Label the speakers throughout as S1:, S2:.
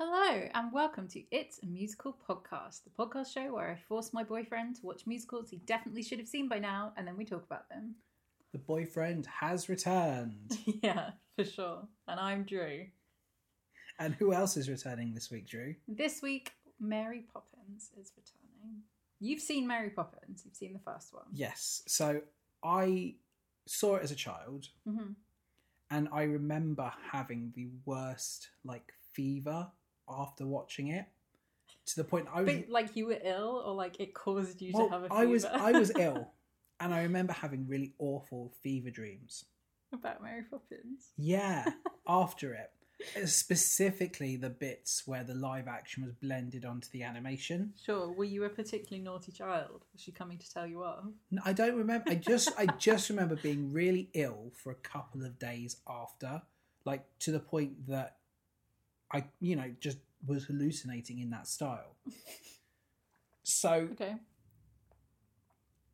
S1: and welcome to It's a Musical Podcast, the podcast show where I force my boyfriend to watch musicals he definitely should have seen by now, and then we talk about them.
S2: The boyfriend has returned.
S1: yeah, for sure. And I'm Drew.
S2: and who else is returning this week, Drew?
S1: This week, Mary Poppins is returning. You've seen Mary Poppins, you've seen the first one.
S2: Yes. So I saw it as a child
S1: hmm
S2: and I remember having the worst like fever after watching it to the point I was
S1: But like you were ill, or like it caused you
S2: well,
S1: to have a fever.
S2: I was I was ill and I remember having really awful fever dreams.
S1: about Mary Poppins.
S2: Yeah, after it. Specifically the bits where the live action was blended onto the animation.
S1: Sure. Were you a particularly naughty child? Was she coming to tell you off?
S2: No, I don't remember. I just I just remember being really ill for a couple of days after, like to the point that I, you know, just was hallucinating in that style. So
S1: Okay.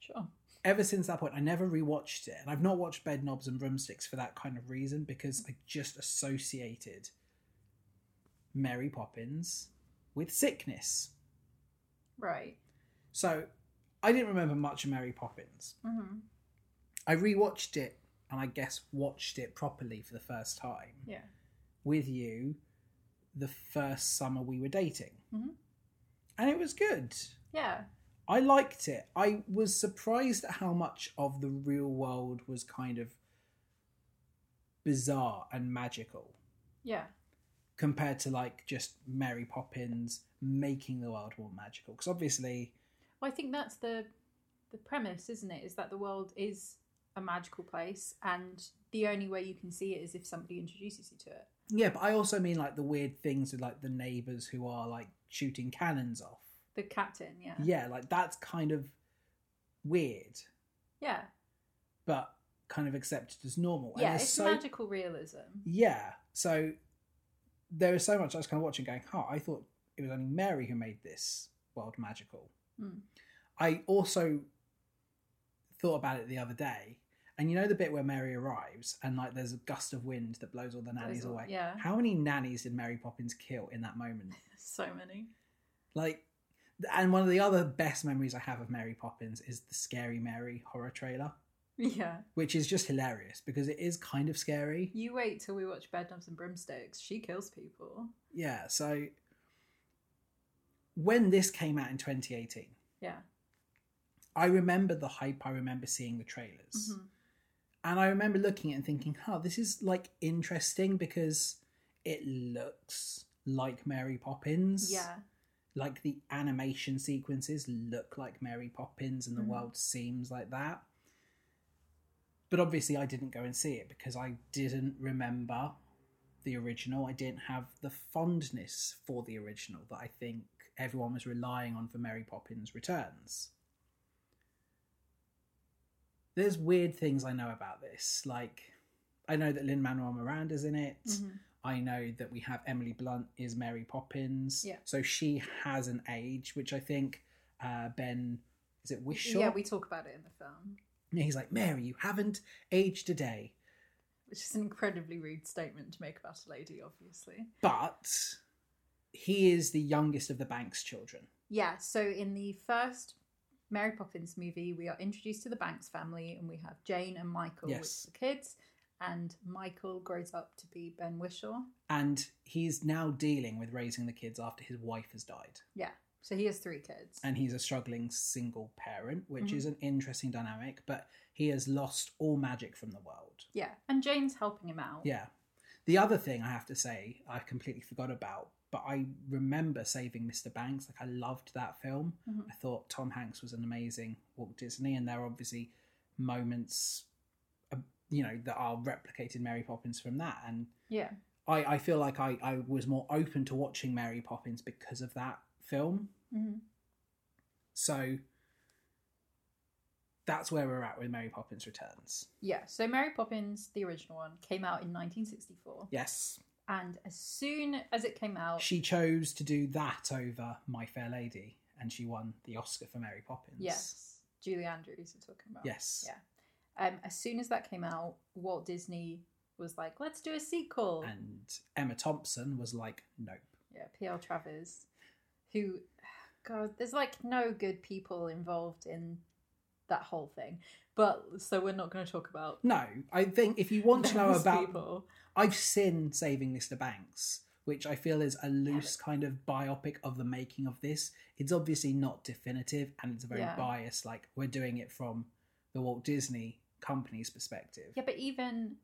S1: Sure.
S2: ever since that point, I never rewatched it, and I've not watched Bed Knobs and Broomsticks for that kind of reason because I just associated Mary Poppins with sickness.
S1: Right.
S2: So I didn't remember much of Mary Poppins.
S1: hmm
S2: I rewatched it and I guess watched it properly for the first time
S1: Yeah.
S2: with you the first summer we were dating.
S1: Mhm.
S2: And it was good.
S1: Yeah.
S2: I liked it. I was surprised at how much of the real world was kind of bizarre and magical
S1: Yeah.
S2: compared to like just Mary Poppins making the world more magical. Because obviously,
S1: Well, I think that's the the premise, isn't it? Is that the world is a magical place, and the only way you can see it is if somebody introduces you to it.
S2: yeah, but I also mean like the weird things with like the neighbors who are like shooting cannons off.
S1: The captain. Yeah.
S2: yeah like that's kind of weird
S1: Yeah.
S2: but kind of accepted as normal
S1: Yeah,
S2: there's
S1: It's
S2: so
S1: magical realism.
S2: yeah so there was so much i was kind of watching going huh i thought it was only mary who made this world magical
S1: Mm.
S2: i also thought about it the other day and you know the bit where mary arrives and like there's a gust of wind that blows all the nannies
S1: all-
S2: away
S1: yeah.
S2: how many nannies did mary poppins kill in that moment
S1: So many.
S2: Like, and one of the other best memories I have of Mary Poppins is the Scary Mary horror trailer,
S1: Yeah.
S2: which is just hilarious because it is kind of scary.
S1: You wait till we watch Bedknobs and Broomsticks. She kills people.
S2: Yeah, so when this came out in 2018,
S1: Yeah.
S2: I remember the hype, I remember seeing the trailers.
S1: Mhm.
S2: And I remember looking at it and thinking, huh, this is like interesting because it looks like Mary Poppins.
S1: Yeah.
S2: like the animation sequences look like Mary Poppins and the
S1: Mhm.
S2: world seems like that. But obviously, I didn't go and see it because I didn't remember the original. I didn't have the fondness for the original that I think everyone was relying on for Mary Poppins Returns. There's weird things I know about this. Like, I know that Lin Manuel Miranda's in it.
S1: Mhm.
S2: I know that we have Emily Blunt is Mary Poppins.
S1: Yeah.
S2: So she has an age, which I think uh, Ben is it Wishaw?
S1: Yeah, we talk about it in the film,
S2: Yeah, he's like Mary, you haven't aged a day,
S1: which is an incredibly rude statement to make about a lady, obviously.
S2: but he is the youngest of the Banks children.
S1: Yeah, so in the first Mary Poppins movie, we are introduced to the Banks family and we have Jane and Michael,
S2: Yes.
S1: which are the kids, and Michael grows up to be Ben Wishaw.
S2: And he's now dealing with raising the kids after his wife has died.
S1: Yeah, so he has three kids.
S2: And he's a struggling single parent, which
S1: Mhm.
S2: is an interesting dynamic, but he has lost all magic from the world.
S1: yeah, and Jane's helping him out.
S2: Yeah. The other thing I have to say, I completely forgot about, but I remember saving Mr. Banks. Like, I loved that film.
S1: Mhm.
S2: I thought Tom Hanks was an amazing Walt Disney, and there are obviously moments, uh, you know, that are replicated Mary Poppins from that. And
S1: Yeah,
S2: I, I feel like I, I was more open to watching Mary Poppins because of that film.
S1: Mhm.
S2: So that's where we're at with Mary Poppins Returns.
S1: yeah. So Mary Poppins, the original one, came out in 1964,
S2: Yes.
S1: and as soon as it came out,
S2: She chose to do that over My Fair Lady, and she won the Oscar for Mary Poppins.
S1: yes, Julie Andrews, you're talking about.
S2: Yes.
S1: Yeah. Um, as soon as that came out, Walt Disney was like, "Let's do a sequel."
S2: And Emma Thompson was like, nope.
S1: Yeah. yeah, P.L. Travers, who, God, there's like no good people involved in that whole thing. But so we're not going to talk about
S2: No, I think if you want to know
S1: those
S2: about,
S1: people.
S2: I've seen Saving Mr. Banks, which I feel is a loose kind of biopic of the making of this. It's obviously not definitive, and it's very
S1: Yeah.
S2: biased. Like we're doing it from the Walt Disney Company's perspective.
S1: Yeah, but even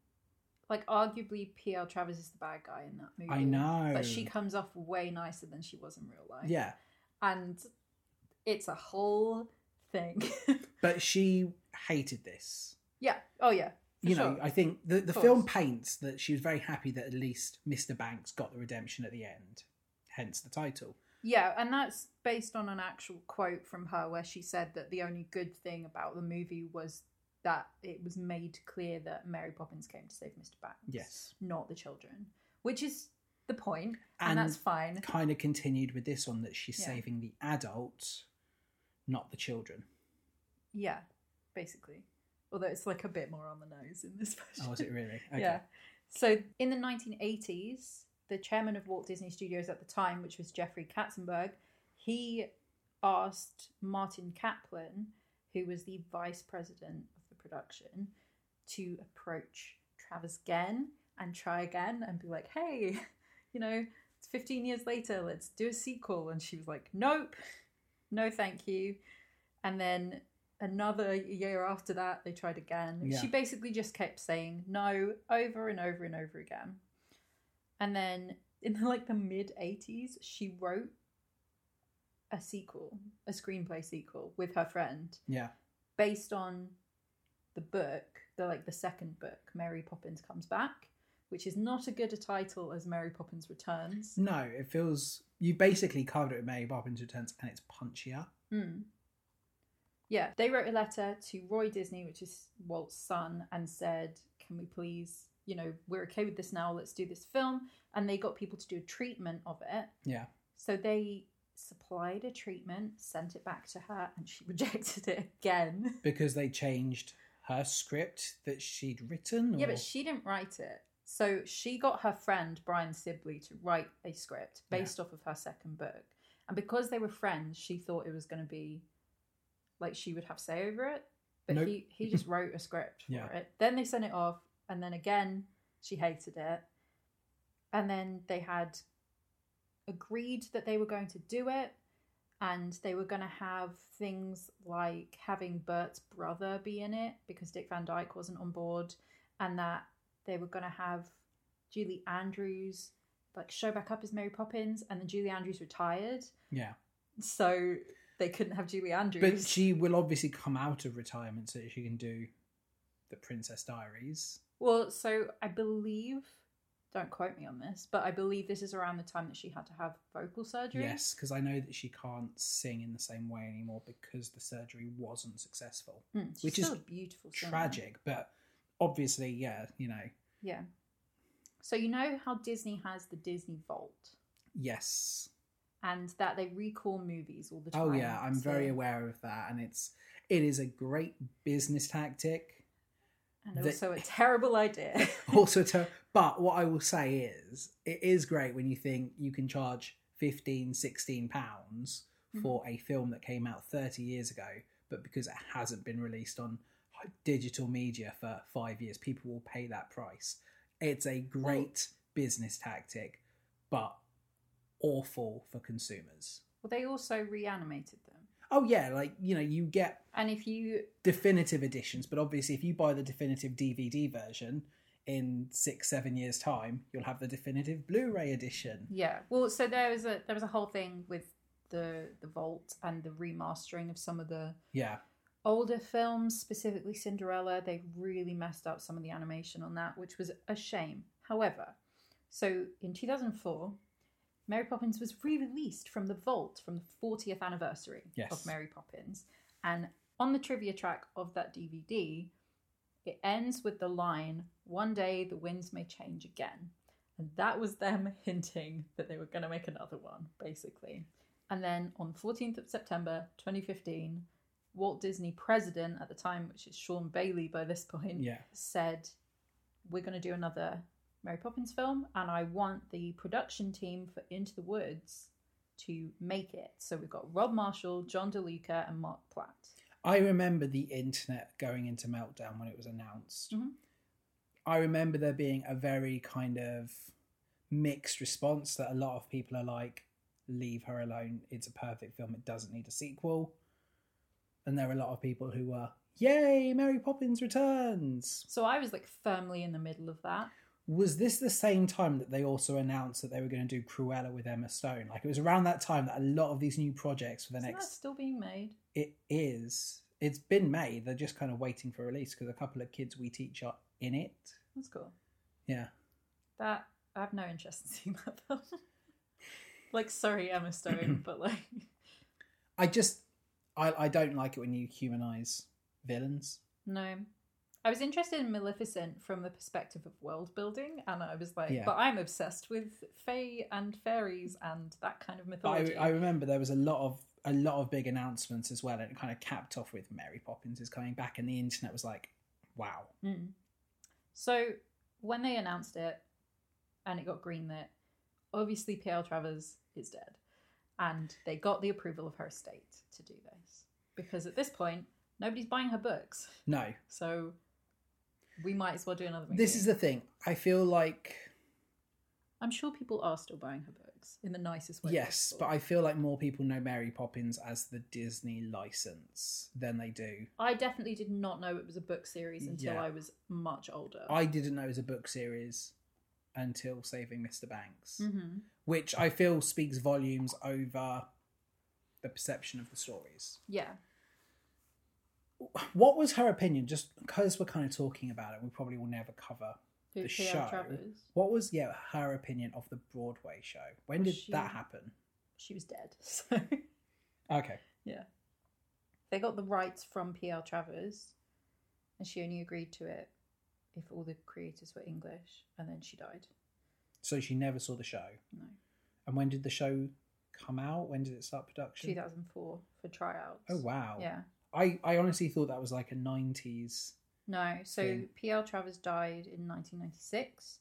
S1: like arguably P.L. Travers is the bad guy in that movie.
S2: I know,
S1: But she comes off way nicer than she was in real life.
S2: Yeah,
S1: And it's a whole thing.
S2: but she hated this.
S1: yeah. Oh yeah. For
S2: you know,
S1: sure.
S2: I think the, the
S1: Of
S2: film
S1: course.
S2: paints that she was very happy that at least Mr. Banks got the redemption at the end, hence the title.
S1: Yeah, and that's based on an actual quote from her where she said that the only good thing about the movie was that it was made clear that Mary Poppins came to save Mr. Banks,
S2: Yes.
S1: not the children, which is the point, and,
S2: And
S1: that's fine.
S2: Kind of continued with this one that she's
S1: Yeah.
S2: saving the adults, not the children.
S1: Yeah, basically. Although it's like a bit more on the nose in this version.
S2: Oh, is it really? Okay.
S1: Yeah. So in the 1980s, the chairman of Walt Disney Studios at the time, which was Jeffrey Katzenberg, he asked Martin Kaplan, who was the vice president of the production, to approach Travis again and try again and be like, hey, you know, it's 15 years later, let's do a sequel. And she was like, nope, no thank you. And then another year after that, they tried again.
S2: Yeah.
S1: She basically just kept saying no over and over and over again. And then in like the mid 80s, she wrote a sequel, a screenplay sequel with her friend
S2: Yeah.
S1: based on the book, the like the second book, Mary Poppins Comes Back, which is not a good a title as Mary Poppins Returns.
S2: No, it feels. You basically carved it with Mary Poppins Returns and it's punchier.
S1: Hmm. Yeah, they wrote a letter to Roy Disney, which is Walt's son, and said, "Can we please, you know, we're okay with this now. Let's do this film." And they got people to do a treatment of it.
S2: Yeah.
S1: So they supplied a treatment, sent it back to her, and she rejected it again.
S2: Because they changed her script that she'd written. Or...
S1: Yeah, but she didn't write it. So she got her friend Brian Sibley to write a script
S2: Yeah.
S1: based off of her second book. And because they were friends, she thought it was going to be like she would have say over it. But
S2: Nope.
S1: he, he just wrote a script for
S2: Yeah.
S1: it. Then they sent it off. And then again, she hated it. And then they had agreed that they were going to do it. And they were going to have things like having Bert's brother be in it because Dick Van Dyke wasn't on board and that they were going to have Julie Andrews like show back up as Mary Poppins, and then Julie Andrews retired,
S2: Yeah.
S1: so they couldn't have Julie Andrews.
S2: But she will obviously come out of retirement so that she can do the Princess Diaries.
S1: well, so I believe, don't quote me on this, but I believe this is around the time that she had to have vocal surgery.
S2: Yes, because I know that she can't sing in the same way anymore because the surgery wasn't successful.
S1: Mm, she's
S2: Which is
S1: still a beautiful, singer.
S2: Tragic, but obviously, yeah, you know,
S1: Yeah. So you know how Disney has the Disney Vault,
S2: yes.
S1: and that they recall movies all the time.
S2: Oh yeah, I'm very
S1: so-
S2: aware of that, and it's it is a great business tactic.
S1: and
S2: that-
S1: also a terrible idea.
S2: Also, to, but what I will say is, it is great when you think you can charge 15, 16 pounds for a film that came out 30 years ago, but because it hasn't been released on digital media for five years, people will pay that price. It's a great business tactic, but awful for consumers.
S1: well, they also reanimated them.
S2: Oh, yeah, like, you know, you get
S1: And if you
S2: definitive editions, but obviously, if you buy the definitive DVD version in six, seven years' time, you'll have the definitive Blu ray edition.
S1: Yeah. Well, so there was a there was a whole thing with the the vault and the remastering of some of the
S2: Yeah,
S1: older films, specifically Cinderella. They really messed up some of the animation on that, which was a shame. However, so in 2004, Mary Poppins was re-released from the vault from the 40th anniversary
S2: Yes.
S1: of Mary Poppins, and on the trivia track of that DVD, it ends with the line, One day the winds may change again. And that was them hinting that they were going to make another one, basically. And then on the 14th of September 2015, Walt Disney president at the time, which is Sean Bailey by this point,
S2: yeah.
S1: said, We're going to do another Mary Poppins film, and I want the production team for Into the Woods to make it. So we've got Rob Marshall, John DeLuca, and Mark Platt.
S2: I remember the internet going into meltdown when it was announced.
S1: Mhm.
S2: I remember there being a very kind of mixed response that a lot of people are like, leave her alone. It's a perfect film. It doesn't need a sequel. And there were a lot of people who were, yay, Mary Poppins returns.
S1: So I was like firmly in the middle of that.
S2: Was this the same time that they also announced that they were going to do Cruella with Emma Stone? Like it was around that time that a lot of these new projects for the
S1: Isn't that
S2: next
S1: still being made?
S2: it is. It's been made. They're just kind of waiting for release because a couple of kids we teach are in it.
S1: That's cool.
S2: Yeah.
S1: That I have no interest in seeing that film. like, sorry, Emma Stone, but like,
S2: I just, I, I don't like it when you humanize villains.
S1: no. I was interested in Maleficent from the perspective of world building, and I was like,
S2: Yeah.
S1: but I'm obsessed with fae and fairies and that kind of
S2: But I,
S1: mythology.
S2: I remember there was a lot of a lot of big announcements as well, and it kind of capped off with Mary Poppins is coming back, and the internet was like, "Wow,
S1: Mm. So when they announced it and it got greenlit, obviously PL Travers is dead. And they got the approval of her estate to do this. Because at this point, nobody's buying her books.
S2: no."
S1: So we might as well do another movie.
S2: This is the thing. I feel like
S1: I'm sure people are still buying her books in the nicest way.
S2: yes, but I feel like more people know Mary Poppins as the Disney license than they do
S1: I definitely did not know it was a book series until
S2: Yeah.
S1: I was much older.
S2: I didn't know it was a book series until Saving Mr. Banks,
S1: hmm
S2: which I feel speaks volumes over the perception of the stories.
S1: Yeah.
S2: What was her opinion? Just because we're kind of talking about it, we probably will never cover.
S1: Who
S2: The
S1: P.L.
S2: show.
S1: Travers?
S2: What was yeah her opinion of the Broadway show? When did
S1: She-
S2: that happen?
S1: She was dead. So
S2: Okay,
S1: they got the rights from PL Travers, and she only agreed to it if all the creators were English, and then she died.
S2: so she never saw the show.
S1: No,
S2: And when did the show come out? When did it start production?
S1: 2004 for tryouts.
S2: Oh wow!
S1: Yeah.
S2: I I honestly thought that was like a nineties.
S1: No, so
S2: Thing.
S1: PL Travers died in 1996,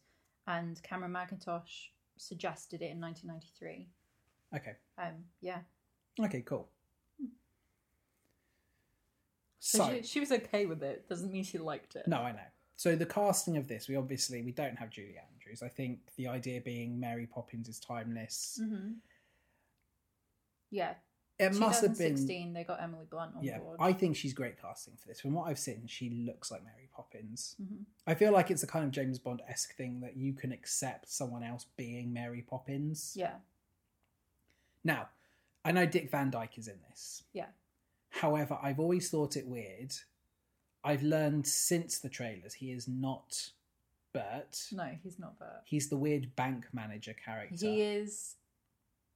S1: and Cameron McIntosh suggested it in 1993.
S2: Okay,
S1: Um, yeah.
S2: okay, cool.
S1: So she, she was okay with it. Doesn't mean she liked it.
S2: No, I know. So the casting of this, we obviously we don't have Julie Andrews. I think the idea being Mary Poppins is timeless.
S1: hmm Yeah.
S2: It must have been.
S1: 2016, they got Emily Blunt on
S2: Yeah,
S1: board.
S2: I think she's great casting for this. From what I've seen, she looks like Mary Poppins.
S1: hmm
S2: I feel like it's a kind of James Bond esque thing that you can accept someone else being Mary Poppins.
S1: Yeah.
S2: Now, I know Dick Van Dyke is in this.
S1: Yeah.
S2: However, I've always thought it weird. I've learned since the trailers he is not Bert.
S1: No, he's not that.
S2: He's the weird bank manager character.
S1: He is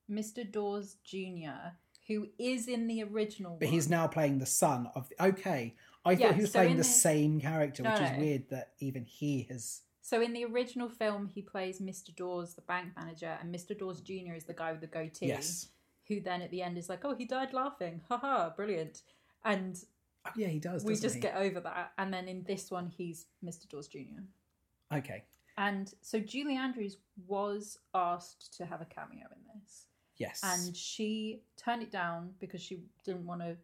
S1: Mr. Dawes Jr., who is in the original.
S2: But
S1: one.
S2: he's now playing the son of. The, okay, I thought
S1: Yeah,
S2: he was
S1: so
S2: playing
S1: in
S2: the
S1: the-
S2: same character, which is
S1: No.
S2: weird that even he has.
S1: So in the original film, he plays Mr. Dawes, the bank manager, and Mr. Dawes Jr. is the guy with the goatee.
S2: Yes.
S1: Who then at the end is like, oh, he died laughing. Haha, brilliant. And
S2: Oh, yeah, he does.
S1: we
S2: doesn't
S1: just
S2: he?
S1: get over that. And then in this one, he's Mr. Dawes Jr.
S2: Okay.
S1: And so Julie Andrews was asked to have a cameo in this.
S2: Yes.
S1: and she turned it down because she didn't want to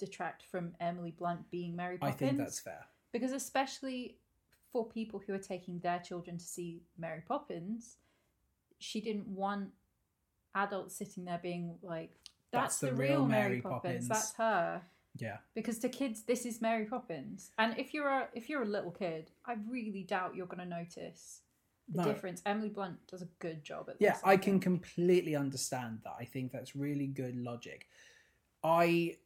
S1: detract from Emily Blunt being Mary
S2: I
S1: Poppins.
S2: think that's fair.
S1: because especially for people who are taking their children to see Mary Poppins, she didn't want adults sitting there being like, "That's, the, real, Mary, Poppins. That's her."
S2: Yeah.
S1: Because to kids, this is Mary Poppins, and if you're a if you're a little kid, I really doubt you're going to notice the
S2: No.
S1: difference. Emily Blunt does a good job at
S2: Yeah,
S1: this.
S2: I can
S1: think.
S2: completely understand that. I think that's really good logic. I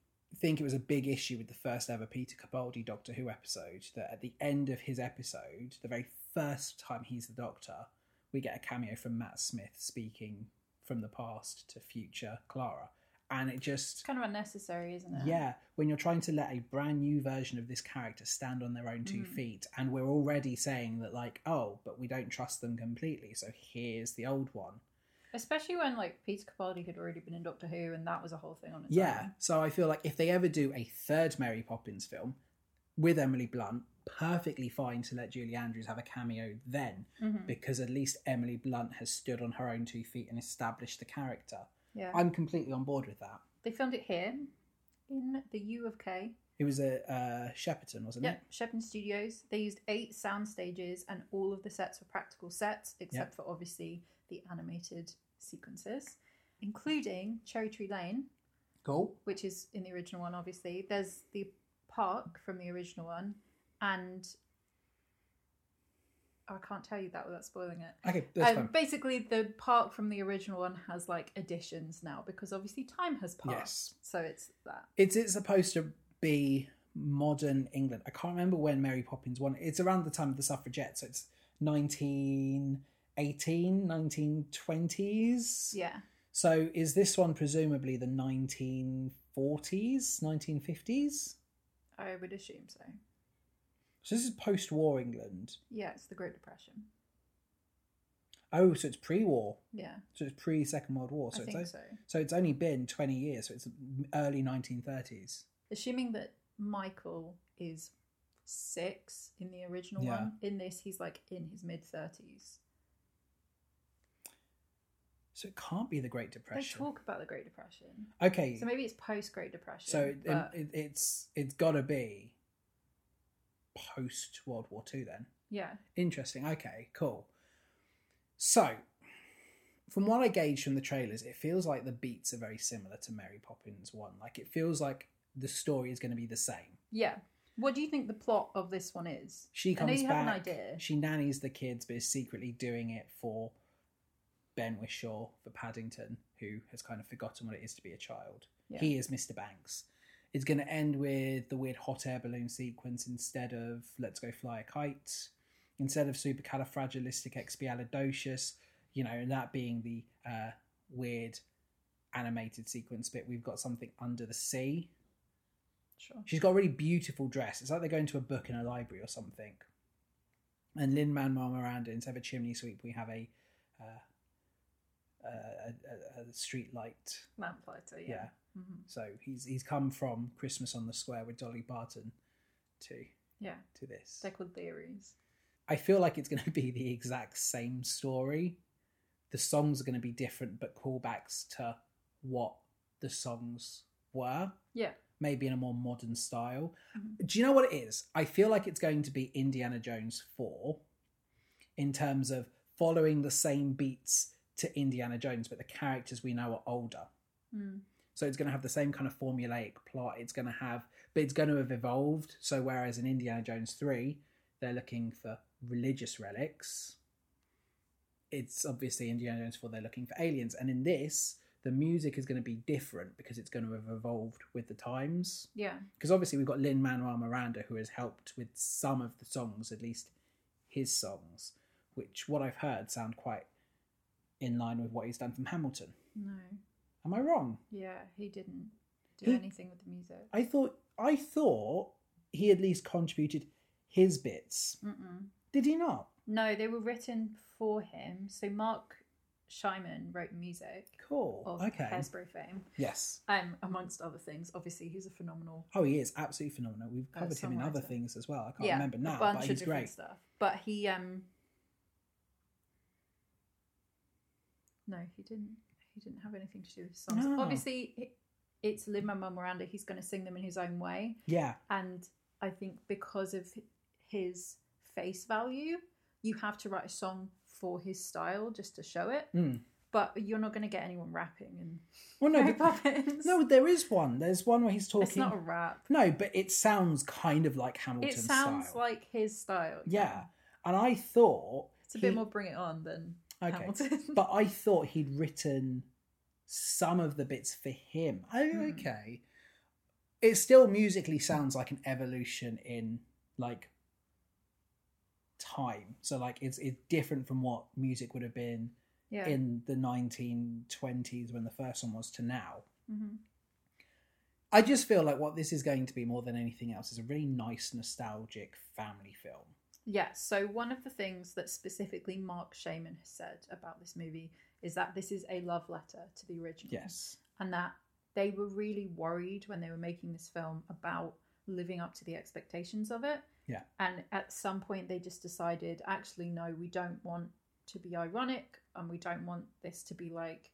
S2: think it was a big issue with the first ever Peter Capaldi Doctor Who episode that at the end of his episode, the very first time he's the Doctor, we get a cameo from Matt Smith speaking from the past to future Clara. And it just
S1: It's kind of unnecessary, isn't it?
S2: yeah, when you're trying to let a brand new version of this character stand on their own 2
S1: Mhm.
S2: feet, and we're already saying that, like, oh, but we don't trust them completely, so here's the old one.
S1: Especially when like Peter Capaldi had already been in Doctor Who and that was a whole thing on its
S2: Yeah,
S1: own.
S2: so I feel like if they ever do a third Mary Poppins film, with Emily Blunt, perfectly fine to let Julie Andrews have a cameo then,
S1: Mhm.
S2: because at least Emily Blunt has stood on her own two feet and established the character.
S1: Yeah.
S2: I'm completely on board with that.
S1: They filmed it here in the U of K.
S2: It was at uh, Shepperton, wasn't
S1: Yeah,
S2: it?
S1: Shepton Studios. They used eight sound stages, and all of the sets were practical sets, except for obviously the animated sequences, including Cherry Tree Lane,
S2: Cool.
S1: which is in the original one, obviously. There's the park from the original one, and oh, I can't tell you that without spoiling it.
S2: Okay, that's
S1: Um,
S2: fine.
S1: basically, the park from the original one has like additions now because obviously time has passed.
S2: Yes.
S1: So it's that.
S2: Is it supposed to be modern England? I can't remember when Mary Poppins won. It's around the time of the suffragettes, so it's 1918, 1920s.
S1: Yeah.
S2: So is this one presumably the 1940s, 1950s?
S1: I would assume so.
S2: So this is post-war England.
S1: Yeah, it's the Great Depression.
S2: Oh, so it's pre-war.
S1: Yeah,
S2: So it's pre-Second World War. So
S1: I
S2: it's
S1: think
S2: o-
S1: so.
S2: so it's only been 20 years. So it's early 1930s.
S1: Assuming that Michael is six in the original
S2: Yeah.
S1: one, in this he's like in his mid thirties.
S2: So it can't be the Great
S1: They
S2: Depression.
S1: talk about the Great Depression,
S2: okay.
S1: so maybe it's post Great Depression.
S2: So it,
S1: but-
S2: it, it's it's got to be post World War Two then.
S1: yeah,
S2: Interesting. Okay, cool. So, from what I gauge from the trailers, it feels like the beats are very similar to Mary Poppins one. Like it feels like the story is going to be the same.
S1: yeah. What do you think the plot of this one is?
S2: She
S1: I know
S2: comes
S1: you have an
S2: back.
S1: idea.
S2: She nannies the kids, but is secretly doing it for Ben Wishaw for Paddington, who has kind of forgotten what it is to be a child.
S1: Yeah.
S2: He is Mr. Banks. It's going to end with the weird hot air balloon sequence instead of let's go fly a kite, instead of supercalifragilisticexpialidocious, you know, and that being the uh, weird animated sequence bit, we've got something under the sea.
S1: Sure.
S2: She's got a really beautiful dress. It's like they're going to a book in a library or something. And Lin Manuel Miranda, instead of a chimney sweep, we have a uh, a, a, a- a street light.
S1: Lamplighter.
S2: Yeah.
S1: Yeah. Mhm.
S2: So he's he's come from Christmas on the Square with Dolly Parton to
S1: Yeah.
S2: to this.
S1: They're called theories.
S2: I feel like it's going to be the exact same story. The songs are going to be different, but callbacks to what the songs were
S1: Yeah.
S2: maybe in a more modern style.
S1: Mhm.
S2: Do you know what it is? I feel like it's going to be Indiana Jones 4 in terms of following the same beats to Indiana Jones, but the characters we know are older.
S1: Mm.
S2: So it's going to have the same kind of formulaic plot. It's going to have, but it's going to have evolved. So whereas in Indiana Jones 3, they're looking for religious relics, it's obviously Indiana Jones 4, they're looking for aliens. And in this, the music is going to be different because it's going to have evolved with the times
S1: Yeah.
S2: because obviously we've got Lin Manuel Miranda who has helped with some of the songs, at least his songs, which what I've heard sound quite in line with what he's done from Hamilton.
S1: No.
S2: Am I wrong?
S1: Yeah. He didn't do
S2: He-
S1: anything with the music.
S2: I thought I thought he at least contributed his bits.
S1: Mm-mm.
S2: Did he not?
S1: No, they were written for him. So Mark Shyman wrote music
S2: Cool.
S1: of
S2: Okay.
S1: Hairspray fame,
S2: Yes.
S1: um, amongst other things. Obviously, he's a phenomenal.
S2: Oh, he is absolutely phenomenal. We've
S1: Uh,
S2: covered him in other
S1: songwriter.
S2: things as well. I can't
S1: yeah,
S2: remember now,
S1: a bunch
S2: but
S1: of
S2: he's
S1: different
S2: great.
S1: stuff. But he, um, no, he didn't. He didn't have anything to do with his songs.
S2: No.
S1: Obviously, it- it's Lin Manuel Miranda. He's going to sing them in his own way,
S2: Yeah.
S1: and I think because of his face value, you have to write a song for his style just to show it.
S2: Mm.
S1: but you're not going to get anyone rapping and
S2: Well, no,
S1: Mary
S2: but,
S1: Poppins.
S2: no, there is one. There's one where he's talking.
S1: it's not a rap.
S2: No, but it sounds kind of like Hamilton
S1: It sounds
S2: style.
S1: like his style.
S2: Yeah, and I thought
S1: it's a bit
S2: he-
S1: more Bring It On than
S2: okay,
S1: Hamilton.
S2: but I thought he'd written some of the bits for him. Oh,
S1: Hmm.
S2: okay. It still musically sounds like an evolution in like time. So like it's it's different from what music would have been
S1: yeah,
S2: in the 1920s when the first one was to now.
S1: hmm
S2: I just feel like what this is going to be more than anything else is a really nice nostalgic family film.
S1: yeah. So one of the things that specifically Mark Shaman has said about this movie is that this is a love letter to the original.
S2: Yes.
S1: and that they were really worried when they were making this film about living up to the expectations of it.
S2: Yeah.
S1: And at some point, they just decided, actually, no, we don't want to be ironic and we don't want this to be like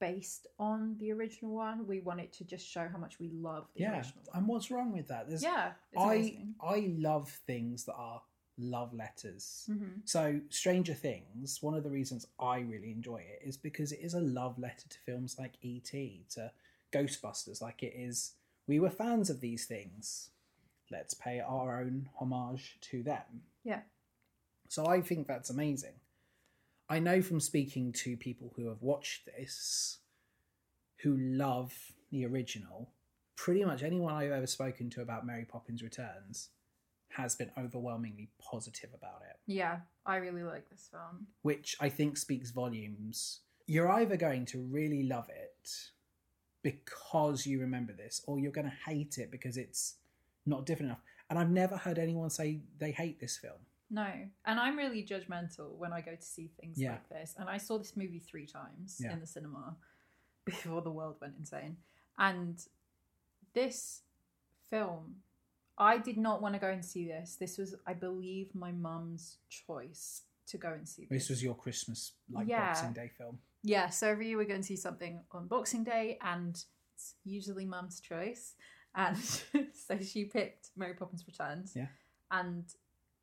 S1: based on the original one. We want it to just show how much we love the
S2: yeah.
S1: original one.
S2: And what's wrong with that? There's,
S1: yeah. It's
S2: I
S1: amazing.
S2: I love things that are love letters.
S1: Mhm.
S2: So Stranger Things, one of the reasons I really enjoy it is because it is a love letter to films like E.T., to Ghostbusters. Like it is, we were fans of these things. Let's pay our own homage to them.
S1: Yeah.
S2: So I think that's amazing. I know from speaking to people who have watched this, who love the original, pretty much anyone I've ever spoken to about Mary Poppins Returns has been overwhelmingly positive about it
S1: Yeah. I really like this film.
S2: which I think speaks volumes. You're either going to really love it because you remember this, or you're going to hate it because it's not different enough. And I've never heard anyone say they hate this film.
S1: No. And I'm really judgmental when I go to see things
S2: Yeah.
S1: like this. And I saw this movie three times
S2: Yeah.
S1: in the cinema before the world went insane. And this film, I did not want to go and see this. This was, I believe, my mum's choice to go and see this.
S2: This was your Christmas, like
S1: Yeah.
S2: Boxing Day film.
S1: Yeah, so every year we're going to see something on Boxing Day, and it's usually Mum's choice. And so she picked Mary Poppins Returns.
S2: Yeah.
S1: And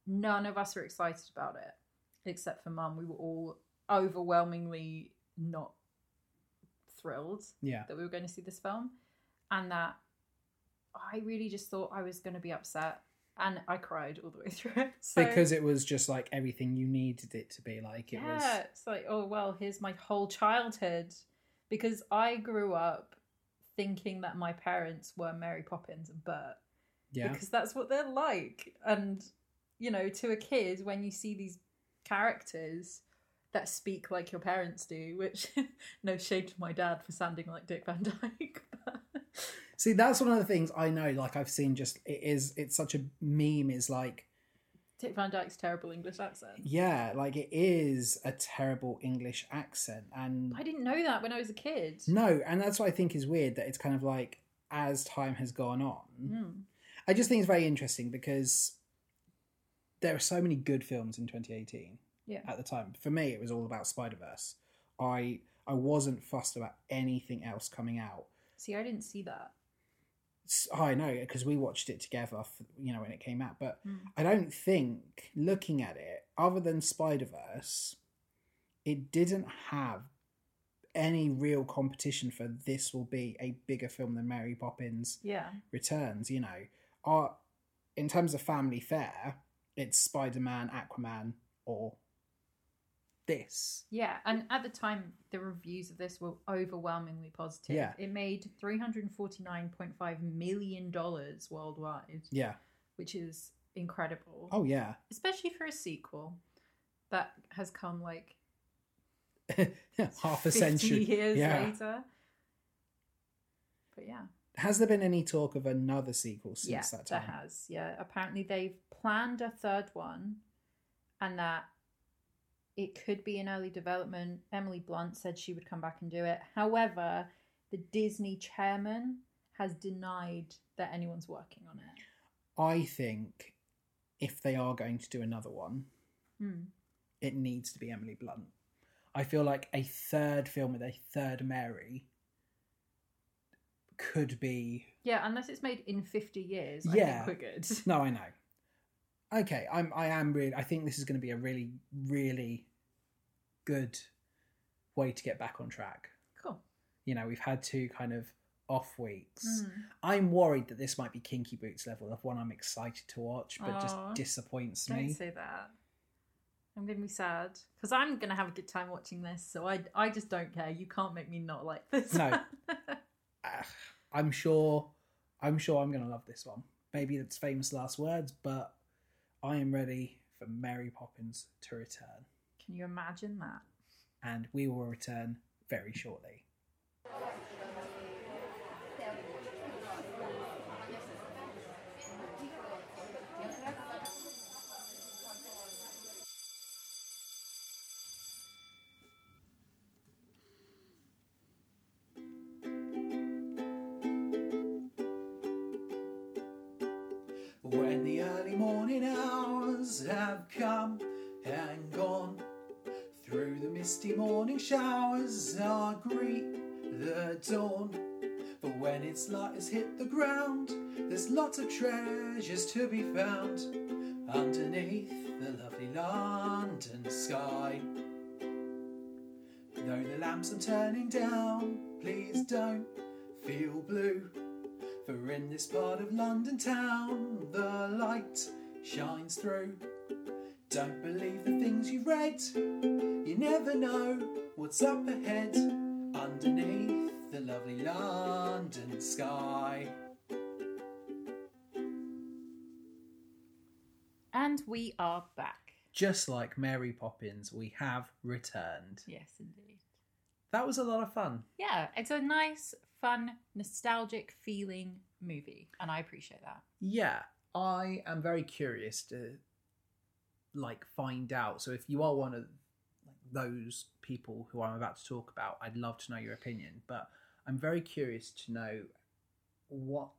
S1: none of us were excited about it, except for Mum. We were all overwhelmingly not thrilled
S2: Yeah.
S1: that we were going to see this film, and that I really just thought I was going to be upset, and I cried all the way through it. So,
S2: because it was just like everything you needed it to be. Like it
S1: yeah,
S2: was.
S1: it's like, oh well, here's my whole childhood. Because I grew up thinking that my parents were Mary Poppins and Bert.
S2: Yeah.
S1: Because that's what they're like. And, you know, to a kid, when you see these characters that speak like your parents do, which no shade to my dad for sounding like Dick Van Dyke. but-
S2: See, that's one of the things I know. Like I've seen just, it is, it's such a meme is like,
S1: Dick Van Dyke's terrible English accent.
S2: yeah, like it is a terrible English accent. And
S1: I didn't know that when I was a kid.
S2: No, and that's what I think is weird that it's kind of like as time has gone on.
S1: Mm.
S2: I just think it's very interesting because there are so many good films in 2018.
S1: Yeah.
S2: At the time, for me, it was all about Spider Verse. I I wasn't fussed about anything else coming out.
S1: See, I didn't see that.
S2: S- oh, I know because we watched it together, f- you know, when it came out. But
S1: Mm.
S2: I don't think looking at it, other than Spider Verse, it didn't have any real competition for this will be a bigger film than Mary Poppins
S1: Yeah.
S2: Returns. You know, Our, in terms of family fare, it's Spider Man, Aquaman, or this.
S1: Yeah, and at the time, the reviews of this were overwhelmingly positive.
S2: Yeah.
S1: It made $349.5 million worldwide,
S2: Yeah.
S1: which is incredible.
S2: Oh yeah.
S1: Especially for a sequel that has come like
S2: Half
S1: 50
S2: a century.
S1: years
S2: yeah.
S1: later. But yeah,
S2: Has there been any talk of another sequel since
S1: yeah,
S2: that
S1: there
S2: time?
S1: has. Yeah, apparently they've planned a third one and that it could be in early development. Emily Blunt said she would come back and do it. However, the Disney chairman has denied that anyone's working on it.
S2: I think if they are going to do another one,
S1: Hmm.
S2: it needs to be Emily Blunt. I feel like a third film with a third Mary could be.
S1: Yeah, unless it's made in 50 years,
S2: Yeah.
S1: I think we're good.
S2: No, I know. Okay, I'm. I am really. I think this is going to be a really, really good way to get back on track.
S1: Cool.
S2: You know, we've had two kind of off weeks.
S1: Hmm.
S2: I'm worried that this might be Kinky Boots level of one I'm excited to watch, but just
S1: Aw.
S2: disappoints
S1: Don't
S2: me.
S1: say that. I'm gonna be sad because I'm gonna have a good time watching this. So I, I just don't care. You can't make me not like this.
S2: No.
S1: one.
S2: Ah, I'm sure I'm sure I'm gonna love this one. Maybe it's famous last words, but I am ready for Mary Poppins to return.
S1: Can you imagine that?
S2: And we will return very shortly. When
S3: When the early morning hours have come and gone, through the misty morning showers I greet the dawn. But when its light has hit the ground, there's lots of treasures to be found underneath the lovely London sky. Though the lamps are turning down, please don't feel blue. For in this part of London town, the light shines through. Don't believe the things you've read, you never know what's up ahead underneath the lovely London sky.
S1: And we are back.
S2: just like Mary Poppins, we have returned.
S1: Yes, indeed.
S2: That was a lot of fun.
S1: Yeah, it's a nice, fun, nostalgic feeling movie, and I appreciate that.
S2: Yeah, I am very curious to like find out. So if you are one of like, those people who I'm about to talk about, I'd love to know your opinion. But I'm very curious to know what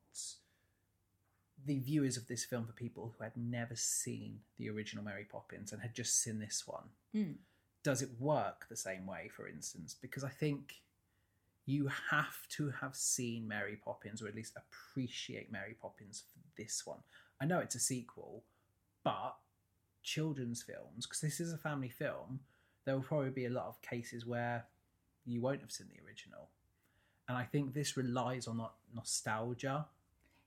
S2: the viewers of this film for people who had never seen the original Mary Poppins and had just seen this one.
S1: Mm.
S2: Does it work the same way, for instance? Because I think you have to have seen Mary Poppins or at least appreciate Mary Poppins for this one. I know it's a sequel, but children's films, because this is a family film, there will probably be a lot of cases where you won't have seen the original. And I think this relies on that nostalgia.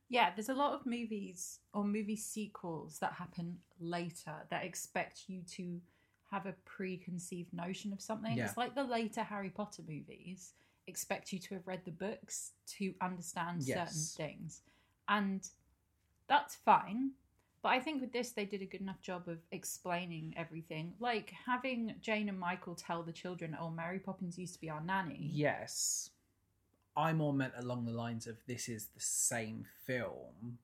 S1: Yeah, there's a lot of movies or movie sequels that happen later that expect you to have a preconceived notion of something.
S2: Yeah.
S1: It's like the later Harry Potter movies expect you to have read the books to understand
S2: Yes.
S1: certain things. And that's fine. But I think with this, they did a good enough job of explaining everything. Like having Jane and Michael tell the children, oh, Mary Poppins used to be our nanny.
S2: Yes. I more meant along the lines of this is the same film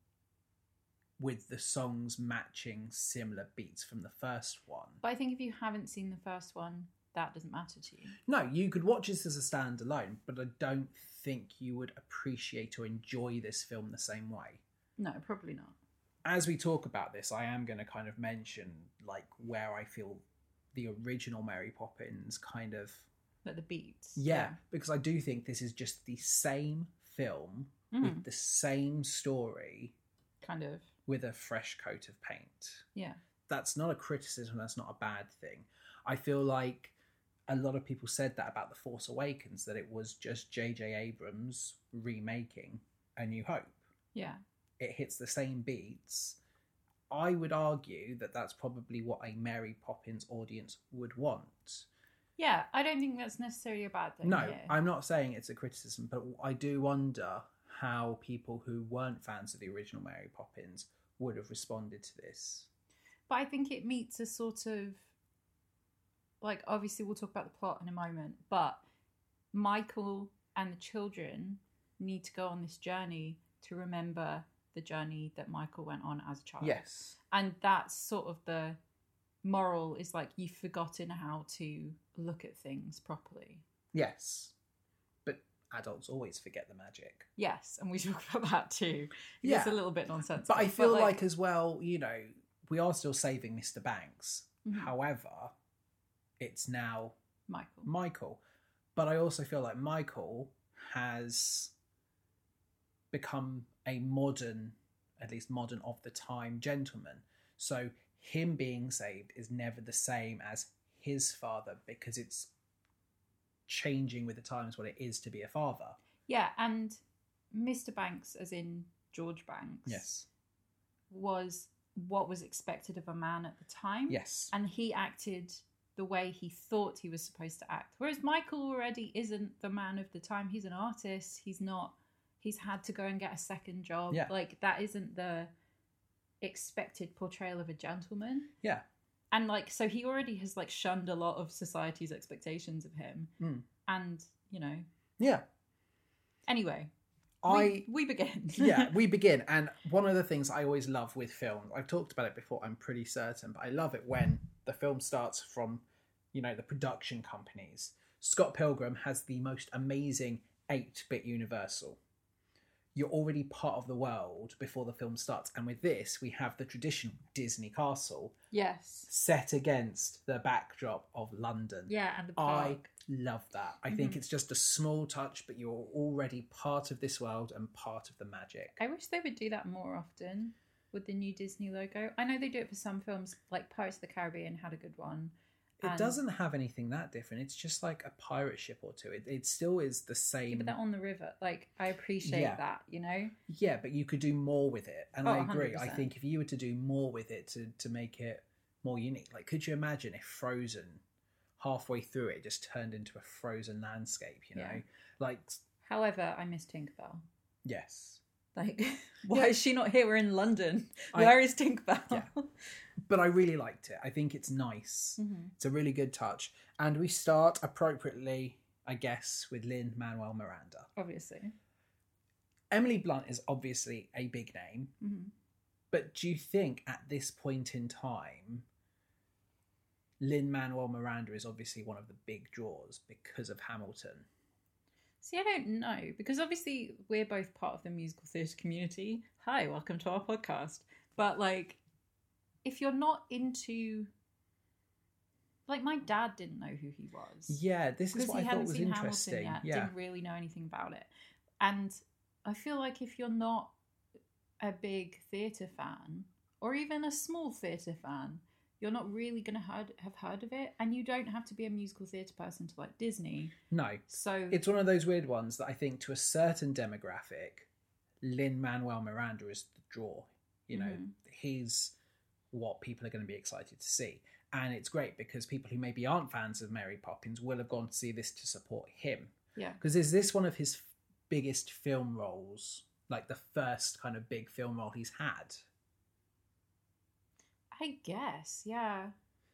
S2: with the songs matching similar beats from the first one.
S1: But I think if you haven't seen the first one, that doesn't matter to you.
S2: No, you could watch this as a standalone, but I don't think you would appreciate or enjoy this film the same way.
S1: No, probably not.
S2: As we talk about this, I am going to kind of mention like where I feel the original Mary Poppins kind of
S1: Like the beats.
S2: yeah, because I do think this is just the same film
S1: Yeah. Mm,
S2: with the same story
S1: kind of.
S2: with a fresh coat of paint.
S1: Yeah.
S2: That's not a criticism, that's not a bad thing. I feel like a lot of people said that about The Force Awakens, that it was just J.J. Abrams remaking A New Hope.
S1: Yeah.
S2: It hits the same beats. I would argue that that's probably what a Mary Poppins audience would want.
S1: Yeah. I don't think that's necessarily a bad thing.
S2: No,
S1: here.
S2: I'm not saying it's a criticism, but I do wonder how people who weren't fans of the original Mary Poppins would have responded to this.
S1: But I think it meets a sort of. Like, obviously, we'll talk about the plot in a moment, but Michael and the children need to go on this journey to remember the journey that Michael went on as a child.
S2: Yes.
S1: and that's sort of the moral is like you've forgotten how to look at things properly
S2: Yes. But adults always forget the magic.
S1: yes and we talk about that too
S2: Yeah.
S1: it's a little bit nonsensical
S2: But I feel like, as well, you know, we are still saving Mr. Banks.
S1: Mhm.
S2: However, it's now
S1: michael
S2: Michael. But I also feel like Michael has become a modern, at least modern of the time, gentleman. So him being saved is never the same as his father because it's changing with the times what it is to be a father.
S1: yeah and mr banks as in george banks was what was expected of a man at the time
S2: Yes.
S1: and he acted the way he thought he was supposed to act. Whereas Michael already isn't the man of the time. He's an artist. He's not. He's had to go and get a second job.
S2: Yeah.
S1: Like that isn't the expected portrayal of a gentleman.
S2: Yeah.
S1: And like so, he already has like shunned a lot of society's expectations of him.
S2: Mm.
S1: And you know,
S2: Yeah.
S1: anyway,
S2: I
S1: we, we begin.
S2: yeah, we begin. And one of the things I always love with films, I've talked about it before, I'm pretty certain, but I love it when the film starts from, you know, the production companies. Scott Pilgrim has the most amazing 8 bit Universal. you're already part of the world before the film starts. And with this, we have the traditional Disney castle
S1: Yes.
S2: set against the backdrop of London.
S1: Yeah, and the
S2: I
S1: park.
S2: love that. I think
S1: Mhm.
S2: it's just a small touch, but you're already part of this world and part of the magic.
S1: I wish they would do that more often with the new Disney logo. I know they do it for some films, like Pirates of the Caribbean had a good one.
S2: It
S1: And-
S2: doesn't have anything that different. It's just like a pirate ship or two. It, it still is the
S1: Yeah,
S2: same.
S1: but they're on the river. Like, I appreciate
S2: Yeah.
S1: that, you know?
S2: Yeah, but you could do more with it. And
S1: Oh,
S2: I agree. I
S1: 100%.
S2: think if you were to do more with it to, to make it more unique, like could you imagine if Frozen halfway through it just turned into a frozen landscape, you know?
S1: Yeah.
S2: Like
S1: However, I miss Tinkerbell.
S2: yes.
S1: Like, why is she not here? We're in London.
S2: I-
S1: Where is Tinkerbell?
S2: Yeah. But I really liked it. I think it's nice.
S1: Mhm.
S2: It's a really good touch. And we start appropriately, I guess, with Lynn Manuel Miranda.
S1: Obviously.
S2: Emily Blunt is obviously a big name,
S1: hmm
S2: but do you think at this point in time, Lin Manuel Miranda is obviously one of the big draws because of Hamilton?
S1: See, I don't know because obviously we're both part of the musical theatre community. Hi, welcome to our podcast. But like, if you're not into, like, my dad didn't know who he was.
S2: Yeah, this is
S1: because
S2: what
S1: he
S2: I thought
S1: hadn't
S2: was
S1: seen Hamilton
S2: interesting.
S1: yet.
S2: yeah,
S1: Didn't really know anything about it, and I feel like if you're not a big theatre fan or even a small theatre fan, you're not really going to heard, have heard of it, and you don't have to be a musical theatre person to like Disney.
S2: no,
S1: So
S2: it's one of those weird ones that I think to a certain demographic, Lin Manuel Miranda is the draw. You know,
S1: Mhm.
S2: he's what people are going to be excited to see. And it's great because people who maybe aren't fans of Mary Poppins will have gone to see this to support him.
S1: yeah.
S2: Because is this one of his f- biggest film roles? Like the first kind of big film role he's had.
S1: I guess, yeah.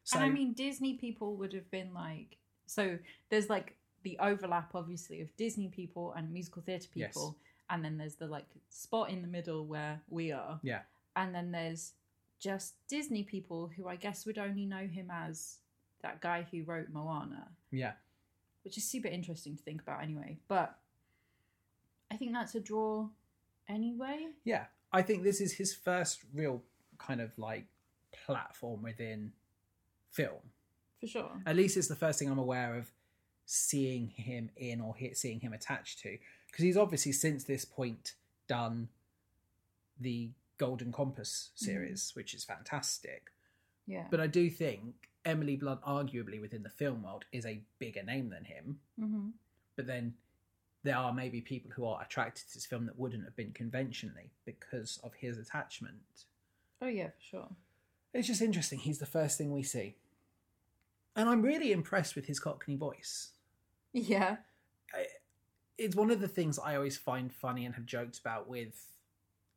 S2: So
S1: and I mean, Disney people would have been like, so there's like the overlap, obviously, of Disney people and musical theatre
S2: Yes.
S1: people. And then there's the like spot in the middle where we are.
S2: Yeah.
S1: And then there's just Disney people who I guess would only know him as that guy who wrote Moana,
S2: yeah,
S1: which is super interesting to think about anyway. But I think that's a draw anyway.
S2: yeah. I think this is his first real kind of like platform within film.
S1: For sure.
S2: At least it's the first thing I'm aware of seeing him in or he- seeing him attached to. Because he's obviously since this point done the Golden Compass series, which is fantastic.
S1: Yeah.
S2: But I do think Emily Blunt, arguably within the film world, is a bigger name than him.
S1: hmm
S2: But then there are maybe people who are attracted to this film that wouldn't have been conventionally because of his attachment.
S1: Oh, yeah, for sure.
S2: It's just interesting. He's the first thing we see. And I'm really impressed with his Cockney voice.
S1: Yeah.
S2: It's one of the things I always find funny and have joked about with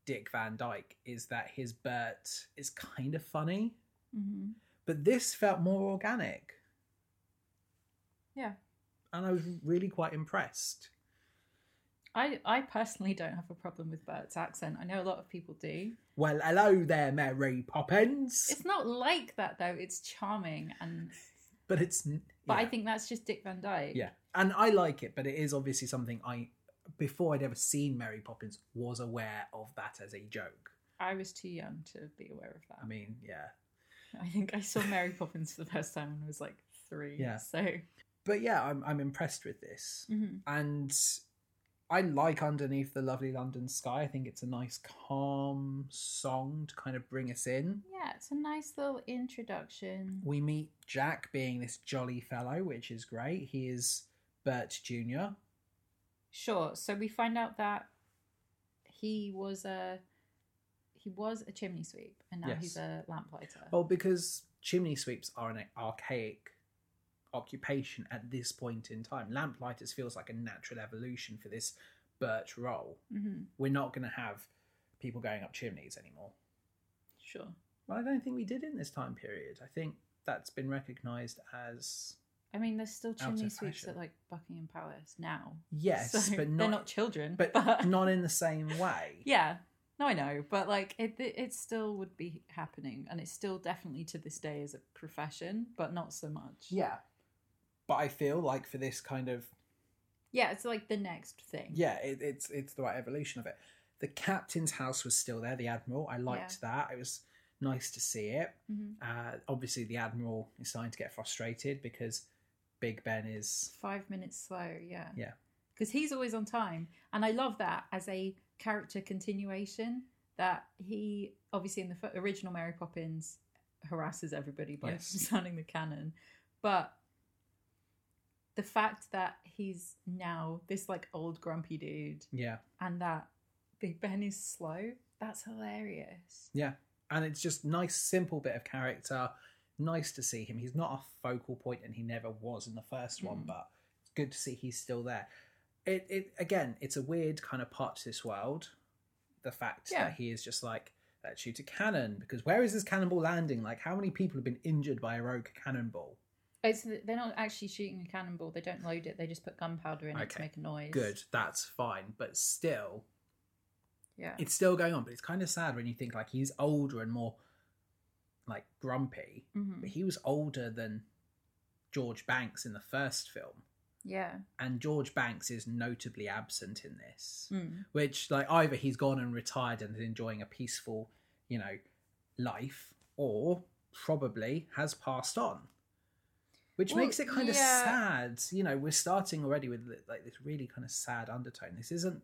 S2: Dick Van Dyke is that his Bert is kind of funny,
S1: hmm
S2: but this felt more organic.
S1: Yeah.
S2: and I was really quite impressed.
S1: I, I personally don't have a problem with Bert's accent. I know a lot of people do.
S2: Well, hello there, Mary Poppins.
S1: It's not like that though. It's charming and
S2: but it's n-
S1: but I
S2: yeah.
S1: think that's just Dick Van Dyke.
S2: yeah, and I like it, but it is obviously something I before I'd ever seen Mary Poppins was aware of that as a joke.
S1: I was too young to be aware of that.
S2: I mean, yeah,
S1: I think I saw Mary Poppins for the first time when I was like three.
S2: Yeah.
S1: So mm-hmm.
S2: but yeah, I'm I'm impressed with this,
S1: mhm.
S2: and I like underneath the lovely London sky. I think it's a nice calm song to kind of bring us in.
S1: yeah, it's a nice little introduction.
S2: We meet Jack being this jolly fellow, which is great. He is Bert Junior.
S1: Sure. So we find out that he was a he was a chimney sweep and now
S2: Yes. Oh.
S1: he's a lamplighter.
S2: Well, because chimney sweeps are an archaic occupation at this point in time. Lamplighters feels like a natural evolution for this birch role.
S1: hmm
S2: We're not going to have people going up chimneys anymore.
S1: Sure.
S2: Well, I don't think we did in this time period. I think that's been recognised as
S1: I mean, there's still
S2: of
S1: chimney sweeps
S2: fashion.
S1: at like Buckingham Palace now.
S2: yes,
S1: So
S2: but not,
S1: they're not children.
S2: but,
S1: But,
S2: not in the same way.
S1: yeah, no, I know, but like it, it, it still would be happening, and it's still definitely to this day as a profession, but not so much.
S2: yeah. But I feel like for this kind of
S1: yeah, it's like the next thing.
S2: yeah, it, it's it's the right evolution of it. The captain's house was still there, the admiral. I liked that. It was nice to see it.
S1: hmm
S2: Uh, obviously, the admiral is starting to get frustrated because Big Ben is
S1: Five minutes slow, yeah.
S2: Yeah.
S1: Because he's always on time. And I love that as a character continuation that he, obviously, in the f- original Mary Poppins, harasses everybody by
S2: Yes.
S1: sounding the cannon. But the fact that he's now this like old grumpy dude
S2: yeah,
S1: and that Big Ben is slow, that's hilarious.
S2: yeah, and it's just nice, simple bit of character. Nice to see him. He's not a focal point, and he never was in the first one,
S1: Mm.
S2: but it's good to see he's still there. It, it again, it's a weird kind of part to this world. The fact
S1: Yeah.
S2: that he is just like let's shoot a cannon because where is this cannonball landing? Like, how many people have been injured by a rogue cannonball?
S1: It's Oh, they're not actually shooting a cannonball. They don't load it. They just put gunpowder in it to
S2: Okay.
S1: make a noise.
S2: Good, that's fine, but still,
S1: Yeah.
S2: it's still going on, but it's kind of sad when you think like he's older and more like grumpy.
S1: hmm
S2: But he was older than George Banks in the first film,
S1: Yeah.
S2: and George Banks is notably absent in this.
S1: Mm.
S2: Which like either he's gone and retired and is enjoying a peaceful, you know, life, or probably has passed on. Which
S1: Well,
S2: makes it kind of
S1: yeah.
S2: sad, you know. We're starting already with like this really kind of sad undertone. This isn't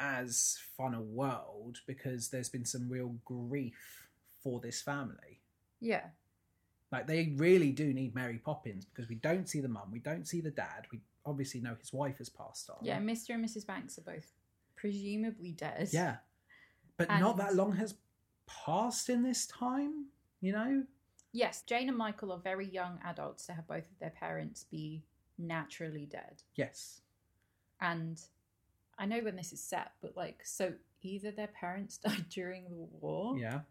S2: as fun a world because there's been some real grief for this family.
S1: Yeah.
S2: Like they really do need Mary Poppins because we don't see the mum, we don't see the dad. We obviously know his wife has passed on.
S1: Yeah. Mr. and Mrs. Banks are both presumably dead.
S2: yeah, but
S1: And-
S2: not that long has passed in this time. You know,
S1: Yes. Jane and Michael are very young adults to have both of their parents be naturally dead.
S2: yes,
S1: And I know when this is set, but like, so either their parents died during the war
S2: yeah,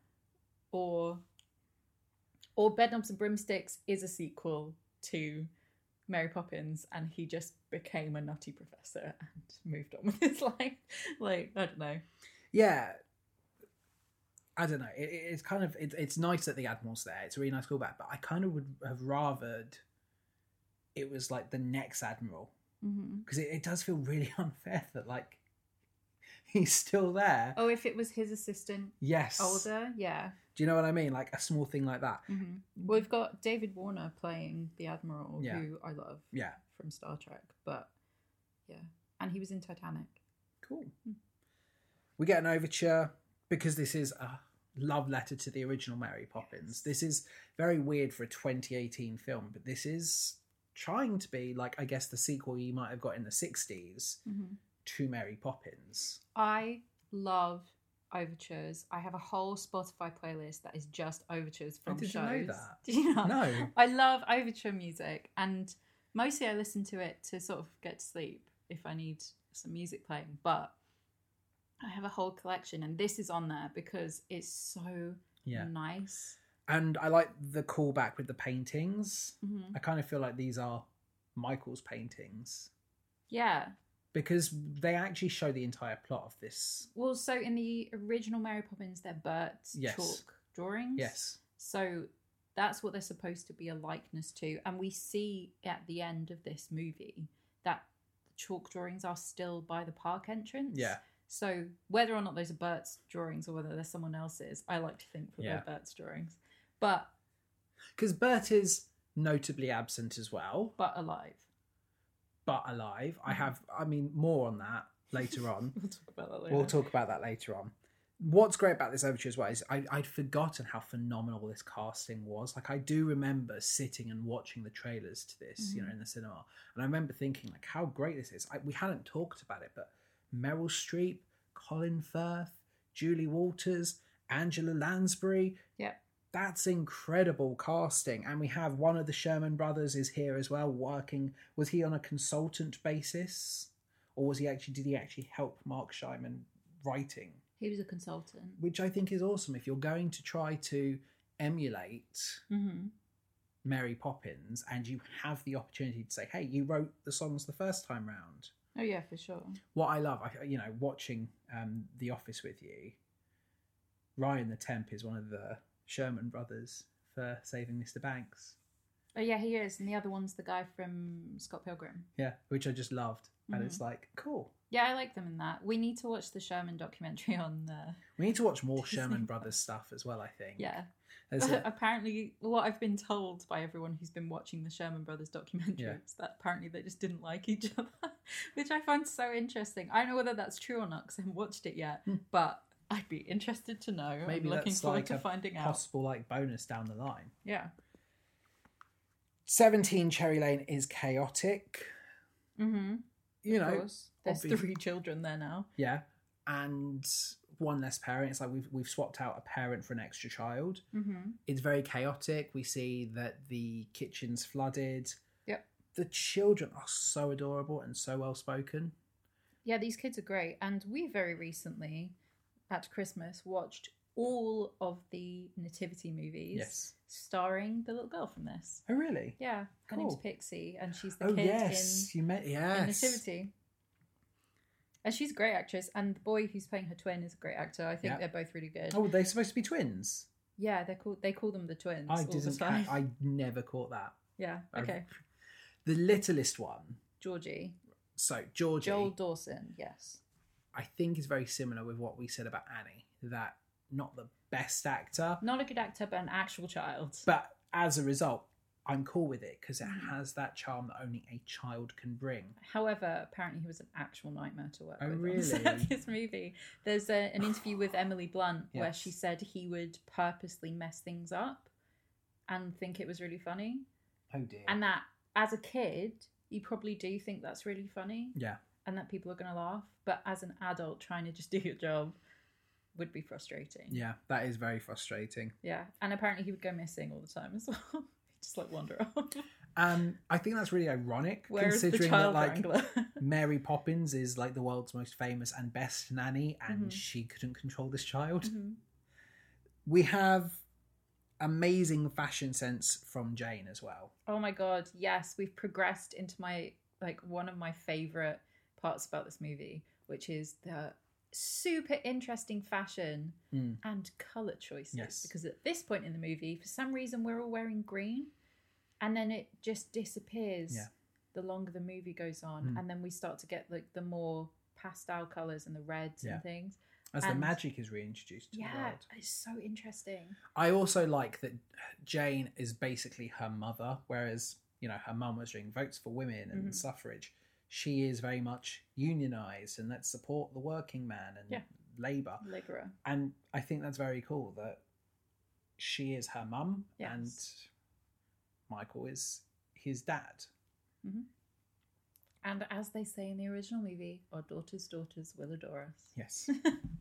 S1: or or Bedknobs and Broomsticks is a sequel to Mary Poppins, and he just became a nutty professor and moved on with his life. Like I don't know.
S2: yeah. I don't know. It, it- it's kind of it, it's nice that the admiral's there. It's a really nice callback, but I kind of would have rathered it was like the next admiral
S1: Mm-hmm.
S2: because it, it does feel really unfair that like he's still there.
S1: Oh, if it was his assistant
S2: Yes.
S1: older, yeah.
S2: Do you know what I mean? Like a small thing like that.
S1: Mm-hmm. We've got David Warner playing the admiral,
S2: Yeah.
S1: who I love
S2: Yeah.
S1: from Star Trek, but yeah, and he was in Titanic.
S2: Cool.
S1: Hmm.
S2: We get an overture because this is a love letter to the original Mary Poppins. This is very weird for a 2018 film, but this is trying to be like I guess the sequel you might have got in the 60s
S1: Mm-hmm.
S2: to Mary Poppins.
S1: I love overtures. I have a whole Spotify playlist that is just overtures from
S2: didn't
S1: shows.
S2: Oh, know that.
S1: Do you know?
S2: No.
S1: I love overture music, and mostly I listen to it to sort of get to sleep if I need some music playing. But I have a whole collection, and this is on there because it's so
S2: Yeah.
S1: nice.
S2: And I like the callback with the paintings.
S1: Mhm.
S2: I kind of feel like these are Michael's paintings
S1: Yeah.
S2: because they actually show the entire plot of this.
S1: Well, so in the original Mary Poppins, they're Bert's
S2: Yes.
S1: chalk drawings.
S2: Yes.
S1: So that's what they're supposed to be a likeness to. And we see at the end of this movie that the chalk drawings are still by the park entrance.
S2: Yeah.
S1: So whether or not those are Bert's drawings or whether they're someone else's, I like to think that
S2: Yeah.
S1: they're Bert's drawings. But
S2: because Bert is notably absent as well,
S1: but alive.
S2: but alive. I have, I mean, more on that later on.
S1: We'll talk about that later.
S2: we'll talk about that later on. What's great about this overture as well is I, I'd forgotten how phenomenal this casting was. Like I do remember sitting and watching the trailers to this, you know, in the cinema, and I remember thinking like how great this is. I, we hadn't talked about it, but Meryl Streep, Colin Firth, Julie Walters, Angela Lansbury.
S1: Yep.
S2: That's incredible casting, and we have one of the Sherman brothers is here as well, working. Was he on a consultant basis? or was he actually did he actually help Mark Shyman writing?
S1: He was a consultant.
S2: Which I think is awesome. If you're going to try to emulate
S1: Mm-hmm.
S2: Mary Poppins and you have the opportunity to say, "Hey, you wrote the songs the first time round."
S1: Oh yeah, for sure.
S2: What I love, I, you know, watching um, The Office with you, Ryan the Temp is one of the Sherman brothers for saving Mr. Banks.
S1: Oh yeah, he is. And the other one's the guy from Scott Pilgrim.
S2: Yeah, which I just loved, and
S1: Mhm.
S2: it's like cool.
S1: Yeah, I like them in that. We need to watch the Sherman documentary on. Uh,
S2: We need to watch more
S1: Disney
S2: Sherman
S1: Plus.
S2: Brothers stuff as well. I think.
S1: yeah,
S2: There's a-
S1: apparently, what I've been told by everyone who's been watching the Sherman Brothers documentary
S2: Yeah.
S1: is that apparently they just didn't like each other, which I find so interesting. I don't know whether that's true or not because I haven't watched it yet,
S2: Hmm.
S1: but I'd be interested to know.
S2: Maybe
S1: I'm looking
S2: that's
S1: forward
S2: like
S1: to
S2: a
S1: finding out.
S2: possible like bonus down the line.
S1: Yeah.
S2: Seventeen Cherry Lane is chaotic.
S1: Mm-hmm. of
S2: You know,
S1: course. There's
S2: obvi-
S1: three children there now.
S2: yeah, and one less parent. It's like we've we've swapped out a parent for an extra child.
S1: Mm-hmm.
S2: It's very chaotic. We see that the kitchen's flooded.
S1: Yep.
S2: The children are so adorable and so well spoken.
S1: Yeah, these kids are great. And we very recently, at Christmas, watched all of the Nativity movies
S2: Yes.
S1: starring the little girl from this.
S2: Oh really?
S1: Yeah, her name's
S2: Cool.
S1: Pixie, and she's the
S2: Oh
S1: kid
S2: yes, you met.
S1: in,
S2: Yes.
S1: in Nativity. And she's a great actress, and the boy who's playing her twin is a great actor. I think
S2: Yeah.
S1: they're both really good.
S2: Oh, they're supposed to be twins.
S1: Yeah, they're called they call them the twins.
S2: I
S1: all the
S2: didn't.
S1: time.
S2: Ca- I never caught that.
S1: Yeah,
S2: I-
S1: okay.
S2: The littlest one.
S1: Georgie,
S2: So Georgie,
S1: Joel Dawson. Yes,
S2: I think, is very similar with what we said about Annie. That not the best actor,
S1: not a good actor, but an actual child.
S2: but as a result, I'm cool with it because it
S1: Mm.
S2: has that charm that only a child can bring.
S1: However, apparently he was an actual nightmare to work
S2: Oh,
S1: with
S2: really?
S1: on set of this movie. There's a, an interview with Emily Blunt where
S2: Yes.
S1: she said he would purposely mess things up and think it was really funny.
S2: Oh dear.
S1: And that as a kid, you probably do think that's really funny
S2: yeah.
S1: and that people are going to laugh. But as an adult, trying to just do your job would be frustrating.
S2: Yeah, that is very frustrating.
S1: Yeah. And apparently he would go missing all the time as well. He'd just like wander off.
S2: Um, I think that's really ironic
S1: Whereas the
S2: considering
S1: child
S2: that like
S1: wrangler.
S2: Mary Poppins is like the world's most famous and best nanny, and
S1: Mhm.
S2: she couldn't control this child.
S1: Mhm.
S2: We have amazing fashion sense from Jane as well.
S1: Oh my god, yes, we've progressed into my like one of my favorite parts about this movie, which is the super interesting fashion
S2: Mm.
S1: and color choices.
S2: Yes.
S1: Because at this point in the movie, for some reason, we're all wearing green, and then it just disappears.
S2: Yeah.
S1: The longer the movie goes on,
S2: Mm.
S1: and then we start to get like the more pastel colors and the reds
S2: Yeah.
S1: and things.
S2: As
S1: And-
S2: the magic is reintroduced to the
S1: Yeah,
S2: world.
S1: it's so interesting.
S2: I also like that Jane is basically her mother, whereas, you know, her mum was doing votes for women and
S1: Mhm.
S2: suffrage. She is very much unionized and let's support the working man and
S1: Yeah.
S2: labor.
S1: Libra.
S2: And I think that's very cool that she is her mum and
S1: Yes.
S2: Michael is his dad.
S1: And as they say in the original movie, our daughters' daughters will adore us.
S2: Yes.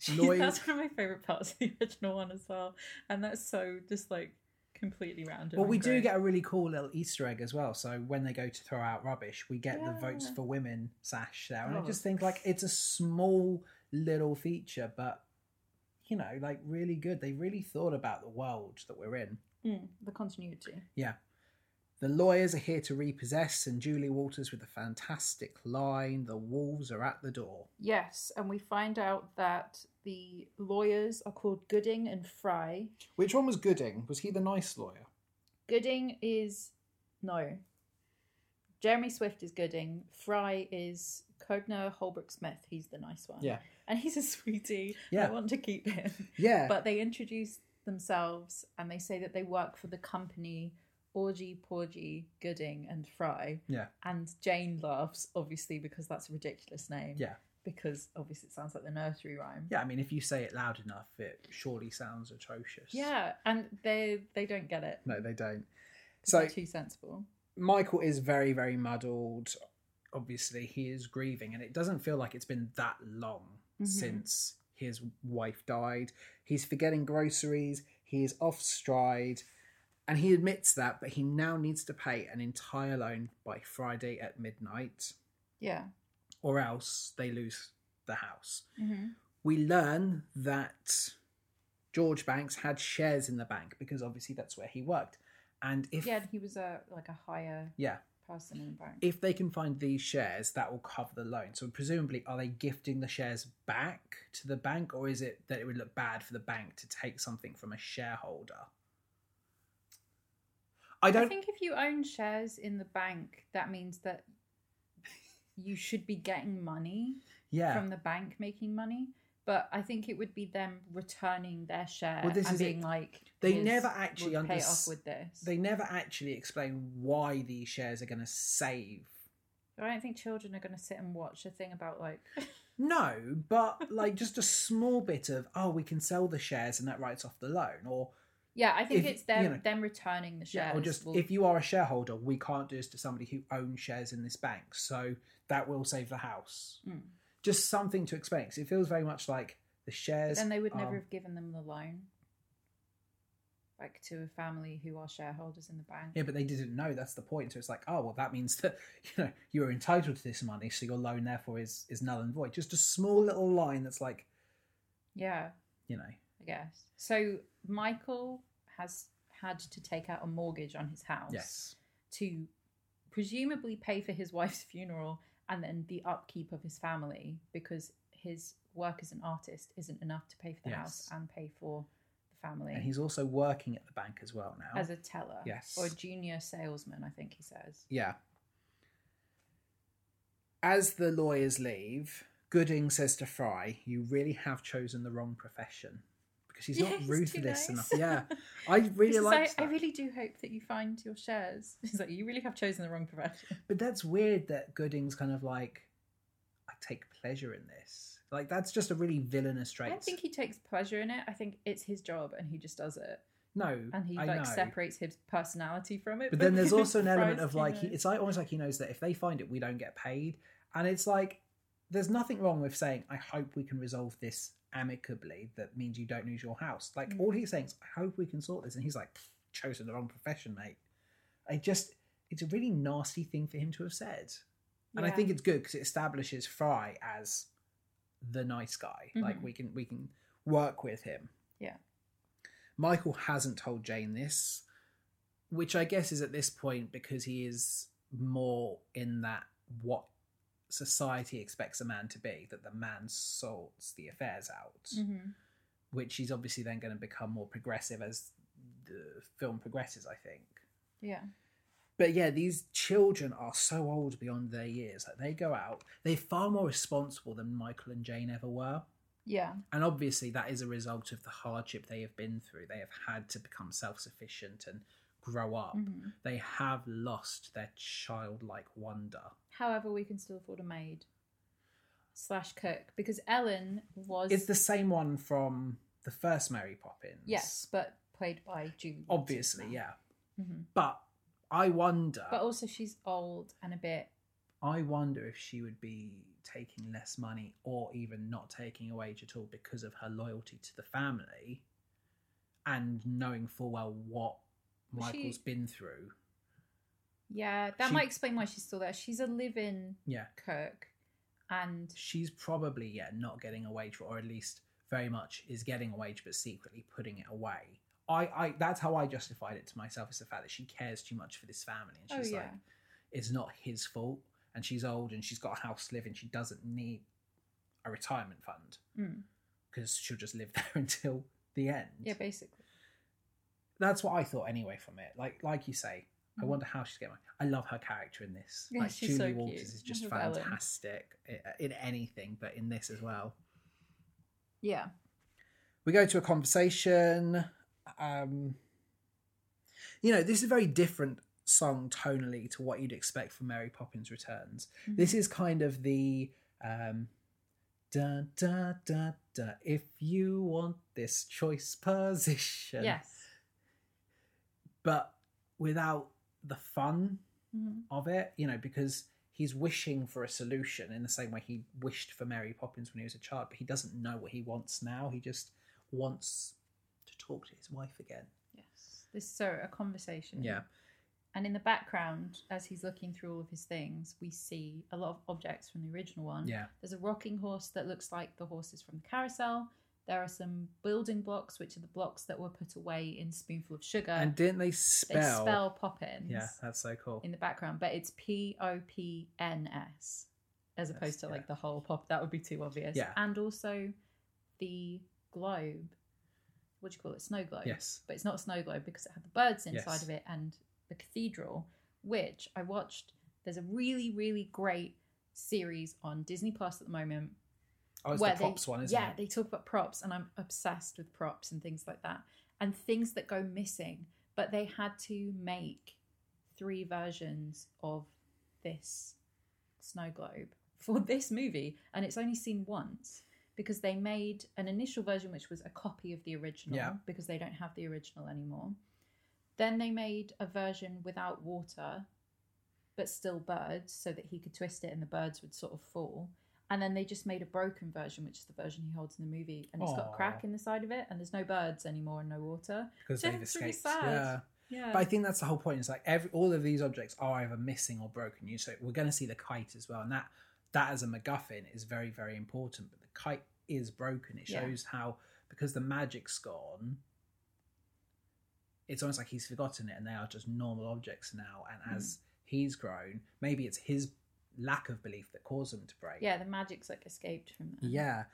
S1: Jeez,
S2: Lloyd-
S1: That's one of my favorite parts of the original one as well, and that's so just like completely random.
S2: Well, we
S1: and
S2: do
S1: great.
S2: get a really cool little Easter egg as well. So when they go to throw out rubbish, we get the votes
S1: Yeah.
S2: for women sash there, and I
S1: Oh.
S2: just think like it's a small little feature, but you know, like really good. They really thought about the world that we're in.
S1: Mm, the continuity.
S2: The lawyers are here to repossess, and Julie Walters with a fantastic line: "The wolves are at the door."
S1: Yes, and we find out that the lawyers are called Gooding and Fry.
S2: Which one was Gooding? Was he the nice lawyer?
S1: Gooding is no. Jeremy Swift is Gooding. Fry is Codner Holbrook Smith. He's the nice one.
S2: Yeah.
S1: and he's a sweetie.
S2: Yeah.
S1: I want to keep him.
S2: Yeah,
S1: but they introduce themselves and they say that they work for the company Orgy, Porgy, Gooding, and Fry.
S2: Yeah.
S1: And Jane laughs, obviously, because that's a ridiculous name.
S2: Yeah.
S1: Because obviously it sounds like the nursery rhyme.
S2: yeah. I mean, if you say it loud enough, it surely sounds atrocious.
S1: Yeah, and they they don't get it.
S2: No, they don't.
S1: So
S2: So
S1: too sensible.
S2: Michael is very, very muddled. Obviously, he is grieving, and it doesn't feel like it's been that long
S1: Mhm.
S2: since his wife died. He's forgetting groceries, he is off stride, and he admits that, but he now needs to pay an entire loan by Friday at midnight,
S1: Yeah.
S2: or else they lose the house.
S1: hmm
S2: We learn that George Banks had shares in the bank because obviously that's where he worked. And if
S1: Yeah, and he was a like a higher
S2: yeah,
S1: person in the bank.
S2: if they can find these shares, that will cover the loan. So presumably, are they gifting the shares back to the bank, or is it that it would look bad for the bank to take something from a shareholder? I
S1: I,
S2: don't.
S1: think if you own shares in the bank, that means that you should be getting money
S2: Yeah.
S1: from the bank making money. But I think it would be them returning their share
S2: Well, this
S1: and
S2: is it.
S1: being like,
S2: They
S1: "Here's-
S2: never actually
S1: we'll pay it
S2: unders-
S1: off with this."
S2: they never actually explain why these shares are going to save.
S1: I don't think children are going to sit and watch a thing about like,
S2: No, but like just a small bit of oh, we can sell the shares and that writes off the loan, or
S1: yeah, I think
S2: If-
S1: it's them
S2: you know.
S1: them returning the shares.
S2: or just
S1: will-
S2: if you are a shareholder, we can't do this to somebody who owns shares in this bank, so that will save the house.
S1: Mm.
S2: Just something to explain 'cause it feels very much like the
S1: But
S2: shares.
S1: then they would never
S2: are-
S1: have given them the loan, like to a family who are shareholders in the bank.
S2: Yeah, but they didn't know. That's the point. So it's like, oh well, that means that you know you are entitled to this money, so your loan therefore is is null and void. Just a small little line that's like,
S1: yeah,
S2: you know,
S1: I guess. So Michael has had to take out a mortgage on his house
S2: yes,
S1: to presumably pay for his wife's funeral and then the upkeep of his family because his work as an artist isn't enough to pay for the house
S2: Yes.
S1: and pay for the family.
S2: and he's also working at the bank as well now.
S1: as a teller
S2: Yes.
S1: or a junior salesman, I think he says.
S2: Yeah. As the lawyers leave, Gooding says to Fry, "You really have chosen the wrong profession because he's not
S1: Yeah, he's too nice.
S2: ruthless enough." Yeah, I really
S1: He's just
S2: like.
S1: like, I really do hope that you find your shares. He's like, you really have chosen the wrong profession.
S2: But that's weird that Gooding's kind of like, I take pleasure in this. Like that's just a really villainous
S1: I
S2: trait.
S1: don't think he takes pleasure in it. I think it's his job and he just does it.
S2: no,
S1: And he
S2: I
S1: like
S2: know.
S1: separates his personality from it.
S2: But then there's also an element
S1: Christ,
S2: of
S1: you
S2: like, he,
S1: know.
S2: it's like almost like he knows that if they find it, we don't get paid. And it's like, there's nothing wrong with saying, I hope we can resolve this amicably. That means you don't lose your house. Like
S1: Mm.
S2: all he's saying is, I hope we can sort this. And he's like, "Pfft, chosen the wrong profession, mate. I just, it's a really nasty thing for him to have said. And I
S1: Yeah.
S2: think it's good because it establishes Fry as the nice guy. Like
S1: Mhm.
S2: we can we can work with him.
S1: Yeah.
S2: Michael hasn't told Jane this, which I guess is at this point because he is more in that what society expects a man to be, that the man sorts the affairs out,
S1: Mhm.
S2: which he's obviously then going to become more progressive as the film progresses, I think.
S1: Yeah.
S2: But yeah, these children are so old beyond their years. Like they go out, they're far more responsible than Michael and Jane ever were.
S1: Yeah.
S2: And obviously, that is a result of the hardship they have been through. They have had to become self sufficient and grow up.
S1: Mhm.
S2: They have lost their childlike wonder.
S1: However, we can still afford a maid slash cook because Ellen was
S2: It's the same one from the first Mary Poppins.
S1: yes, but played by Julie. Walters
S2: Obviously,
S1: now.
S2: yeah. Uh,
S1: Mhm.
S2: But I wonder.
S1: But also, she's old and a bit.
S2: I wonder if she would be taking less money or even not taking a wage at all because of her loyalty to the family and knowing full well what
S1: Was she-
S2: Michael's been through.
S1: Yeah, that
S2: She-
S1: might explain why she's still there. She's a live-in
S2: Yeah.
S1: cook, and
S2: She's probably, yeah, not getting a wage for, or at least very much is getting a wage but secretly putting it away. I, I that's how I justified it to myself is the fact that she cares too much for this family and she's
S1: oh yeah,
S2: like it's not his fault and she's old and she's got a house to live in, she doesn't need a retirement fund.
S1: Mm.
S2: because she'll just live there until the end.
S1: yeah, basically.
S2: That's what I thought anyway from it. Like like you say, I
S1: Mhm.
S2: wonder how she's getting. on. I love her character in this.
S1: Yeah,
S2: like
S1: she's
S2: Julie
S1: so cute.
S2: Walters is just
S1: I love Ellen.
S2: fantastic i- uh, in anything, but in this as well.
S1: Mm-hmm. Yeah,
S2: We go to a conversation. Um, you know, this is a very different song tonally to what you'd expect from Mary Poppins Returns.
S1: Mhm.
S2: This is kind of the um, da da da da. If you want this choice position,
S1: yes.
S2: but without the fun
S1: Mhm.
S2: of it, you know, because he's wishing for a solution in the same way he wished for Mary Poppins when he was a child, but he doesn't know what he wants now. He just wants to talk to his wife again.
S1: Yes. This is so a conversation.
S2: Yeah.
S1: And in the background, as he's looking through all of his things, we see a lot of objects from the original one.
S2: Yeah.
S1: There's a rocking horse that looks like the horses from the carousel. There are some building blocks, which are the blocks that were put away in Spoonful of Sugar.
S2: And didn't
S1: Uh,
S2: they
S1: they
S2: spell?
S1: spell, poppins
S2: yeah, that's so cool.
S1: in the background, but it's P O P N S as
S2: Yes,
S1: opposed to
S2: yeah.
S1: like the whole pop. That would be too obvious.
S2: Yeah.
S1: And also the globe. What do you call it? Snow globe
S2: Yes.
S1: but it's not a snow globe because it had the birds inside
S2: Yes.
S1: of it and the cathedral, which I watched. There's a really, really great series on Disney Plus at the moment.
S2: Oh, it's
S1: where
S2: the props
S1: they,
S2: one, isn't
S1: yeah,
S2: it?
S1: they talk about props, and I'm obsessed with props and things like that, and things that go missing. But they had to make three versions of this snow globe for this movie, and it's only seen once because they made an initial version which was a copy of the original
S2: Yeah.
S1: because they don't have the original anymore. Then they made a version without water, but still birds, so that he could twist it and the birds would sort of fall. And then they just made a broken version, which is the version he holds in the movie, and it's got a
S2: Aw.
S1: crack in the side of it, and there's no birds anymore and no water.
S2: Because
S1: Yeah,
S2: they've
S1: it's really
S2: escaped.
S1: sad.
S2: Yeah.
S1: Yeah,
S2: But I think that's the whole point. It's like every all of these objects are either missing or broken. You so we're going to see the kite as well, and that that as a MacGuffin is very very important. But the kite is broken. It
S1: Yeah.
S2: shows how because the magic's gone, it's almost like he's forgotten it, and they are just normal objects now.
S1: Hmm.
S2: And as he's grown, maybe it's his lack of belief that caused him to break.
S1: yeah, the magic's like escaped from that.
S2: Yeah.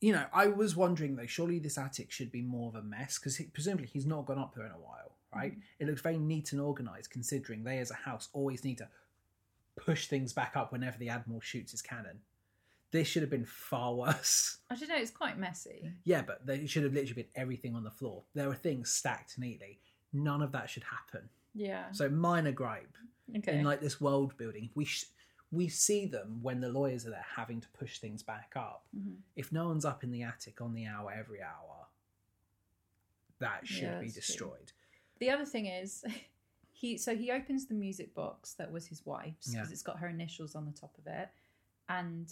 S2: You know, I was wondering though, surely this attic should be more of a mess because he, presumably he's not gone up there in a while, right? It looks very neat and organized considering they as a house always need to push things back up whenever the Admiral shoots his cannon. This should have been far worse.
S1: I don't know. It's quite messy.
S2: Yeah, but they should have literally been everything on the floor. There were things stacked neatly. None of that should happen.
S1: Yeah.
S2: So, minor gripe
S1: okay.
S2: in like this world building we sh- we see them when the lawyers are there having to push things back up
S1: Mhm.
S2: if no one's up in the attic on the hour every hour that should
S1: Yeah,
S2: be
S1: that's true.
S2: destroyed
S1: The other thing is, he so he opens the music box that was his wife's because
S2: Yeah.
S1: it's got her initials on the top of it, and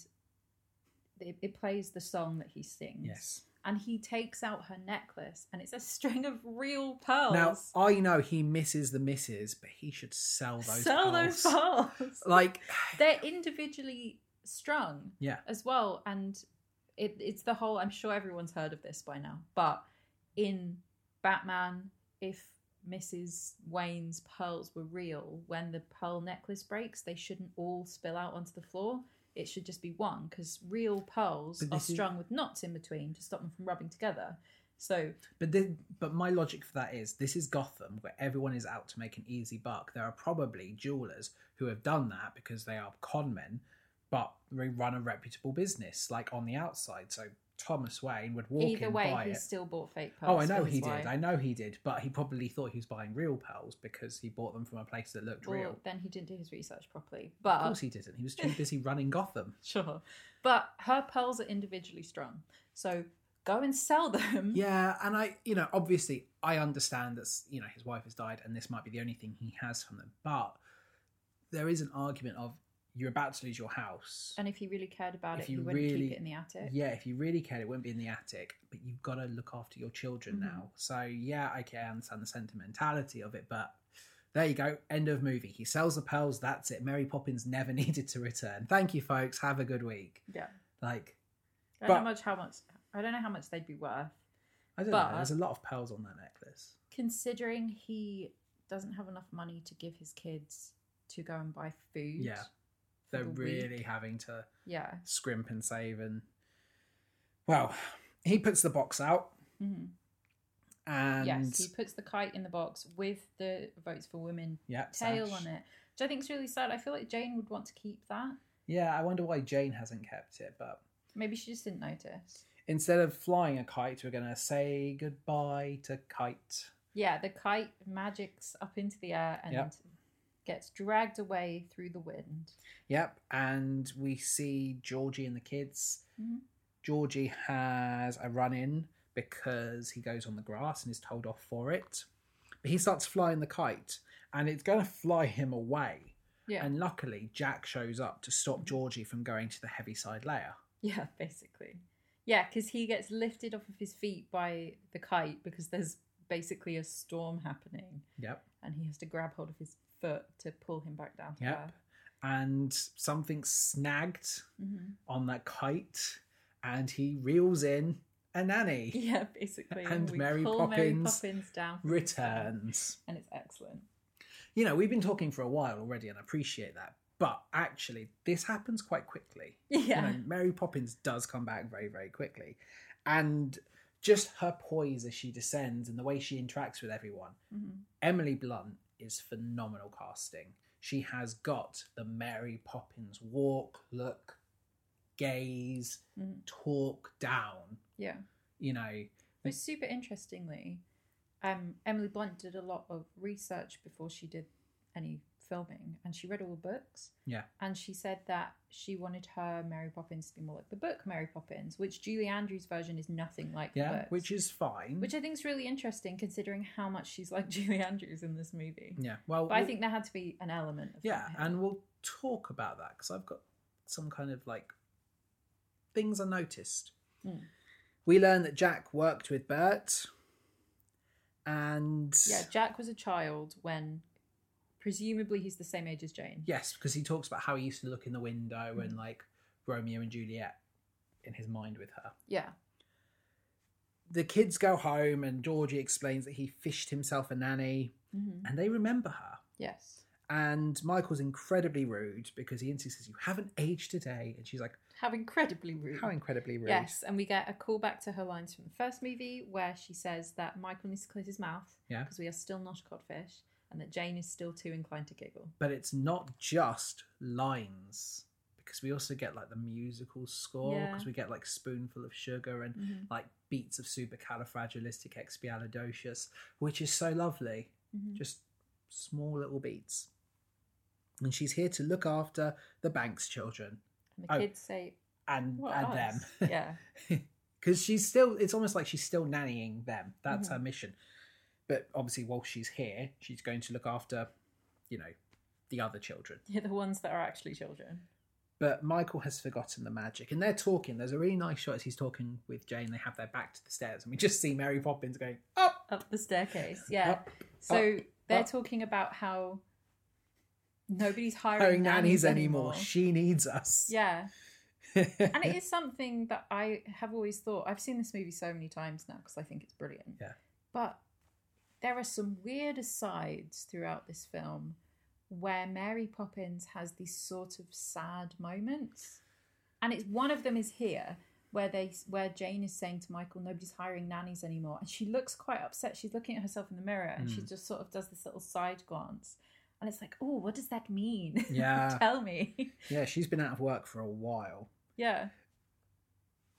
S1: it, it plays the song that he sings.
S2: yes
S1: And he takes out her necklace, and it's a string of real pearls.
S2: now oh, i know he misses the misses but he should sell those
S1: Sell
S2: pearls.
S1: those pearls.
S2: like
S1: They're individually strung
S2: yeah
S1: as well, and it, it's the whole. I'm sure everyone's heard of this by now, but in Batman, if Mrs. Wayne's pearls were real, when the pearl necklace breaks, they shouldn't all spill out onto the floor. It should just be one because real pearls
S2: But
S1: are
S2: this is-
S1: strung with knots in between to stop them from rubbing together. So
S2: but this, but my logic for that is this is gotham where everyone is out to make an easy buck there are probably jewelers who have done that because they are con men but they run a reputable business like on the outside so thomas wayne would walk
S1: either
S2: in
S1: way,
S2: buy
S1: he
S2: it
S1: still bought fake pearls.
S2: Oh, I know
S1: for
S2: he
S1: his
S2: did.
S1: wife.
S2: I know he did, but he probably thought he was buying real pearls because he bought them from a place that looked
S1: Well,
S2: real.
S1: then he didn't do his research properly.
S2: Of
S1: But
S2: course, he didn't. He was too busy running Gotham.
S1: Sure. But her pearls are individually strung. So go and sell them.
S2: Yeah, and I, you know, obviously, I understand that you know his wife has died, and this might be the only thing he has from them. But there is an argument of you're about to lose your house.
S1: And if he really cared about
S2: If
S1: it, he
S2: you
S1: wouldn't keep
S2: really-
S1: it in the attic.
S2: yeah, if you really cared, it wouldn't be in the attic. But you've got to look after your children
S1: Mhm.
S2: now. So yeah, okay, I understand the sentimentality of it, but there you go. End of movie. He sells the pearls. That's it. Mary Poppins never needed to return. Thank you, folks. Have a good week.
S1: Yeah.
S2: Like
S1: I don't
S2: But-
S1: know much how much I don't know how much they'd be worth.
S2: I don't
S1: But-
S2: know. There's a lot of pearls on that necklace.
S1: Considering he doesn't have enough money to give his kids to go and buy food.
S2: Yeah.
S1: for
S2: They're
S1: the week.
S2: really having to
S1: Yeah.
S2: scrimp and save and. Well, he puts the box out
S1: hmm
S2: and
S1: Yes. He puts the kite in the box with the Votes for Women
S2: yeah,
S1: tail
S2: Sash.
S1: on it. Which I think is really sad. I feel like Jane would want to keep that.
S2: Yeah, I wonder why Jane hasn't kept it, but
S1: Maybe she just didn't notice.
S2: instead of flying a kite, we're going to say goodbye to kite.
S1: Yeah, the kite magics up into the air and
S2: Yep.
S1: gets dragged away through the wind.
S2: Yep. And we see Georgie and the kids.
S1: Mhm.
S2: Georgie has a run in because he goes on the grass and is told off for it. But he starts flying the kite and it's going to fly him away.
S1: Yeah. Mm-hmm.
S2: And luckily, Jack shows up to stop Georgie from going to the heaviside layer.
S1: yeah, basically. Yeah, because he gets lifted off of his feet by the kite because there's basically a storm happening
S2: Yep.
S1: and he has to grab hold of his foot to pull him back down to
S2: Yep.
S1: earth.
S2: And something snagged
S1: Mhm.
S2: on that kite and he reels in a nanny.
S1: Yeah, basically.
S2: And Mary
S1: pull Mary
S2: Poppins
S1: Poppins down. from the sky.
S2: returns.
S1: And it's excellent.
S2: You know, we've been talking for a while already and I appreciate that. But actually, this happens quite quickly.
S1: Yeah.
S2: You know, Mary Poppins does come back very, very quickly. And just her poise as she descends and the way she interacts with everyone.
S1: Mhm.
S2: Emily Blunt is phenomenal casting. She has got the Mary Poppins walk, look, gaze,
S1: Mhm.
S2: talk down.
S1: Yeah.
S2: You know,
S1: But super interestingly, um, Emily Blunt did a lot of research before she did any filming, and she read all the books.
S2: Yeah.
S1: And she said that she wanted her Mary Poppins to be more like the book Mary Poppins, which Julie Andrews' version is nothing like the
S2: yeah,
S1: books.
S2: which is fine.
S1: which I think is really interesting considering how much she's like Julie Andrews in this movie.
S2: yeah, well,
S1: But I
S2: we'll-
S1: think there had to be an element of
S2: yeah,
S1: that.
S2: and we'll talk about that because I've got some kind of like things I noticed.
S1: Mm.
S2: We learn that Jack worked with Bert, and
S1: yeah, Jack was a child when presumably he's the same age as Jane.
S2: Yes, because he talks about how he used to look in the window and
S1: Mm.
S2: like Romeo and Juliet in his mind with her.
S1: Yeah.
S2: The kids go home and Georgie explains that he fished himself a nanny
S1: hmm
S2: and they remember her.
S1: Yes.
S2: And Michael's incredibly rude because he insists you haven't aged a day. And she's like,
S1: How incredibly rude.
S2: How incredibly rude.
S1: Mm. Yes, and we get a call back to her lines from the first movie where she says that Michael needs to close his mouth
S2: Yeah.
S1: because we are still not a codfish and that Jane is still too inclined to giggle.
S2: But it's not just lines. Because we also get like the musical score,
S1: Yeah.
S2: because we get like spoonful of sugar and like beats of supercalifragilisticexpialidocious, which is so lovely.
S1: Mm-hmm.
S2: just small little beats. And she's here to look after the Banks children
S1: And the
S2: Oh,
S1: kids say,
S2: and
S1: "What
S2: and
S1: us?"
S2: them,
S1: yeah.
S2: because she's still. It's almost like she's still nannying them. That's
S1: Mhm.
S2: her mission. But obviously, while she's here, she's going to look after, you know, the other children.
S1: yeah, the ones that are actually children.
S2: But Michael has forgotten the magic, and they're talking. There's a really nice shot as he's talking with Jane. They have their back to the stairs, and we just see Mary Poppins going "Oh, up.
S1: Up the staircase, yeah.
S2: Up,
S1: so they're
S2: up.
S1: talking about how nobody's hiring,
S2: Oh, nannies anymore.
S1: anymore.
S2: She needs us.
S1: Yeah. and it is something that I have always thought. I've seen this movie so many times now because I think it's brilliant.
S2: Yeah.
S1: But there are some weird asides throughout this film where Mary Poppins has these sort of sad moments, and it's one of them is here where they where Jane is saying to Michael, "Nobody's hiring nannies anymore," and she looks quite upset. She's looking at herself in the mirror, and she
S2: Mm.
S1: just sort of does this little side glance. And it's like, oh, what does that mean?
S2: Yeah.
S1: Tell me.
S2: yeah, she's been out of work for a while.
S1: yeah.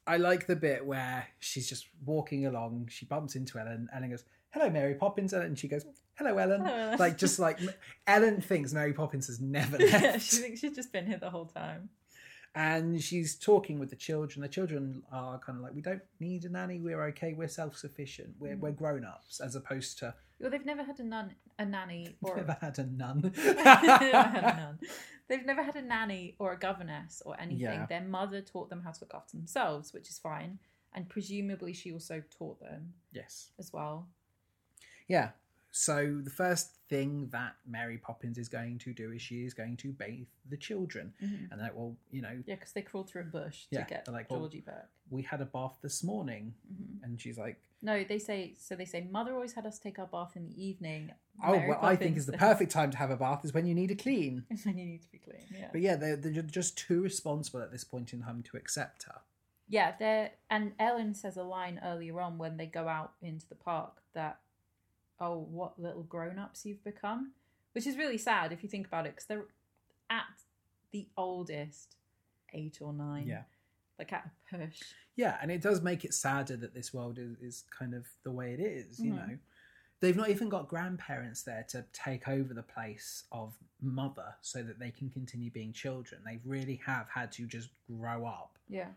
S2: I like the bit where she's just walking along. She bumps into Ellen. Ellen goes, "Hello, Mary Poppins," Ellen, and she goes, "Hello, Ellen."
S1: Hello, Ellen.
S2: Like just like Ellen thinks Mary Poppins has never
S1: yeah,
S2: left,
S1: she thinks she's just been here the whole time.
S2: and she's talking with the children. The children are kind of like, "We don't need a nanny. We're okay. We're self-sufficient. We're
S1: Mm.
S2: we're grown-ups," as opposed to
S1: Well, they've never had a nun, a nanny, or
S2: never had a nun.
S1: Never had a nun. They've never had a nanny or a governess or anything.
S2: Yeah.
S1: Their mother taught them how to look after themselves, which is fine, and presumably she also taught them
S2: yes.
S1: as well.
S2: Yeah. So the first thing that Mary Poppins is going to do is she is going to bathe the children,
S1: Mhm.
S2: and that will, you know,
S1: Yeah, because they crawled through a bush
S2: Yeah,
S1: to get
S2: they're like, "Oh." well-
S1: Georgie back.
S2: we had a bath this morning.
S1: Mhm.
S2: And she's like,
S1: No, they say so. They say mother always had us take our bath in the evening.
S2: Oh,
S1: Mary
S2: what I think is the
S1: Poppins
S2: perfect time to have a bath is when you need a clean.
S1: says, when you need to be clean. Yeah.
S2: But yeah, they're, they're ju- just too responsible at this point in time to accept her.
S1: Yeah, they're and Ellen says a line earlier on when they go out into the park that, oh, what little grown ups you've become, which is really sad if you think about it, because they're at the oldest, eight or nine.
S2: Yeah.
S1: like at a push.
S2: Yeah, and it does make it sadder that this world is, is kind of the way it is, you
S1: Mhm.
S2: know. They've not even got grandparents there to take over the place of mother so that they can continue being children. They really have had to just grow up.
S1: Yeah.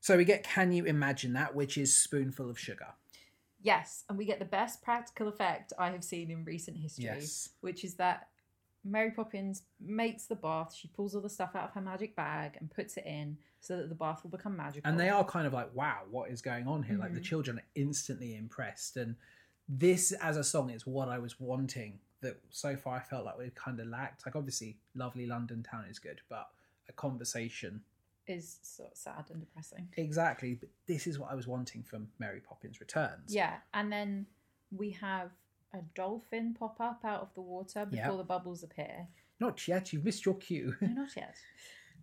S2: So we get Can You Imagine That, which is Spoonful of Sugar.
S1: Yes, and we get the best practical effect I have seen in recent history,
S2: Yes.
S1: which is that Mary Poppins makes the bath. She pulls all the stuff out of her magic bag and puts it in so that the bath will become magical.
S2: And they are kind of like, wow, what is going on here? Like the
S1: Mhm.
S2: children are instantly impressed. And this as a song is what I was wanting that so far I felt like we kind of lacked. Like obviously, Lovely London Town is good, but a conversation.
S1: is sort of sad and depressing.
S2: Exactly. But this is what I was wanting from Mary Poppins Returns.
S1: Yeah, and then we have a dolphin pop up out of the water
S2: Yeah.
S1: before the bubbles appear.
S2: Not yet, you've missed your cue.
S1: No, not yet.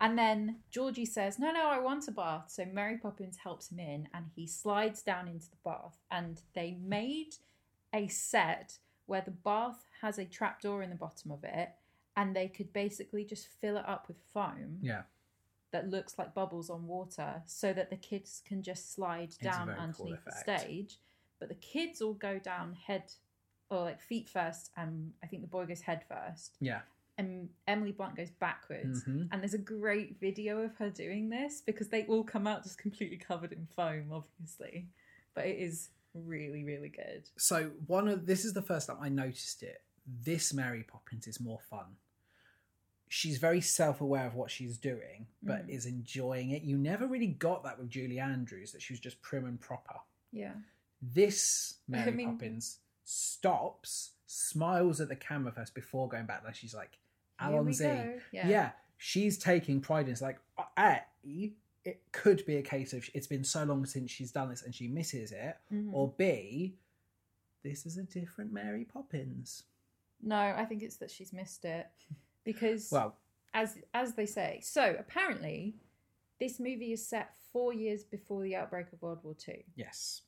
S1: And then Georgie says, No, no, I want a bath. So Mary Poppins helps him in and he slides down into the bath. And they made a set where the bath has a trapdoor in the bottom of it and they could basically just fill it up with foam
S2: Yeah,
S1: that looks like bubbles on water so that the kids can just slide
S2: a
S1: down
S2: very cool
S1: underneath the
S2: effect.
S1: stage. But the kids all go down head or like feet first, and I think the boy goes head first.
S2: yeah.
S1: And Emily Blunt goes backwards.
S2: Mhm.
S1: And there's a great video of her doing this because they all come out just completely covered in foam, obviously. But it is really, really good.
S2: So one of this is the first time I noticed it. This Mary Poppins is more fun. She's very self-aware of what she's doing, but
S1: Mhm.
S2: is enjoying it. You never really got that with Julie Andrews that she was just prim and proper.
S1: Yeah.
S2: This
S1: I
S2: Mary
S1: mean-
S2: Poppins stops, smiles at the camera first before going back there. She's like, Allons-y.
S1: Yeah.
S2: Yeah. she's taking pride in it's like I, it could be a case of it's been so long since she's done this and she misses it,
S1: Mhm.
S2: or B, this is a different Mary Poppins.
S1: No, I think it's that she's missed it because.
S2: Well,
S1: as as they say. So apparently, this movie is set four years before the outbreak of World War Two,
S2: yes,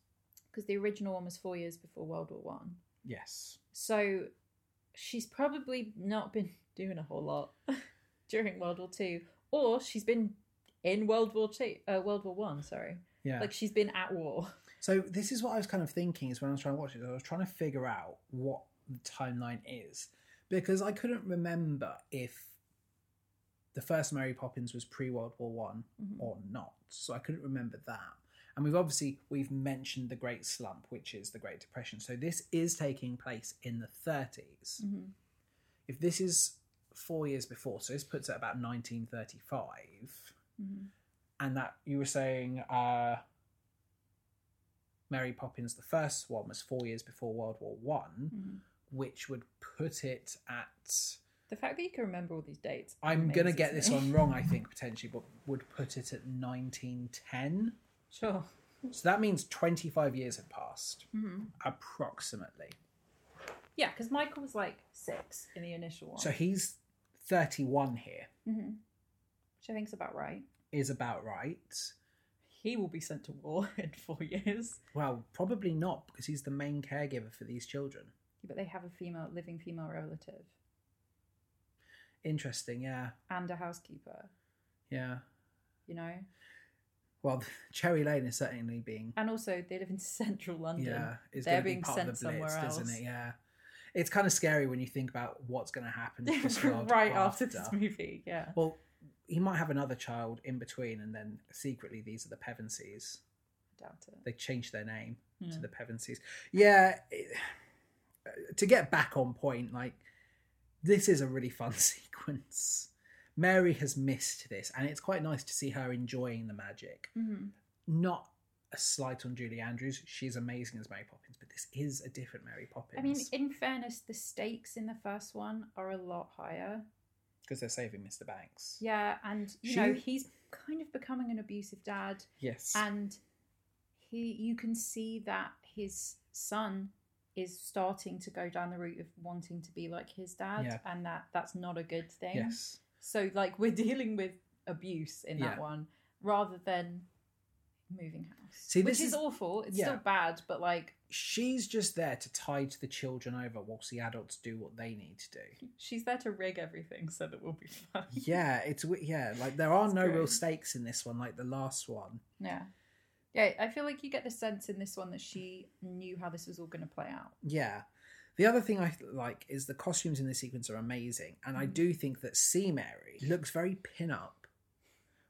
S1: because the original one was four years before World War One.
S2: yes.
S1: So she's probably not been doing a whole lot during World War Two, or she's been in World War Two, uh, World War One. Sorry,
S2: Yeah.
S1: like she's been at war.
S2: so this is what I was kind of thinking is when I was trying to watch it, I was trying to figure out what the timeline is because I couldn't remember if the first Mary Poppins was pre World War One or not. So I couldn't remember that. And we've obviously we've mentioned the Great Slump, which is the Great Depression. So this is taking place in the 30s.
S1: Mhm.
S2: If this is four years before, so this puts it about 1935,
S1: Mhm.
S2: and that you were saying uh, Mary Poppins, the first one, was four years before World War One,
S1: Mhm.
S2: which would put it at
S1: The fact that you can remember all these dates.
S2: I'm gonna get
S1: amazes
S2: this
S1: me.
S2: one wrong, I think potentially, but would put it at 1910.
S1: Sure.
S2: So that means 25 years have passed,
S1: hmm
S2: approximately.
S1: Yeah, because Michael was like six in the initial one,
S2: So he's 31 here,
S1: hmm which I think's about right.
S2: is about right.
S1: he will be sent to war in four years.
S2: Well, probably not because he's the main caregiver for these children.
S1: But they have a female living female relative
S2: Interesting, yeah,
S1: and a housekeeper,
S2: yeah.
S1: you know.
S2: Well, Cherry Lane is certainly being
S1: And also, they live in central London.
S2: Yeah, is
S1: They're
S2: going to be
S1: being
S2: part
S1: sent
S2: of the Blitz,
S1: somewhere
S2: isn't
S1: else.
S2: it? Yeah, it's kind of scary when you think about what's going to happen just
S1: right after. this movie, yeah.
S2: Well, he might have another child in between, and then secretly these are the Pevenseys.
S1: doubt it.
S2: They changed their name to
S1: Hmm.
S2: the Pevenseys. Yeah, it- to get back on point, like this is a really fun sequence. Mary has missed this, and it's quite nice to see her enjoying the magic
S1: Mhm.
S2: not a slight on Julie Andrews. She's amazing as Mary Poppins, but this is a different Mary Poppins.
S1: I mean, in fairness, the stakes in the first one are a lot higher.
S2: because they're saving Mr. Banks.
S1: Yeah, and you know
S2: She-
S1: he's kind of becoming an abusive dad,
S2: Yes.
S1: and he you can see that his son is starting to go down the route of wanting to be like his dad,
S2: Yeah.
S1: and that that's not a good thing.
S2: yes.
S1: So like we're dealing with abuse in that
S2: Yeah.
S1: one rather than moving house.
S2: See,
S1: which
S2: this
S1: is,
S2: is-
S1: awful. It's
S2: yeah.
S1: still bad, but like
S2: She's just there to tide the children over whilst the adults do what they need to do.
S1: she's there to rig everything so that we'll be fine.
S2: Yeah, it's w- yeah, like there are
S1: It's
S2: no real
S1: great.
S2: stakes in this one like the last one.
S1: Yeah. Yeah, I feel like you get the sense in this one that she knew how this was all going to play out.
S2: Yeah. The other thing I like is the costumes in this sequence are amazing and I
S1: Mhm.
S2: do think that Sea Mary looks very pin up.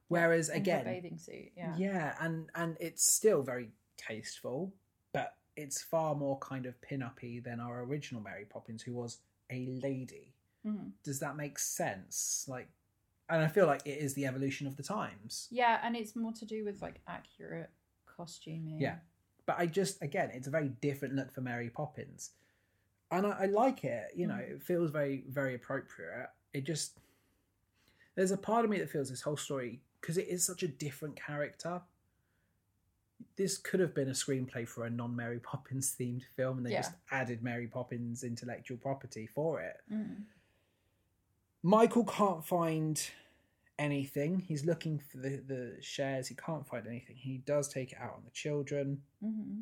S2: Whereas
S1: In her
S2: again,
S1: bathing suit. Yeah.
S2: and and it's still very tasteful, but it's far more kind of pin-uppy than our original Mary Poppins, who was a lady.
S1: Mhm.
S2: Does that make sense? Like, and I feel like it is the evolution of the times.
S1: Yeah, and it's more to do with like accurate costuming.
S2: Yeah. But I just, again, it's a very different look for Mary Poppins, and I, I like it. You know,
S1: Mm.
S2: it feels very, very appropriate. It just there's a part of me that feels this whole story because it is such a different character. This could have been a screenplay for a non Mary Poppins themed film, and they
S1: Yeah.
S2: just added Mary Poppins intellectual property for it.
S1: Mm.
S2: Michael can't find anything. He's looking for the, the shares. He can't find anything. He does take it out on the children,
S1: hmm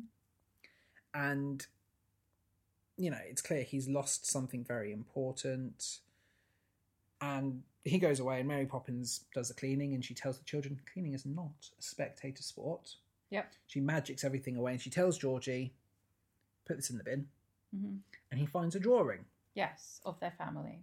S2: and you know it's clear he's lost something very important. And he goes away, and Mary Poppins does the cleaning, and she tells the children, cleaning is not a spectator sport.
S1: Yep.
S2: She magics everything away, and she tells Georgie, put this in the bin.
S1: hmm
S2: And he finds a drawing.
S1: Yes, of their family.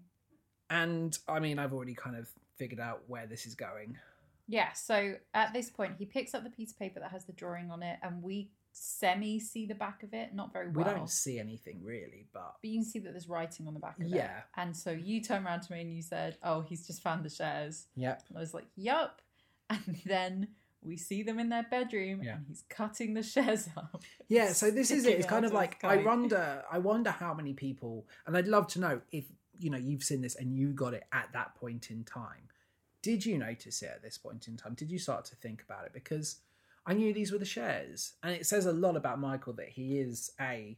S2: And I mean, I've already kind of figured out where this is going.
S1: Yeah, so at this point, he picks up the piece of paper that has the drawing on it, and we semi see the back of it, not very
S2: We
S1: well.
S2: don't see anything really, but
S1: But you can see that there's writing on the back of it.
S2: Yeah.
S1: And so you turned around to me and you said, Oh, he's just found the shares.
S2: yep.
S1: And I was like, Yup. And then we see them in their bedroom
S2: Yeah.
S1: and he's cutting the shares up.
S2: Yeah, so this is it.
S1: Sticking
S2: It's
S1: out
S2: kind of
S1: the
S2: like
S1: sky.
S2: I wonder. I wonder how many people, and I'd love to know if you know you've seen this and you got it at that point in time. Did you notice it at this point in time? Did you start to think about it? Because I knew these were the shares, and it says a lot about Michael that he is a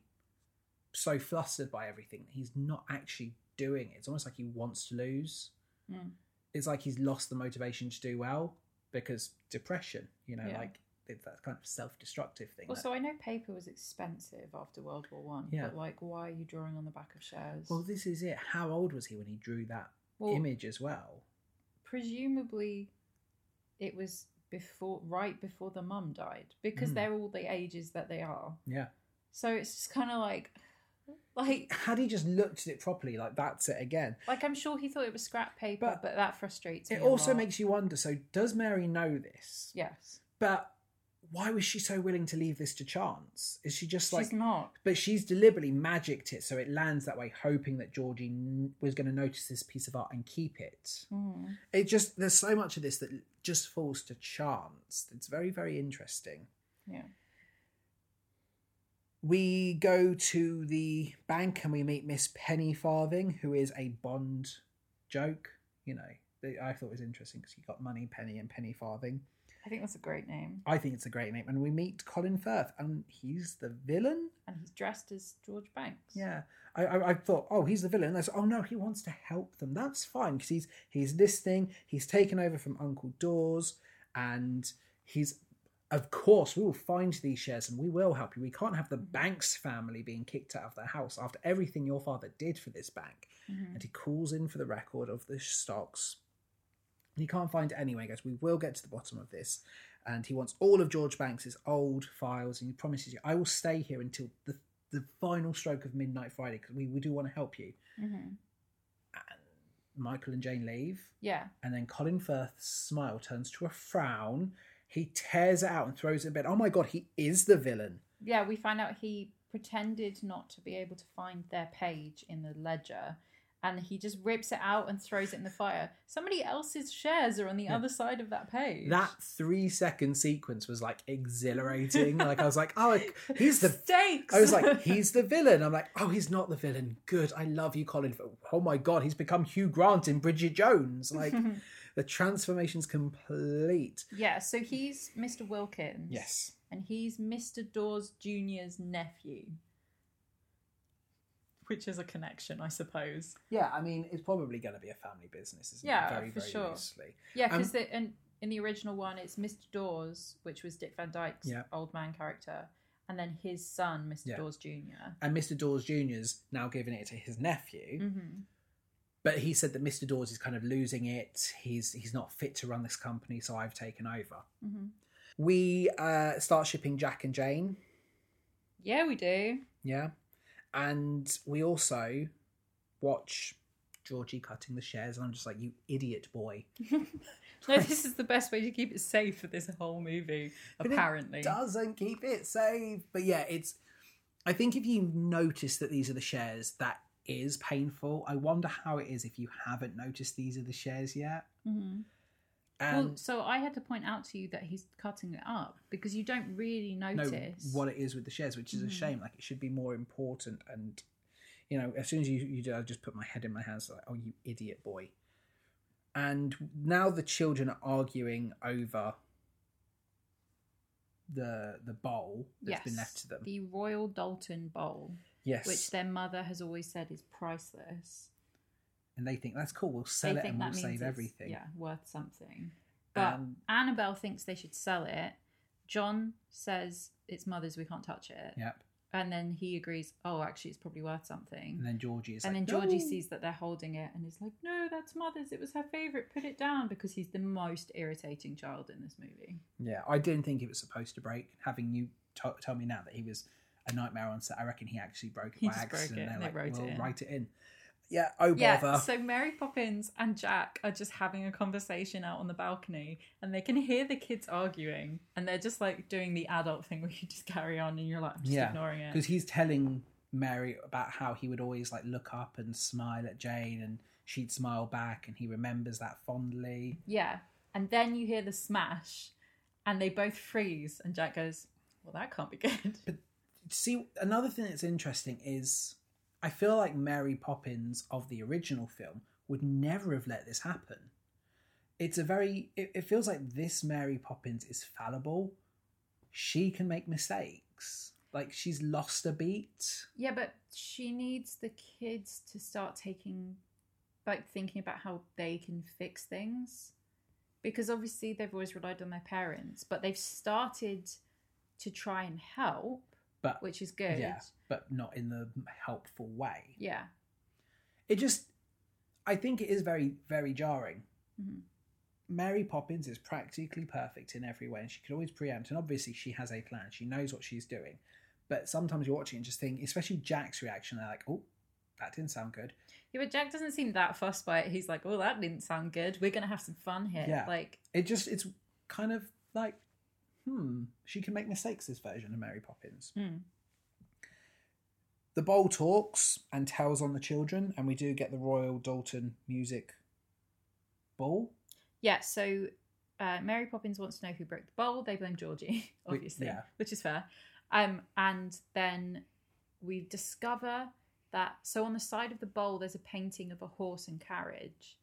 S2: so flustered by everything that he's not actually doing it. It's almost like he wants to lose.
S1: Mm.
S2: It's like he's lost the motivation to do well because depression. You know,
S1: Yeah.
S2: like it's that kind of self-destructive thing. that-
S1: Also, I know paper was expensive after World War One,
S2: Yeah.
S1: but like, why are you drawing on the back of shares?
S2: Well, this is it. How old was he when he drew that
S1: Well,
S2: image as well?
S1: presumably it was before right before the mum died because
S2: Mm.
S1: they're all the ages that they are
S2: Yeah.
S1: so it's just kind of like like
S2: Had he just looked at it properly, like that's it again.
S1: like i'm sure he thought it was scrap paper but,
S2: But
S1: that frustrates me
S2: It
S1: a
S2: also
S1: lot.
S2: makes you wonder. So, does Mary know this?
S1: yes
S2: But why was she so willing to leave this to chance? Is she just like?
S1: she's not
S2: But she's deliberately magicked it so it lands that way, hoping that Georgie n- was going to notice this piece of art and keep it.
S1: Mm.
S2: It just there's so much of this that just falls to chance. It's very very interesting.
S1: yeah
S2: we go to the bank and we meet Miss Pennyfarthing, who is a Bond joke. You know, that I thought was interesting because you got money, penny, and Pennyfarthing.
S1: i think that's a great name
S2: I think it's a great name. And we meet Colin Firth, and he's the villain.
S1: and he's dressed as george banks
S2: Yeah, I, I, I thought, oh, he's the villain. I said, oh no, he wants to help them. That's fine because he's he's listening. He's taken over from Uncle Dawes, and he's of course we will find these shares and we will help you. We can't have the Banks family being kicked out of their house after everything your father did for this bank.
S1: Mhm.
S2: And he calls in for the record of the stocks. And he can't find it anyway. He goes, we will get to the bottom of this. And he wants all of George Banks's old files, and he promises you, I will stay here until the the final stroke of midnight Friday because we, we do want to help you.
S1: Mhm.
S2: And Michael and Jane leave,
S1: yeah
S2: and then Colin Firth's smile turns to a frown. He tears it out and throws it in bed. Oh my god, he is the villain.
S1: yeah, we find out he pretended not to be able to find their page in the ledger and he just rips it out and throws it in the fire. Somebody else's shares are on the
S2: Yeah.
S1: other side of that page.
S2: That three second sequence was like exhilarating. like I was like, oh, he's the.
S1: stakes.
S2: I was like, he's the villain. I'm like, oh, he's not the villain. Good, I love you, Colin. Firth. Oh my god, he's become Hugh Grant in Bridget Jones. Like the transformation's complete.
S1: yeah, so he's Mr. Wilkins.
S2: Yes.
S1: And he's Mr. Dawes Jr.'s nephew. Which is a connection, I suppose.
S2: Yeah, I mean, it's probably going to be a family business, isn't
S1: Yeah,
S2: it? Very,
S1: for
S2: very
S1: sure.
S2: loosely.
S1: Yeah, because
S2: Um,
S1: in, in the original one, it's Mr. Dawes, which was Dick Van Dyke's
S2: Yeah.
S1: old man character, and then his son, Mr.
S2: Yeah.
S1: Dawes Jr.
S2: And Mr. Dawes Jr.'s now giving it to his nephew,
S1: hmm
S2: but he said that Mr. Dawes is kind of losing it. He's he's not fit to run this company, so I've taken over.
S1: hmm
S2: We uh, start shipping Jack and Jane,
S1: Yeah, we do.
S2: yeah, and we also watch Georgie cutting the shares, and I'm just like, you idiot boy.
S1: No, this is the best way to keep it safe for this whole movie,
S2: But it
S1: apparently.
S2: doesn't keep it safe. But yeah, it's. I think if you notice that these are the shares, that is painful. I wonder how it is if you haven't noticed these are the shares yet.
S1: Mhm.
S2: And
S1: well, so I had to point out to you that he's cutting it up because you don't really
S2: know
S1: notice.
S2: what it is with the shares, which is
S1: Mhm.
S2: a shame. Like it should be more important. And you know, as soon as you you do, I just put my head in my hands, like, oh, you idiot boy. And now the children are arguing over the the bowl that's
S1: yes,
S2: been left to them.
S1: the Royal Dalton Bowl,
S2: yes,
S1: which their mother has always said is priceless.
S2: and they think that's cool. We'll sell
S1: they
S2: it
S1: think
S2: and
S1: that
S2: we'll
S1: means it's,
S2: save everything.
S1: Yeah, worth something. But
S2: Um,
S1: Annabelle thinks they should sell it. John says it's mother's. We can't touch it.
S2: Yep.
S1: And then he agrees, oh, actually, it's probably worth something.
S2: And then Georgie is
S1: and
S2: like,
S1: then Georgie
S2: "No."
S1: sees that they're holding it and is like, no, that's mother's. It was her favourite. Put it down because he's the most irritating child in this movie.
S2: Yeah, I didn't think it was supposed to break. Having you t- tell me now that he was a nightmare on set, I reckon he actually broke it
S1: He
S2: by
S1: just broke
S2: accident.
S1: it
S2: and
S1: and
S2: they're
S1: they
S2: like,
S1: wrote it
S2: we'll
S1: in."
S2: write it in. Yeah, oh bother.
S1: Yeah, so Mary Poppins and Jack are just having a conversation out on the balcony and they can hear the kids arguing and they're just like doing the adult thing where you just carry on and you're like, I'm just
S2: Yeah,
S1: ignoring it.
S2: because he's telling Mary about how he would always like look up and smile at Jane, and she'd smile back, and he remembers that fondly.
S1: Yeah. And then you hear the smash and they both freeze and Jack goes, Well, that can't be good.
S2: See, another thing that's interesting is I feel like Mary Poppins of the original film would never have let this happen. It's a very, it, it feels like this Mary Poppins is fallible. She can make mistakes. Like she's lost a beat.
S1: Yeah, but she needs the kids to start taking, like, thinking about how they can fix things. Because obviously they've always relied on their parents, but they've started to try and help,
S2: But
S1: which is good.
S2: Yeah, but not in the helpful way.
S1: Yeah.
S2: It just, I think it is very, very jarring.
S1: Mhm.
S2: Mary Poppins is practically perfect in every way, and she could always preempt. And obviously, she has a plan; she knows what she's doing. But sometimes you're watching and just think, especially Jack's reaction, they're like, "Oh, that didn't sound good."
S1: Yeah, but Jack doesn't seem that fussed by it. He's like, "Oh, that didn't sound good. We're gonna have some fun here."
S2: Yeah.
S1: Like,
S2: It just it's kind of like, hmm, she can make mistakes. This version of Mary Poppins.
S1: hmm.
S2: The bowl talks and tells on the children, and we do get the Royal Dalton music ball.
S1: yeah. So uh, Mary Poppins wants to know who broke the bowl. They blame Georgie,
S2: We-
S1: obviously,
S2: yeah.
S1: which is fair. Um, and then we discover that so on the side of the bowl there's a painting of a horse and carriage,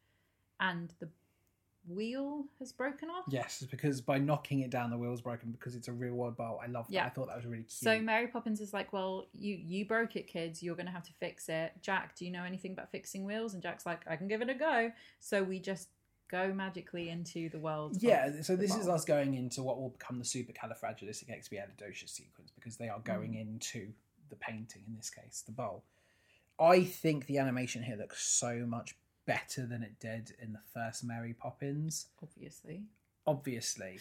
S1: and the wheel has broken off.
S2: Yes, because by knocking it down, the wheel's broken because it's a real world bowl. I love that.
S1: Yeah.
S2: I thought that was really cute.
S1: So Mary Poppins is like, "Well, you you broke it, kids. You're going to have to fix it." Jack, do you know anything about fixing wheels? And Jack's like, "I can give it a go." So we just go magically into the world. of
S2: Yeah, so
S1: the
S2: this is
S1: bowl.
S2: us going into what will become the supercalifragilisticexpialidocious sequence because they are
S1: Mm.
S2: going into the painting in this case, the bowl. I think the animation here looks so much better than it did in the first Mary Poppins,
S1: obviously.
S2: obviously,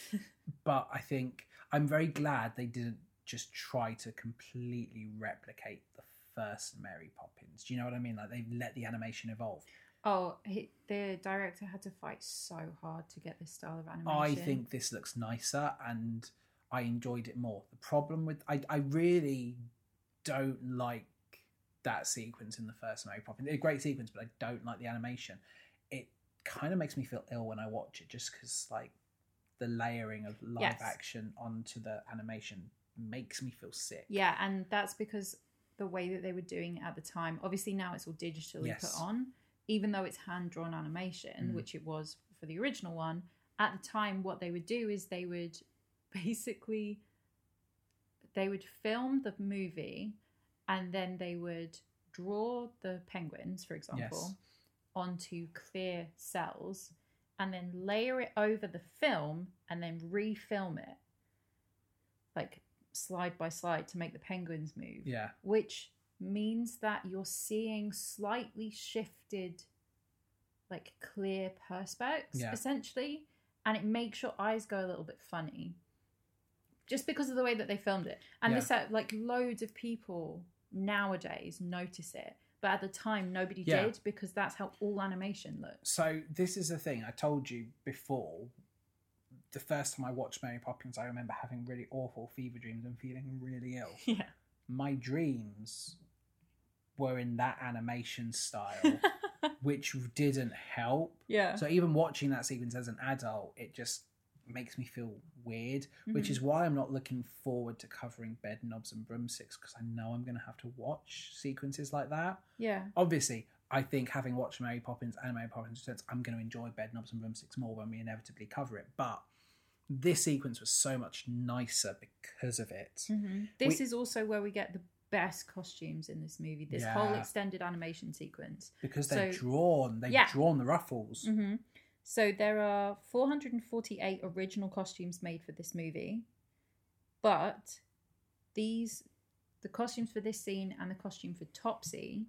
S2: but I think I'm very glad they didn't just try to completely replicate the first Mary Poppins. Do you know what I mean? Like they've let the animation evolve.
S1: Oh, he, the director had to fight so hard to get this style of animation.
S2: I think this looks nicer and I enjoyed it more. The problem with I, I really don't like that sequence in the first Mary Poppins. It's a great sequence, but I don't like the animation. It kind of makes me feel ill when I watch it just because like the layering of live
S1: Yes.
S2: action onto the animation makes me feel sick.
S1: Yeah, and that's because the way that they were doing it at the time. Obviously, now it's all digitally
S2: Yes.
S1: put on, even though it's hand drawn animation,
S2: Mm.
S1: which it was for the original one. At the time, what they would do is they would basically they would film the movie, and then they would draw the penguins, for example,
S2: Yes.
S1: onto clear cells, and then layer it over the film, and then refilm it, like slide by slide to make the penguins move,
S2: Yeah.
S1: which means that you're seeing slightly shifted, like clear perspex,
S2: Yeah.
S1: essentially, and it makes your eyes go a little bit funny, just because of the way that they filmed it. And
S2: Yeah.
S1: this, uh, like, loads of people nowadays notice it, but at the time nobody
S2: Yeah.
S1: did because that's how all animation looks.
S2: So this is the thing I told you before. The first time I watched Mary Poppins, I remember having really awful fever dreams and feeling really ill.
S1: Yeah.
S2: my dreams were in that animation style, which didn't help.
S1: Yeah.
S2: So even watching that sequence as an adult, it just makes me feel weird, which
S1: Mm-hmm.
S2: is why I'm not looking forward to covering bed knobs and broomsticks because I know I'm going to have to watch sequences like that.
S1: yeah.
S2: Obviously, I think having watched Mary Poppins and Mary Poppins Returns, I'm going to enjoy bed knobs and broomsticks more when we inevitably cover it. But this sequence was so much nicer because of it.
S1: Mm-hmm. This
S2: We-
S1: is also where we get the best costumes in this movie. This whole
S2: Yeah.
S1: extended animation sequence.
S2: because they're
S1: So-
S2: drawn. They've
S1: Yeah.
S2: drawn the ruffles.
S1: Mm-hmm. So there are 448 original costumes made for this movie, but these the costumes for this scene and the costume for Topsy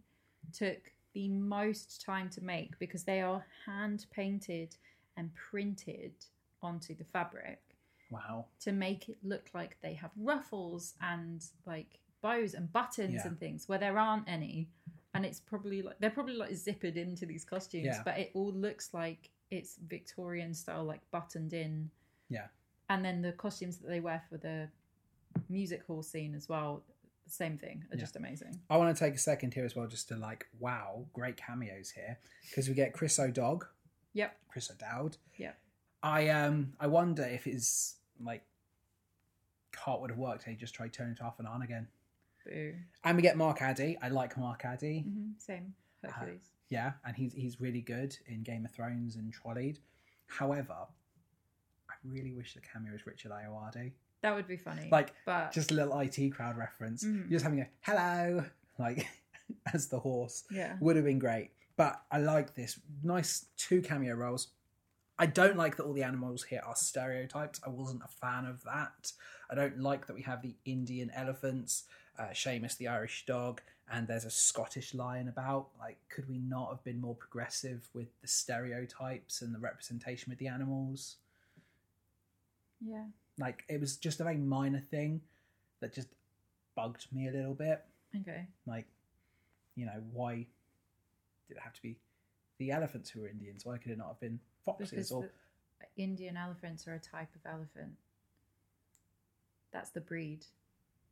S1: took the most time to make because they are hand painted and printed onto the fabric
S2: Wow.
S1: to make it look like they have ruffles and like bows and buttons
S2: Yeah.
S1: and things where there aren't any. And it's probably like they're probably like zippered into these costumes,
S2: Yeah.
S1: but it all looks like it's Victorian style, like buttoned in.
S2: Yeah.
S1: And then the costumes that they wear for the music hall scene as well, same thing, are
S2: Yeah.
S1: just amazing.
S2: I want to take a second here as well, just to like, wow, great cameos here, because we get Chris O'Dog.
S1: Yep.
S2: Chris O'Dowd.
S1: Yep.
S2: I um, I wonder if his like cart would have worked. They just tried turning it off and on again.
S1: Boo.
S2: And we get Mark Addy. I like Mark Addy.
S1: hmm Same.
S2: Uh-huh.
S1: Hercules.
S2: Yeah, and he's he's really good in Game of Thrones and Trolleyed. However, I really wish the cameo was Richard Ayoade.
S1: that would be funny.
S2: Like,
S1: but
S2: Just a little IT crowd reference.
S1: Mhm.
S2: You're just having a hello, like as the horse
S1: yeah.
S2: would have been great. But I like this nice two cameo roles. I don't like that all the animals here are stereotyped. I wasn't a fan of that. I don't like that we have the Indian elephants, uh, Seamus the Irish dog, and there's a Scottish lion about. Like, could we not have been more progressive with the stereotypes and the representation with the animals?
S1: Yeah.
S2: Like, it was just a very minor thing that just bugged me a little bit
S1: Okay.
S2: like you know why did it have to be the elephants who were indians why could it not have been foxes
S1: Because
S2: or
S1: the Indian elephants are a type of elephant. That's the breed.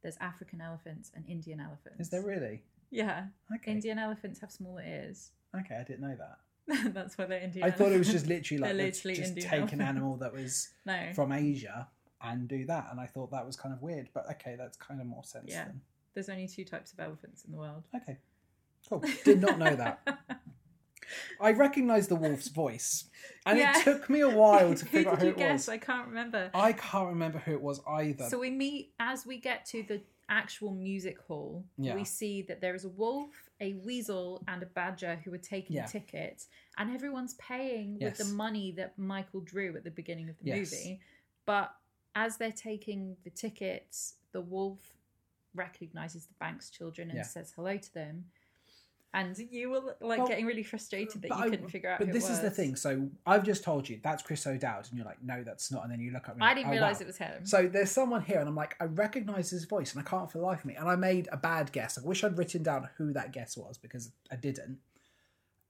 S1: There's African elephants and Indian elephants.
S2: is there really
S1: Yeah.
S2: okay
S1: Indian elephants have smaller ears.
S2: okay i didn't know that
S1: That's why they're Indian.
S2: i thought it was
S1: elephants.
S2: just literally like
S1: They're
S2: let's
S1: literally
S2: just
S1: Indian
S2: take an
S1: elephants.
S2: animal that was
S1: no.
S2: from asia and do that and i thought that was kind of weird but okay that's kind of more sense
S1: Yeah.
S2: then.
S1: There's only two types of elephants in the world.
S2: okay cool did not know that i recognized the wolf's voice and
S1: Yeah.
S2: it took me a while to
S1: Who
S2: figure
S1: did
S2: out who
S1: you
S2: it
S1: guess?
S2: was
S1: I can't remember.
S2: I can't remember who it was either
S1: So we meet as we get to the actual music hall.
S2: Yeah.
S1: We see that there is a wolf, a weasel, and a badger who are taking
S2: Yeah.
S1: tickets, and everyone's paying with
S2: Yes.
S1: the money that Michael drew at the beginning of the
S2: Yes.
S1: movie. But as they're taking the tickets, the wolf recognizes the bank's children and
S2: Yeah.
S1: says hello to them. And you were like
S2: Well,
S1: getting really frustrated that
S2: but
S1: you
S2: I-
S1: couldn't figure out.
S2: But
S1: who
S2: this
S1: it
S2: is the
S1: was.
S2: thing. So I've just told you that's Chris O'Dowd, and you're like, no, that's not. And then you look up. And
S1: I didn't realize
S2: it
S1: it was him.
S2: was. "Oh, So there's someone here, and I'm like, I recognise his voice, and I can't for the life of me. And I made a bad guess. I wish I'd written down who that guess was because I didn't.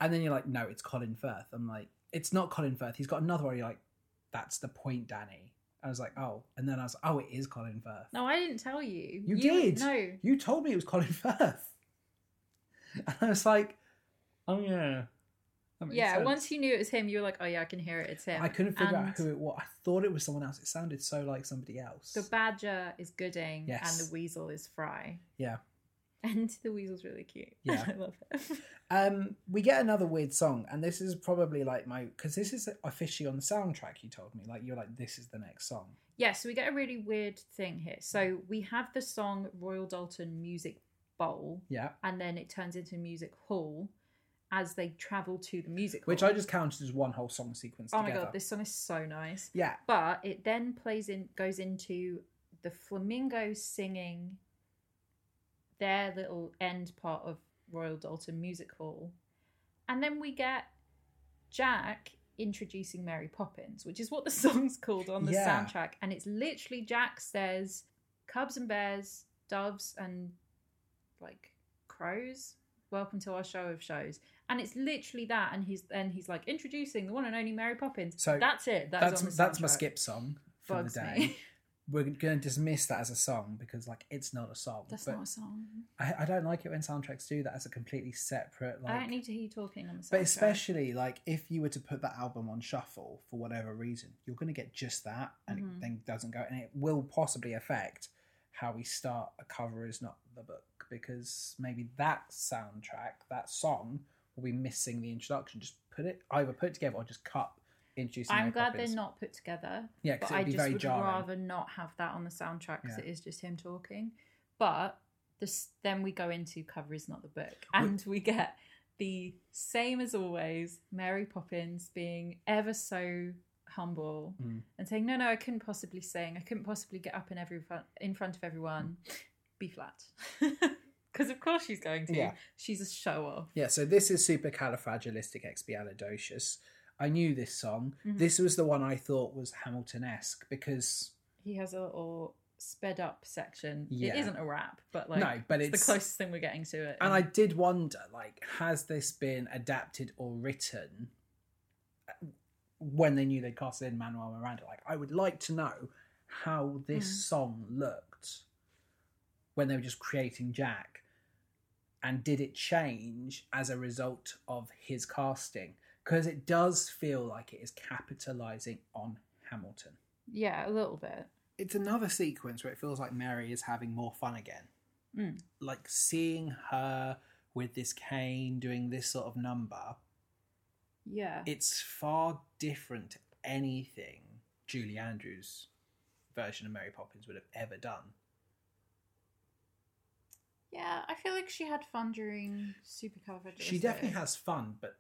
S2: And then you're like, no, it's Colin Firth. I'm like, it's not Colin Firth. He's got another one. You're like, that's the point, Danny. I was like, oh, and then I was, oh, it is Colin Firth.
S1: no, I didn't tell you.
S2: You did.
S1: No,
S2: You told me it was Colin Firth. And I was like, oh yeah, That makes
S1: Yeah,
S2: sense.
S1: once you knew it was him, you were like, oh yeah, I can hear it. It's him.
S2: I couldn't figure
S1: and
S2: out who it was. I thought it was someone else. It sounded so like somebody else.
S1: The badger is Gooding,
S2: Yes.
S1: and the weasel is Fry.
S2: Yeah.
S1: And the weasel's really cute.
S2: Yeah.
S1: I love him.
S2: um, we get another weird song, and this is probably like my because this is officially on the soundtrack. You told me like you're like this is the next song.
S1: yeah, so we get a really weird thing here. So we have the song Royal Dalton Music Bowl,
S2: Yeah,
S1: and then it turns into Music Hall as they travel to the music
S2: which
S1: hall.
S2: I just counted as one whole song sequence.
S1: Oh my
S2: together.
S1: god, this song is so nice.
S2: Yeah,
S1: but it then plays in goes into the flamingos singing their little end part of Royal Dalton Music Hall, and then we get Jack introducing Mary Poppins, which is what the song's called on the
S2: Yeah.
S1: soundtrack, and it's literally Jack says cubs and bears, doves and like crows. Welcome to our show of shows, and it's literally that. And he's and he's like introducing the one and only Mary Poppins.
S2: So
S1: that's it. That is
S2: that's
S1: on the
S2: that's my
S1: soundtrack.
S2: skip song for
S1: Bugs
S2: the day.
S1: me.
S2: We're going to dismiss that as a song because like it's not a song.
S1: That's
S2: but
S1: not a song.
S2: I, I don't like it when soundtracks do that as a completely separate. Like,
S1: I don't need to hear you talking on the soundtrack.
S2: But especially like if you were to put that album on shuffle for whatever reason, you're going to get just that, and
S1: Mhm.
S2: it then doesn't go, and it will possibly affect how we start a cover is not the book because maybe that soundtrack, that song, will be missing the introduction. Just put it either put it together or just cut. Introducing
S1: I'm
S2: Mary
S1: glad
S2: Poppins.
S1: they're not put together.
S2: Yeah,
S1: But
S2: because
S1: I
S2: it'd be
S1: just
S2: very
S1: would
S2: jarring.
S1: rather not have that on the soundtrack because
S2: Yeah.
S1: it is just him talking. But this, then we go into cover is not the book, and we get the same as always. Mary Poppins being ever so humble
S2: Mm.
S1: and saying, "No, no, I couldn't possibly sing. I couldn't possibly get up in every front, in front of everyone." B flat. Because of course she's going to.
S2: Yeah.
S1: She's a show off.
S2: Yeah, so this is supercalifragilisticexpialidocious. I knew this song.
S1: Mhm.
S2: This was the one I thought was Hamilton esque because
S1: He has a little sped up section.
S2: Yeah.
S1: It isn't a rap, but like
S2: no, but
S1: it's,
S2: it's,
S1: the closest thing we're getting to it.
S2: And I did wonder, like, has this been adapted or written uh, when they knew they cast in Manuel Miranda? Like, I would like to know how this
S1: Mhm.
S2: song looked when they were just creating Jack, and did it change as a result of his casting? Because it does feel like it is capitalizing on Hamilton.
S1: yeah, a little bit.
S2: It's another sequence where it feels like Mary is having more fun again
S1: Mm.
S2: like seeing her with this cane doing this sort of number,
S1: Yeah.
S2: it's far different to anything Julie Andrews' version of Mary Poppins would have ever done.
S1: yeah, I feel like she had fun during Supercalifragilistic.
S2: She definitely has fun, but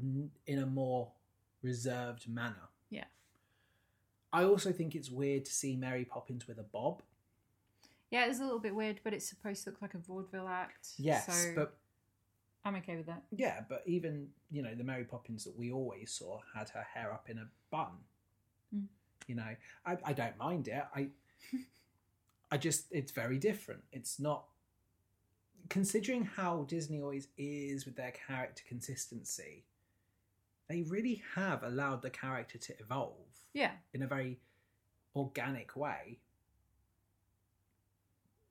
S2: n- in a more reserved manner.
S1: Yeah.
S2: I also think it's weird to see Mary Poppins with a bob.
S1: Yeah, it's a little bit weird, but it's supposed to look like a vaudeville act.
S2: Yes,
S1: so
S2: but
S1: I'm okay with that.
S2: yeah, but even you know the Mary Poppins that we always saw had her hair up in a bun.
S1: Mm.
S2: You know, I, I don't mind it. I, I just it's very different. It's not considering how Disney always is with their character consistency. They really have allowed the character to evolve
S1: Yeah,
S2: in a very organic way.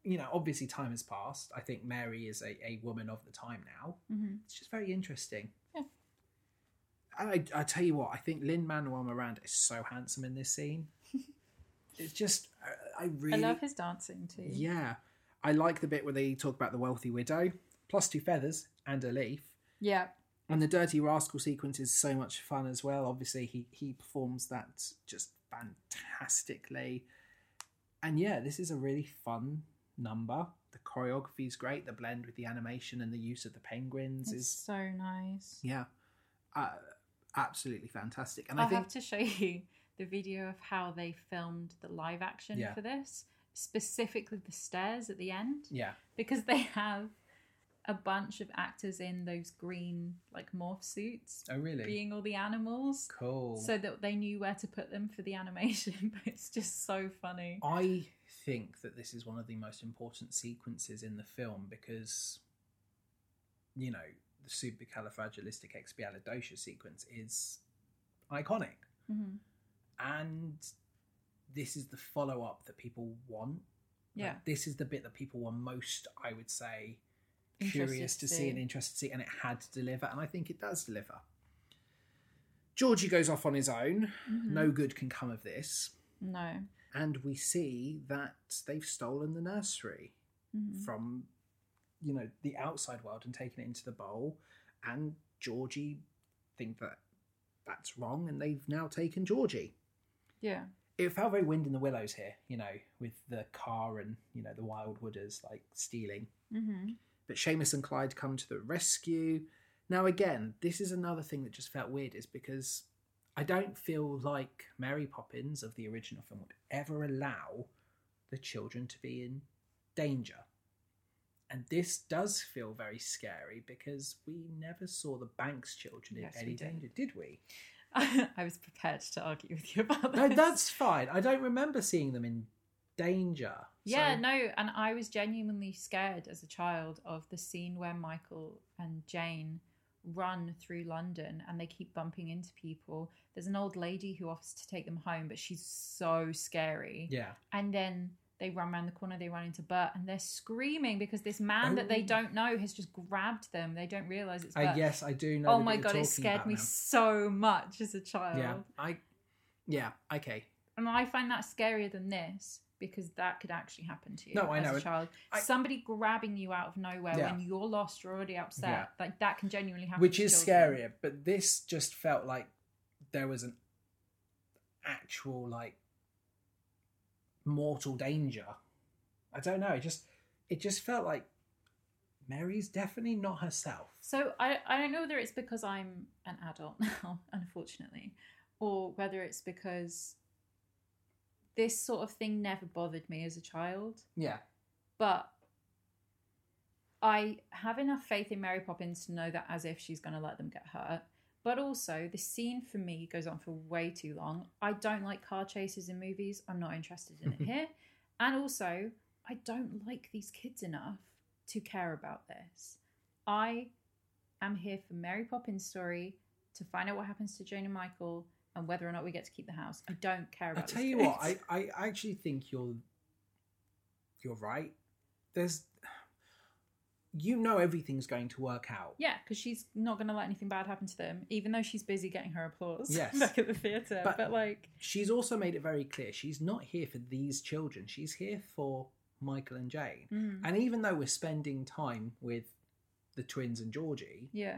S2: You know, obviously time has passed. I think Mary is a, a woman of the time now
S1: hmm
S2: it's just very interesting.
S1: Yeah.
S2: I I tell you what, I think Lin Manuel Miranda is so handsome in this scene. it's just uh, I, I really
S1: I love his dancing too.
S2: yeah. I like the bit where they talk about the wealthy widow, plus two feathers and a leaf.
S1: yeah,
S2: And the Dirty Rascal sequence is so much fun as well. Obviously, he he performs that just fantastically. And yeah, this is a really fun number. The choreography is great. The blend with the animation and the use of the penguins
S1: it's
S2: is
S1: so nice.
S2: yeah, uh, absolutely fantastic. And
S1: I'll
S2: I think
S1: have to show you the video of how they filmed the live action
S2: Yeah.
S1: for this, specifically the stairs at the end,
S2: yeah,
S1: because they have a bunch of actors in those green like morph suits
S2: oh really
S1: being all the animals.
S2: cool.
S1: So that they knew where to put them for the animation, but it's just so funny.
S2: I think that this is one of the most important sequences in the film because, you know, the supercalifragilisticexpialidocious sequence is iconic,
S1: hmm
S2: and this is the follow up that people want. Like,
S1: Yeah.
S2: this is the bit that people were most, I would say,
S1: Interested
S2: curious
S1: to
S2: to see and interested to see, and it had to deliver, and I think it does deliver. Georgie goes off on his own.
S1: Mhm.
S2: No good can come of this.
S1: No.
S2: And we see that they've stolen the nursery
S1: Mhm.
S2: from, you know, the outside world and taken it into the bowl. And Georgie think that that's wrong, and they've now taken Georgie.
S1: Yeah.
S2: It felt very wind in the willows here, you know, with the car and you know the wildwooders like stealing
S1: Mm-hmm.
S2: but Seamus and Clyde come to the rescue. Now, again, this is another thing that just felt weird, is because I don't feel like Mary Poppins of the original film would ever allow the children to be in danger. And this does feel very scary because we never saw the Banks children in
S1: Yes,
S2: any
S1: we did.
S2: danger, did we?
S1: I was prepared to argue with you about
S2: No,
S1: that.
S2: that's fine. I don't remember seeing them in danger.
S1: yeah,
S2: So-
S1: no, and I was genuinely scared as a child of the scene where Michael and Jane run through London and they keep bumping into people. There's an old lady who offers to take them home, but she's so scary.
S2: Yeah.
S1: And then they run around the corner, they run into Bert, and they're screaming because this man that they
S2: Oh.
S1: don't know has just grabbed them. They don't realize it's Bert.
S2: I yes, I do know.
S1: oh
S2: the
S1: my
S2: bit you're
S1: god, it
S2: talking
S1: scared
S2: about
S1: me
S2: now.
S1: so much as a child.
S2: Yeah, I. Yeah, okay.
S1: And I find that scarier than this because that could actually happen to you
S2: No, I
S1: as
S2: know.
S1: a child.
S2: I-
S1: Somebody grabbing you out of nowhere
S2: Yeah.
S1: when you're lost, you're already upset.
S2: Yeah.
S1: Like that can genuinely happen.
S2: Which
S1: to
S2: is
S1: children.
S2: scarier, but this just felt like there was an actual like mortal danger. I don't know. It just it just felt like Mary's definitely not herself.
S1: So I, I don't know whether it's because I'm an adult now, unfortunately, or whether it's because this sort of thing never bothered me as a child.
S2: Yeah,
S1: But I have enough faith in Mary Poppins to know that as if she's going to let them get hurt. But also, the scene for me goes on for way too long. I don't like car chases in movies. I'm not interested in it here. And also, I don't like these kids enough to care about this. I am here for Mary Poppins' story to find out what happens to Jane and Michael and whether or not we get to keep the house. I don't care
S2: I
S1: about.
S2: tell
S1: these
S2: you what, I,
S1: kids.
S2: I actually think you're you're right. There's you know everything's going to work out.
S1: Yeah, because she's not going to let anything bad happen to them, even though she's busy getting her applause
S2: Yes.
S1: back at the theatre.
S2: But-
S1: But, like,
S2: She's also made it very clear she's not here for these children. She's here for Michael and Jane.
S1: mm,
S2: And even though we're spending time with the twins and Georgie,
S1: yeah,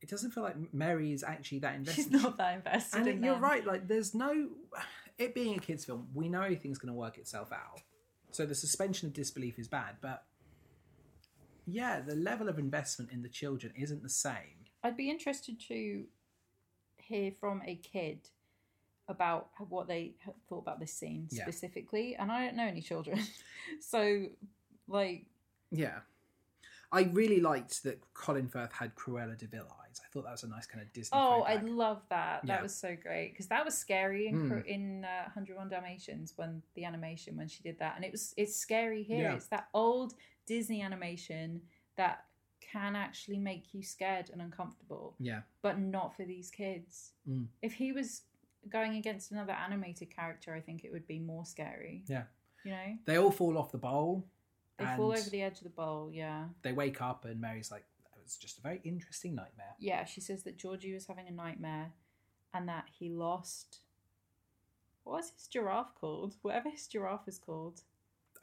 S2: it doesn't feel like Mary is actually that invested.
S1: she's not that invested.
S2: and
S1: in
S2: you're
S1: them.
S2: right like there's no it being a kids film we know everything's going to work itself out so the suspension of disbelief is bad but yeah the level of investment in the children isn't the same
S1: I'd be interested to hear from a kid about what they had thought about this scene
S2: Yeah.
S1: specifically, and I don't know any children, so like,
S2: yeah i really liked that colin firth had cruella de vil eyes i thought that was a nice kind of disney
S1: oh, I
S2: throwback.
S1: love that.
S2: Yeah.
S1: That was so great because that was scary in
S2: Mm.
S1: Cru- in uh, 101 Dalmatians when the animation when she did that, and it was it's scary here.
S2: Yeah.
S1: It's that old Disney animation that can actually make you scared and uncomfortable.
S2: yeah
S1: but not for these kids.
S2: Mm.
S1: If he was going against another animated character, I think it would be more scary.
S2: Yeah.
S1: You know?
S2: they all fall off the bowl
S1: They
S2: and
S1: fall over the edge of the bowl, yeah.
S2: they wake up and mary's like that was just a very interesting nightmare
S1: Yeah, she says that Georgie was having a nightmare and that he lost. What was his giraffe called? Whatever his giraffe is called.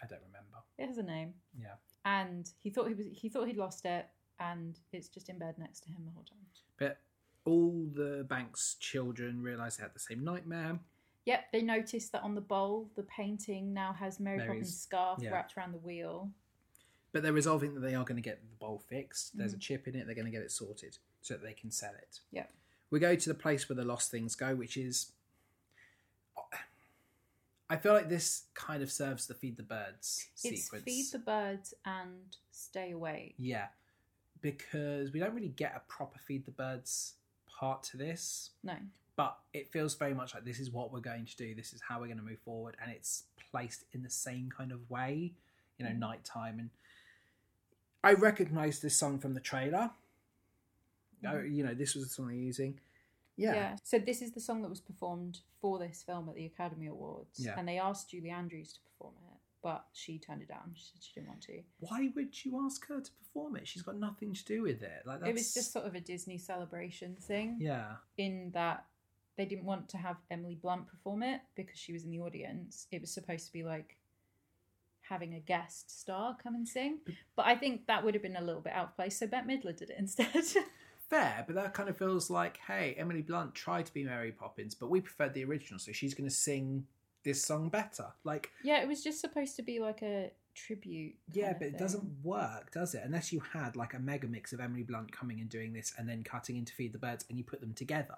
S2: i don't remember
S1: It has a name.
S2: yeah
S1: And he thought he was he thought he'd lost it and it's just in bed next to him the whole time.
S2: But all the bank's children realise they had the same nightmare.
S1: Yep, they noticed that on the bowl the painting now has Mary
S2: Mary's-
S1: Poppins' scarf
S2: yeah.
S1: wrapped around the wheel.
S2: But they're resolving that they are going to get the bowl fixed. There's a
S1: Mhm.
S2: chip in it. They're going to get it sorted so that they can sell it.
S1: Yep.
S2: We go to the place where the lost things go, which is. I feel like this kind of serves the feed the birds
S1: It's
S2: sequence.
S1: feed the birds and stay away.
S2: Yeah, because we don't really get a proper feed the birds part to this.
S1: No.
S2: but it feels very much like this is what we're going to do this is how we're going to move forward and it's placed in the same kind of way you know
S1: Mm.
S2: nighttime and i recognize this song from the trailer I,
S1: Mhm.
S2: you know this was the song they're using yeah yeah,
S1: So this is the song that was performed for this film at the Academy Awards.
S2: Yeah.
S1: And they asked Julie Andrews to perform it, but she turned it down. She said she didn't want to.
S2: why would you ask her to perform it she's got nothing to do with it like that's
S1: It was just sort of a Disney celebration thing
S2: yeah
S1: in that they didn't want to have Emily Blunt perform it because she was in the audience. It was supposed to be like having a guest star come and sing. But I think that would have been a little bit out of place. So Bette Midler did it instead.
S2: fair but that kind of feels like hey emily blunt tried to be mary poppins but we preferred the original so she's going to sing this song better like
S1: Yeah, it was just supposed to be like a tribute. kind
S2: Yeah,
S1: of
S2: but it
S1: thing.
S2: doesn't work, does it? Unless you had like a mega mix of Emily Blunt coming and doing this and then cutting into Feed the Birds and you put them together.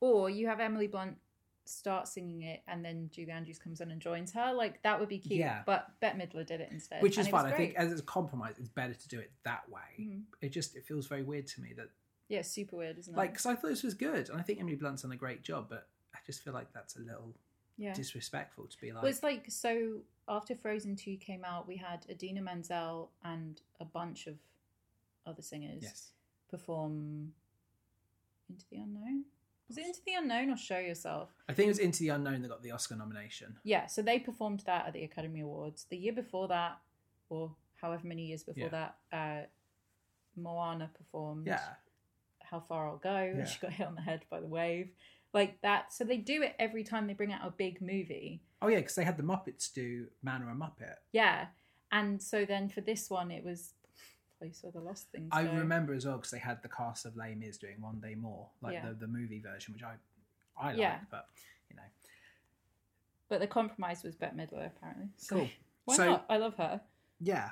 S1: Or you have Emily Blunt start singing it, and then Julie Andrews comes on and joins her. Like that would be cute.
S2: Yeah.
S1: But Bette Midler did it instead,
S2: Which is
S1: and it was
S2: fine. I think uh,
S1: great.
S2: as a compromise, it's better to do it that way.
S1: Mhm.
S2: It just it feels very weird to me that
S1: Yeah, super weird, isn't it?
S2: like because I thought this was good and I think Emily Blunt's done a great job, but I just feel like that's a little
S1: yeah.
S2: disrespectful to be like
S1: Well, it's like so. After Frozen Two came out, we had Adina Menzel and a bunch of other singers
S2: yes,
S1: perform Into the Unknown. Was it Into the Unknown or Show Yourself?
S2: I think it was Into the Unknown that got the Oscar nomination.
S1: Yeah, so they performed that at the Academy Awards. The year before that, or however many years before that, uh, Moana performed
S2: Yeah,
S1: How Far I'll Go,
S2: Yeah.
S1: and she got hit on the head by the wave. Like that. So they do it every time they bring out a big movie.
S2: oh yeah, because they had the Muppets do Man or a Muppet.
S1: Yeah. And so then for this one, it was Place Where the Lost Things
S2: I
S1: Go.
S2: remember as well because they had the cast of Les Mis doing One Day More, like
S1: Yeah.
S2: the, the movie version, which I I like,
S1: Yeah.
S2: but you know,
S1: But the compromise was Bette Midler, apparently. So
S2: cool.
S1: why
S2: So-
S1: not? I love her.
S2: yeah,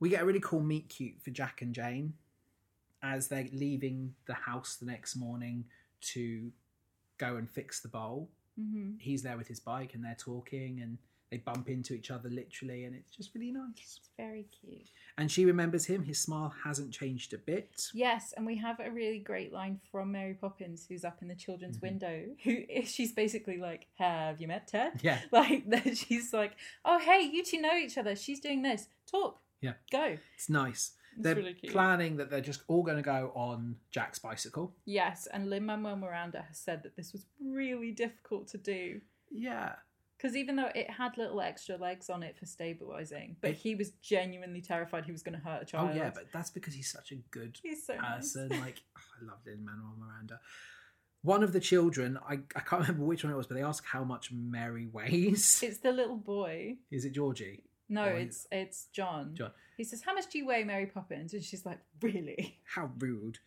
S2: we get a really cool meet cute for Jack and Jane as they're leaving the house the next morning to go and fix the bowl.
S1: hmm Mm-hmm.
S2: He's there with his bike, and they're talking, and They bump into each other literally, and it's just really nice.
S1: It's very cute.
S2: And she remembers him. His smile hasn't changed a bit.
S1: Yes, and we have a really great line from Mary Poppins, who's up in the children's
S2: Mm-hmm.
S1: window. Who she's basically like, "Have you met Ted?"
S2: Yeah.
S1: Like that she's like, "Oh, hey, you two know each other. She's doing this. Talk.
S2: Yeah.
S1: go."
S2: It's nice.
S1: It's
S2: they're
S1: really cute.
S2: planning that they're just all going to go on Jack's bicycle.
S1: Yes, and Lin Manuel Miranda has said that this was really difficult to do
S2: Yeah.
S1: because even though it had little extra legs on it for stabilizing, but
S2: It-
S1: he was genuinely terrified he was going to hurt a child.
S2: Oh yeah, but that's because he's such a good
S1: he's so nice.
S2: person. Like oh, I love Lin Manuel Miranda. One of the children, I, I can't remember which one it was, but they ask how much Mary weighs.
S1: It's the little boy.
S2: Is it Georgie?
S1: No,
S2: Or-
S1: it's it's John.
S2: John.
S1: He says, "How much do you weigh, Mary Poppins?" And she's like, "Really?"
S2: How rude.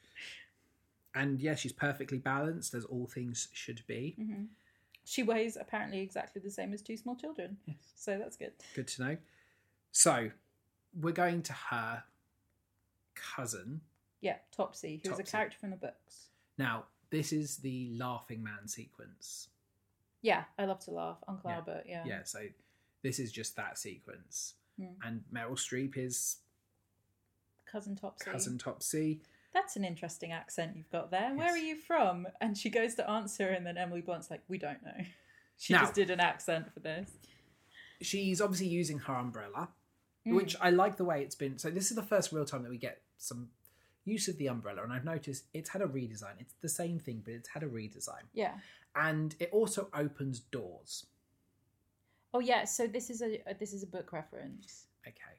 S2: And yeah, she's perfectly balanced as all things should be.
S1: hmm She weighs apparently exactly the same as two small children.
S2: Yes.
S1: So that's good.
S2: Good to know. So we're going to her cousin.
S1: Yeah, Topsy, who's a
S2: Topsy.
S1: character from the books.
S2: Now, this is the laughing man sequence.
S1: Yeah, I love to laugh. Uncle
S2: Yeah.
S1: Albert, yeah.
S2: yeah so this is just that sequence
S1: Mm.
S2: and meryl streep is
S1: Cousin Topsy.
S2: cousin topsy
S1: That's an interesting accent you've got there. Where
S2: Yes.
S1: are you from? And she goes to answer, and then Emily Blunt's like, We don't know. She
S2: Now-
S1: just did an accent for this.
S2: she's obviously using her umbrella
S1: Mm.
S2: which i like the way it's been so this is the first real time that we get some use of the umbrella and i've noticed it's had a redesign it's the same thing but it's had a redesign
S1: Yeah.
S2: and it also opens doors
S1: Oh, yeah. So this is a this is a book reference.
S2: okay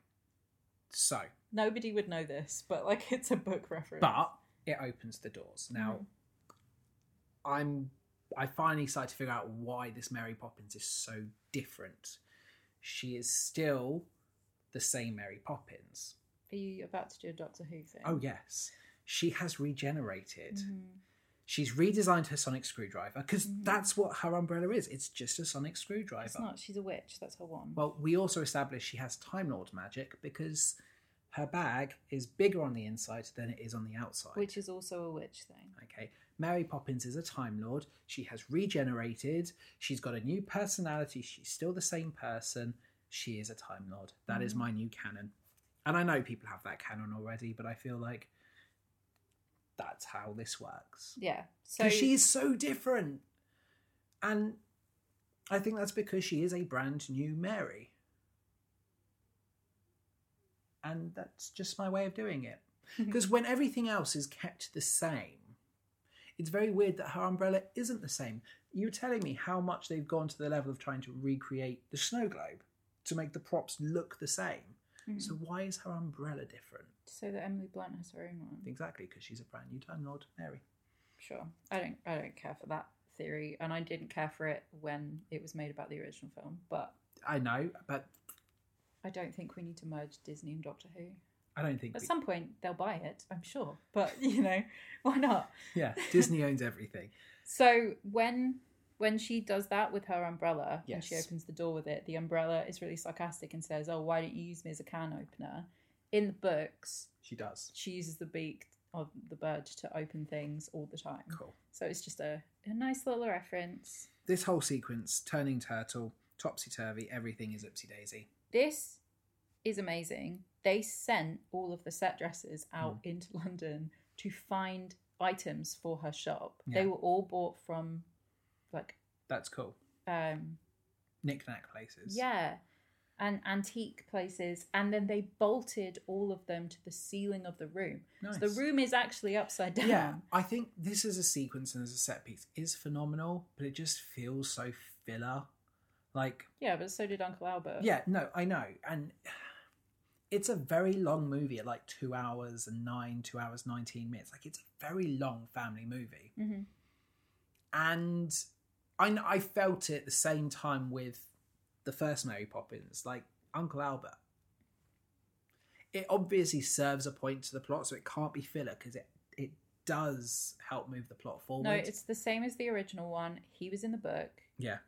S2: so
S1: Nobody would know this, but like it's a book reference. Hmm.
S2: but it opens the doors now i'm i finally started to figure out why this mary poppins is so different she is still the same mary poppins
S1: are you about to do a Doctor Who thing?
S2: oh yes she has regenerated
S1: Mhm.
S2: she's redesigned her sonic screwdriver because
S1: Mhm.
S2: that's what her umbrella is it's just a sonic screwdriver
S1: It's not. She's a witch. That's her one.
S2: well we also established she has time lord magic because her bag is bigger on the inside than it is on the outside
S1: which is also a witch thing.
S2: Okay. Mary Poppins is a Time Lord. She has regenerated. She's got a new personality. She's still the same person. She is a Time Lord. That is
S1: Mhm.
S2: my new canon. And I know people have that canon already, but I feel like that's how this works.
S1: Yeah. So
S2: Because she is so different. And I think that's because she is a brand new Mary. And that's just my way of doing it. Because when everything else is kept the same, it's very weird that her umbrella isn't the same. You're telling me how much they've gone to the level of trying to recreate the snow globe to make the props look the same.
S1: Mhm.
S2: So why is her umbrella different?
S1: so that Emily Blunt has her own one.
S2: Exactly, because she's a brand new Time Lord Mary.
S1: Sure. I don't. I don't care for that theory, and I didn't care for it when it was made about the original film. But
S2: I know, but
S1: I don't think we need to merge Disney and Doctor Who.
S2: I don't think.
S1: At
S2: we-
S1: some point, they'll buy it. I'm sure. But you know, why not?
S2: yeah, Disney owns everything.
S1: So when when she does that with her umbrella and she
S2: Yes.
S1: opens the door with it, the umbrella is really sarcastic and says, "Oh, why don't you use me as a can opener?" In the books,
S2: She does.
S1: she uses the beak of the bird to open things all the time.
S2: Cool.
S1: So it's just a, a nice little reference.
S2: This whole sequence, turning turtle, topsy turvy, everything is oopsie daisy.
S1: This is amazing. They sent all of the set dresses out
S2: Hmm.
S1: into London to find items for her shop. They
S2: Yeah.
S1: were all bought from like
S2: That's cool.
S1: um
S2: Knick knack places.
S1: yeah, and antique places and then they bolted all of them to the ceiling of the room.
S2: Nice.
S1: So the room is actually upside down.
S2: Yeah, I think this as a sequence and as a set piece is phenomenal, but it just feels so filler. Like,
S1: Yeah, but so did Uncle Albert.
S2: yeah, no, I know. And it's a very long movie at like two hours and nine, two hours, 19 minutes. Like, it's a very long family movie.
S1: hmm
S2: And I, kn- I felt it at the same time with the first Mary Poppins, like Uncle Albert. It obviously serves a point to the plot, so it can't be filler because it, it does help move the plot forward.
S1: No, it's the same as the original one. He was in the book
S2: Yeah,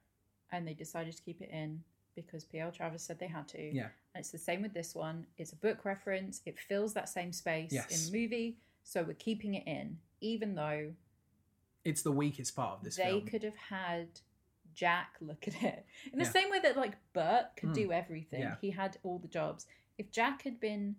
S1: and they decided to keep it in because PL Travers said they had to.
S2: yeah,
S1: And it's the same with this one. It's a book reference. It fills that same space
S2: Yes.
S1: in the movie, so we're keeping it in, even though
S2: it's the weakest part of this
S1: they
S2: film.
S1: could have had Jack look at it. In the
S2: Yeah.
S1: same way that like Bert could
S2: Mm.
S1: do everything,
S2: Yeah.
S1: he had all the jobs. If Jack had been,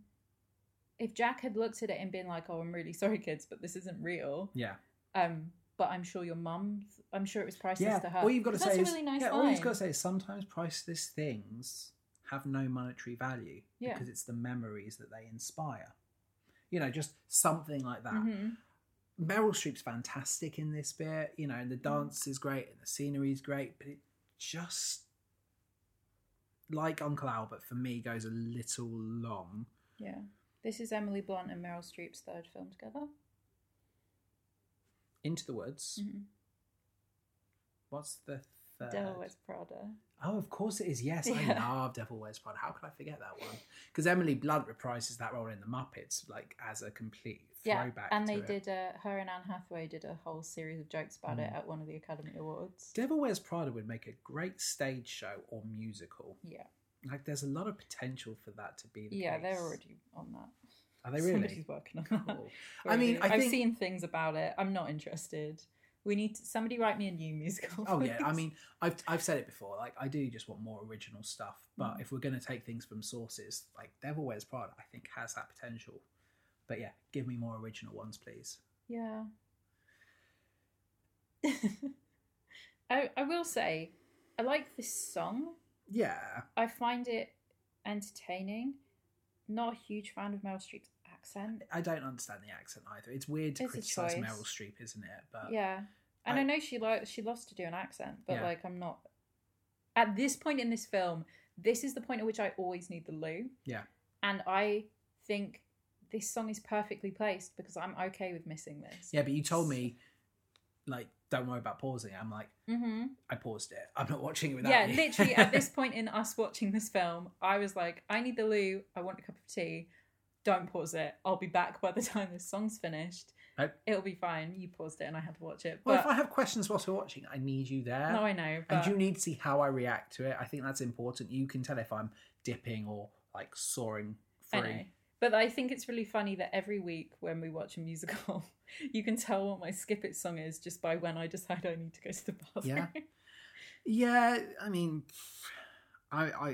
S1: if Jack had looked at it and been like, "Oh, I'm really sorry, kids, but this isn't real,"
S2: Yeah.
S1: um, but I'm sure your mum, I'm sure it was priceless
S2: Yeah.
S1: to her.
S2: All you've got to
S1: That's
S2: say
S1: a
S2: is
S1: really nice
S2: yeah. All you've
S1: line.
S2: got to say is sometimes priceless things have no monetary value
S1: Yeah.
S2: because it's the memories that they inspire. You know, just something like that.
S1: Mhm.
S2: Meryl Streep's fantastic in this bit, you know, and the
S1: Mm.
S2: dance is great and the scenery is great, but it just, like Uncle Albert, for me, goes a little long.
S1: Yeah. This is Emily Blunt and Meryl Streep's third film together.
S2: Into the Woods.
S1: Mhm.
S2: What's the third?
S1: Devil Wears Prada.
S2: Oh, of course it is. Yes,
S1: Yeah.
S2: I love Devil Wears Prada. How could I forget that one? Because Emily Blunt reprises that role in The Muppets, like as a complete
S1: Yeah,
S2: throwback.
S1: and
S2: to
S1: they
S2: it.
S1: did. Uh, her and Anne Hathaway did a whole series of jokes about it
S2: Mm.
S1: at one of the Academy Awards.
S2: Devil Wears Prada would make a great stage show or musical.
S1: yeah,
S2: Like, there's a lot of potential for that to be. The
S1: yeah,
S2: case.
S1: they're already on that.
S2: Are they really?
S1: Somebody's working on that.
S2: Cool. I mean, I
S1: have
S2: think-
S1: seen things about it. I'm not interested. We need to, somebody write me a new musical.
S2: Oh yeah, I
S1: please.
S2: mean, I've I've said it before. Like, I do just want more original stuff. But
S1: Mm.
S2: if we're going to take things from sources, like Devil Wears Prada, I think has that potential. But yeah, give me more original ones, please.
S1: yeah. I I will say, I like this song.
S2: Yeah,
S1: I find it entertaining. Not a huge fan of Meryl Streep's accent.
S2: I don't understand the accent either. It's weird to
S1: It's a
S2: criticize
S1: choice.
S2: Meryl Streep, isn't it? But
S1: yeah, and I,
S2: I-
S1: know she lo- she loves to do an accent, but
S2: Uh, Yeah.
S1: like I'm not. At this point in this film, this is the point at which I always need the loo.
S2: Yeah.
S1: and I think this song is perfectly placed because I'm okay with missing this.
S2: yeah, but you told me, like, don't worry about pausing. I'm like,
S1: hmm
S2: I paused it. I'm not watching it without
S1: Yeah,
S2: you.
S1: literally at this point in us watching this film, I was like, I need the loo. I want a cup of tea. Don't pause it. I'll be back by the time this song's finished.
S2: Nope.
S1: It'll be fine. You paused it and I had to watch it.
S2: Well,
S1: But
S2: if I have questions whilst we're watching, I need you there.
S1: no, I know. But
S2: and you need to see how I react to it. I think that's important. You can tell if I'm dipping or like soaring
S1: I know.
S2: through.
S1: But I think it's really funny that every week when we watch a musical, you can tell what my skip it song is just by when I decide I need to go to the bathroom.
S2: Yeah, I mean, I, I,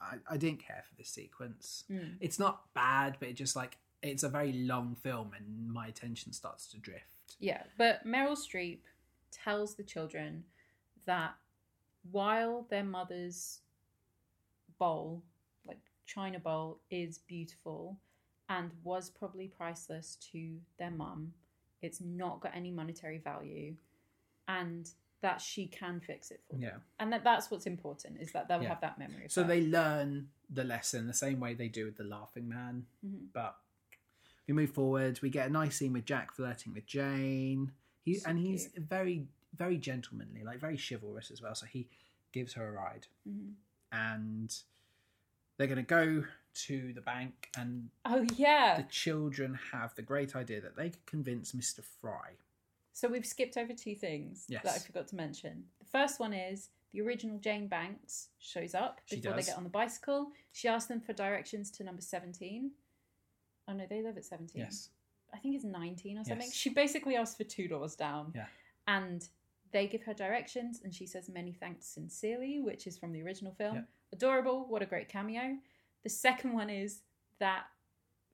S2: I, I didn't care for this sequence.
S1: Mm.
S2: It's not bad, but it just like it's a very long film, and my attention starts to drift.
S1: Yeah, but Meryl Streep tells the children that while their mother's bowl, like china bowl, is beautiful and was probably priceless to their mum, it's not got any monetary value, and that she can fix it for them.
S2: Yeah.
S1: and that that's what's important is that they'll
S2: Yeah.
S1: have that memory. Of
S2: So
S1: her.
S2: they learn the lesson the same way they do with the Laughing Man.
S1: Mhm.
S2: But we move forward. We get a nice scene with Jack flirting with Jane. He
S1: So
S2: and he's very, very gentlemanly, like very chivalrous as well. So he gives her a ride,
S1: Mhm.
S2: and they're going to go to the bank. And
S1: Oh yeah.
S2: the children have the great idea that they could convince Mister Fry.
S1: So we've skipped over two things
S2: Yes.
S1: that I forgot to mention. The first one is the original Jane Banks shows up
S2: She
S1: before they
S2: does.
S1: get on the bicycle. She asks them for directions to number 17. Oh no, they live at 17.
S2: Yes,
S1: I think it's 19 or something.
S2: Yes.
S1: She basically asks for two doors down.
S2: Yeah.
S1: And they give her directions and she says, Many thanks sincerely, which is from the original film.
S2: Yeah.
S1: Adorable. What a great cameo. The second one is that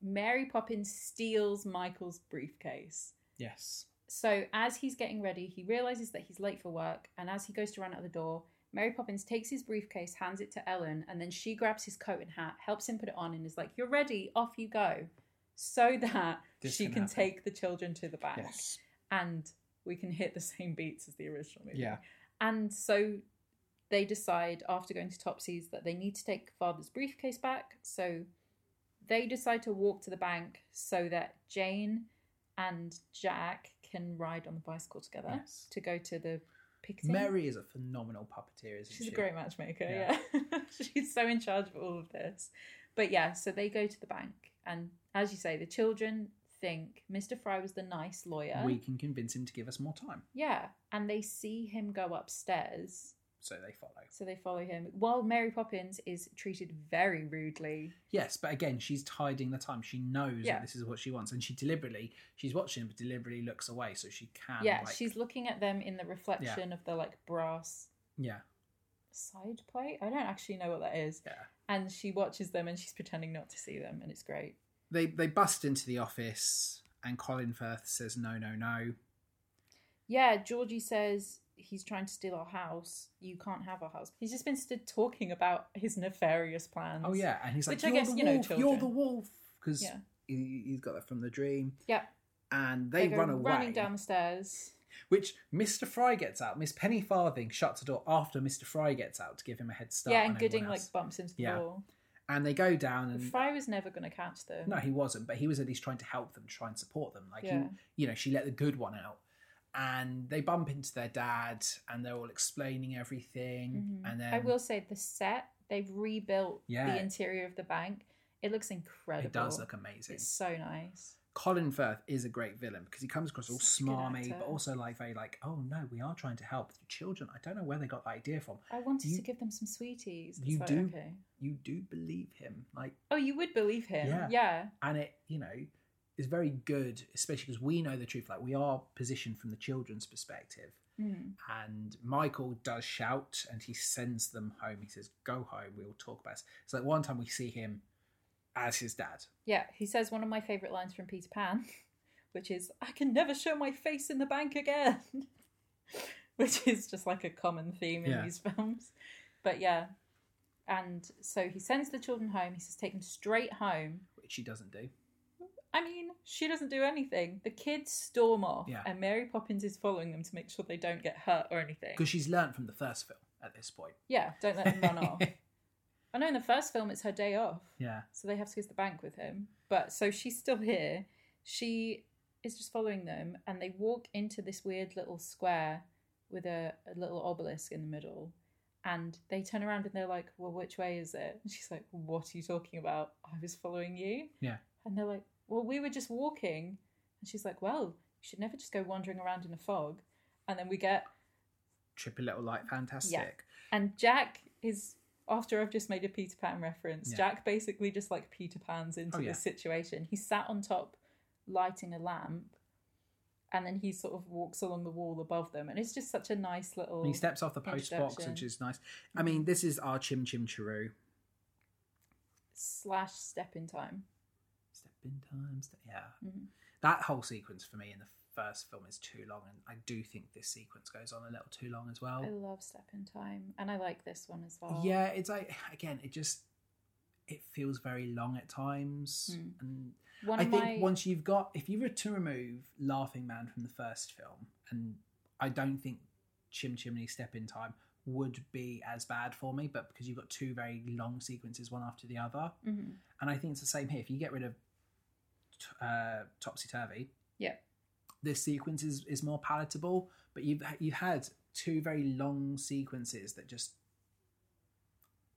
S1: Mary Poppins steals Michael's briefcase.
S2: yes.
S1: So as he's getting ready, he realizes that he's late for work, and as he goes to run out the door, Mary Poppins takes his briefcase, hands it to Ellen, and then she grabs his coat and hat, helps him put it on, and is like, "You're ready. Off you go," so that
S2: This
S1: she
S2: can
S1: can
S2: happen.
S1: take the children to the bank,
S2: Yes.
S1: and we can hit the same beats as the original movie.
S2: Yeah.
S1: And so they decide after going to Topsy's that they need to take father's briefcase back. So they decide to walk to the bank so that Jane and Jack can ride on the bicycle together
S2: Yes.
S1: to go to the picketing.
S2: Mary is a phenomenal puppeteer, isn't
S1: She's
S2: she?
S1: a great matchmaker, yeah.
S2: Yeah.
S1: She's so in charge of all of this. But yeah, so they go to the bank. And as you say, the children think Mr. Fry was the nice lawyer.
S2: We can convince him to give us more time.
S1: Yeah. And they see him go upstairs
S2: so they follow.
S1: So they follow him. While Mary Poppins is treated very rudely.
S2: Yes, but again, she's tiding the time. She knows
S1: Yeah.
S2: that this is what she wants, and she deliberately she's watching, but deliberately looks away so she can.
S1: yeah,
S2: like-
S1: she's looking at them in the reflection of the like brass
S2: yeah,
S1: side plate. I don't actually know what that is.
S2: yeah.
S1: And she watches them and she's pretending not to see them, and it's great.
S2: They they bust into the office, and Colin Firth says no, no, no.
S1: Yeah, Georgie says he's trying to steal our house. You can't have our house. He's just been stood talking about his nefarious plans.
S2: Oh yeah, and he's like,
S1: Which I
S2: you're
S1: guess,
S2: the
S1: you know,
S2: wolf, you're the
S1: children.
S2: wolf, because
S1: Yeah.
S2: he, he's got that from the dream.
S1: Yeah.
S2: And they,
S1: go
S2: run away.
S1: running down the stairs.
S2: Which Mr. Fry gets out. Miss Penny Farthing shuts the door after Mr. Fry gets out to give him a head start.
S1: yeah,
S2: on
S1: and
S2: everyone
S1: Gooding like
S2: else.
S1: bumps into the
S2: Yeah.
S1: wall.
S2: and they go down
S1: But
S2: and
S1: Fry was never going to catch them.
S2: no, he wasn't, but he was at least trying to help them, try and support them. Like
S1: Yeah.
S2: he, you know, she let the good one out, and they bump into their dad, and they're all explaining everything,
S1: Mhm.
S2: and then
S1: I will say the set they've rebuilt
S2: Yeah.
S1: the interior of the bank. It looks incredible.
S2: it does look amazing.
S1: It's so nice.
S2: Colin Firth is a great villain because he comes across all
S1: Such a good
S2: smarmy,
S1: actor.
S2: but also like very like, oh no, we are trying to help the children. I don't know where they got that idea from.
S1: I wanted
S2: You-
S1: to give them some sweeties. It's
S2: you
S1: like,
S2: do?
S1: Okay.
S2: You do believe him, like,
S1: Oh, you would believe him.
S2: Yeah.
S1: Yeah.
S2: and it, you know, is very good, especially because we know the truth. Like we are positioned from the children's perspective.
S1: Mm.
S2: and Michael does shout and he sends them home. He says, Go home, we'll talk about this. It's like one time we see him as his dad.
S1: Yeah. He says one of my favorite lines from Peter Pan, which is, "I can never show my face in the bank again," which is just like a common theme in
S2: Yeah.
S1: these films. But yeah. And so he sends the children home. He says, "Take them straight home."
S2: Which he doesn't do.
S1: I mean, she doesn't do anything. The kids storm off,
S2: Yeah.
S1: and Mary Poppins is following them to make sure they don't get hurt or anything.
S2: Because she's learnt from the first film at this point.
S1: Yeah, don't let them run off. I know in the first film it's her day off,
S2: Yeah.
S1: so they have to go to the bank with him. But so she's still here. She is just following them, and they walk into this weird little square with a, a little obelisk in the middle. And they turn around and they're like, Well, which way is it? And she's like, What are you talking about? I was following you.
S2: Yeah.
S1: And they're like, Well, we were just walking. And she's like, Well, you should never just go wandering around in a fog. And then we get
S2: Triple Little Light, fantastic.
S1: and Jack is after I've just made a Peter Pan reference.
S2: Yeah.
S1: Jack basically just like Peter Pan's into
S2: Oh, yeah.
S1: this situation. He sat on top, lighting a lamp, and then he sort of walks along the wall above them, and it's just such a nice little.
S2: And he steps off the post box,
S1: Introduction. which
S2: which is nice. I mean, this is our Chim Chim Chiru.
S1: slash step in time.
S2: Step in time. Step, yeah.
S1: Mhm.
S2: That whole sequence for me in the first film is too long, and I do think this sequence goes on a little too long as well.
S1: I love step in time, and I like this one as well.
S2: Oh. yeah it's like again it just it feels very long at times
S1: Mm.
S2: and
S1: one
S2: i
S1: of
S2: think
S1: my
S2: once you've got if you were to remove laughing man from the first film and i don't think chim chimney step in time would be as bad for me but because you've got two very long sequences one after the other
S1: Mhm.
S2: and i think it's the same here if you get rid of t- uh, topsy turvy
S1: Yeah.
S2: this sequence is, is more palatable but you've you had two very long sequences that just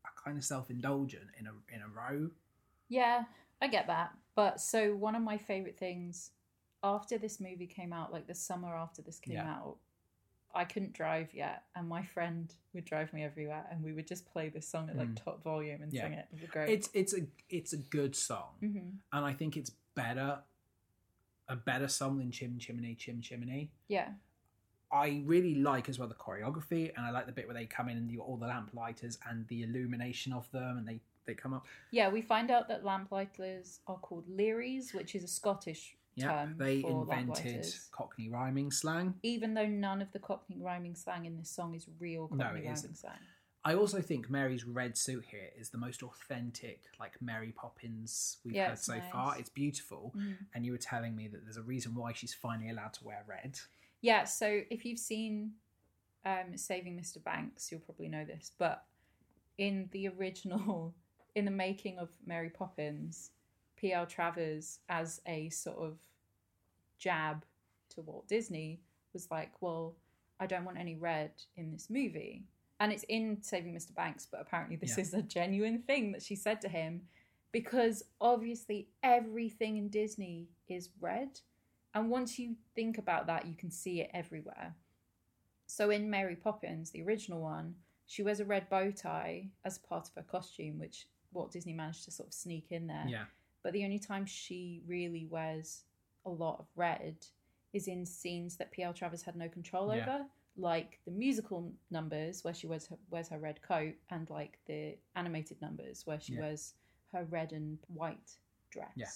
S2: are kind of self-indulgent in a in a row
S1: Yeah, I get that. But so one of my favorite things after this movie came out, like the summer after this came
S2: Yeah.
S1: out, I couldn't drive yet, and my friend would drive me everywhere, and we would just play this song at like
S2: Mm.
S1: top volume and
S2: Yeah.
S1: sing it. It was great.
S2: it's it's a it's a good song
S1: hmm
S2: and i think it's better a better song than chim chimney chim chimney
S1: Yeah,
S2: i really like as well the choreography and i like the bit where they come in and you got all the lamp lighters and the illumination of them and they they come up
S1: yeah. We find out that lamplighters are called leeries, which is a Scottish
S2: yeah
S1: term
S2: they
S1: for
S2: invented
S1: lamplighters.
S2: cockney rhyming slang
S1: Even though none of the Cockney rhyming slang in this song is real Cockney
S2: No, it
S1: rhyming
S2: isn't.
S1: slang.
S2: I also think Mary's red suit here is the most authentic, like Mary Poppins we've
S1: Yeah,
S2: had
S1: it's
S2: so
S1: nice.
S2: far. It's beautiful.
S1: Mhm.
S2: And you were telling me that there's a reason why she's finally allowed to wear red.
S1: Yeah, so if you've seen um, Saving Mr. Banks, you'll probably know this, but in the original, in the making of Mary Poppins, P.L. Travers, as a sort of jab to Walt Disney, was like, well, I don't want any red in this movie. And it's in Saving Mr. Banks, but apparently this
S2: Yeah.
S1: is a genuine thing that she said to him because obviously everything in Disney is red. And once you think about that, you can see it everywhere. So in Mary Poppins, the original one, She wears a red bow tie as part of her costume, which Walt Disney managed to sort of sneak in there.
S2: Yeah.
S1: But the only time she really wears a lot of red is in scenes that P.L. Travers had no control
S2: Yeah.
S1: over, like the musical numbers where she wears her, wears her red coat, and like the animated numbers where she
S2: Yeah.
S1: wears her red and white dress.
S2: Yeah.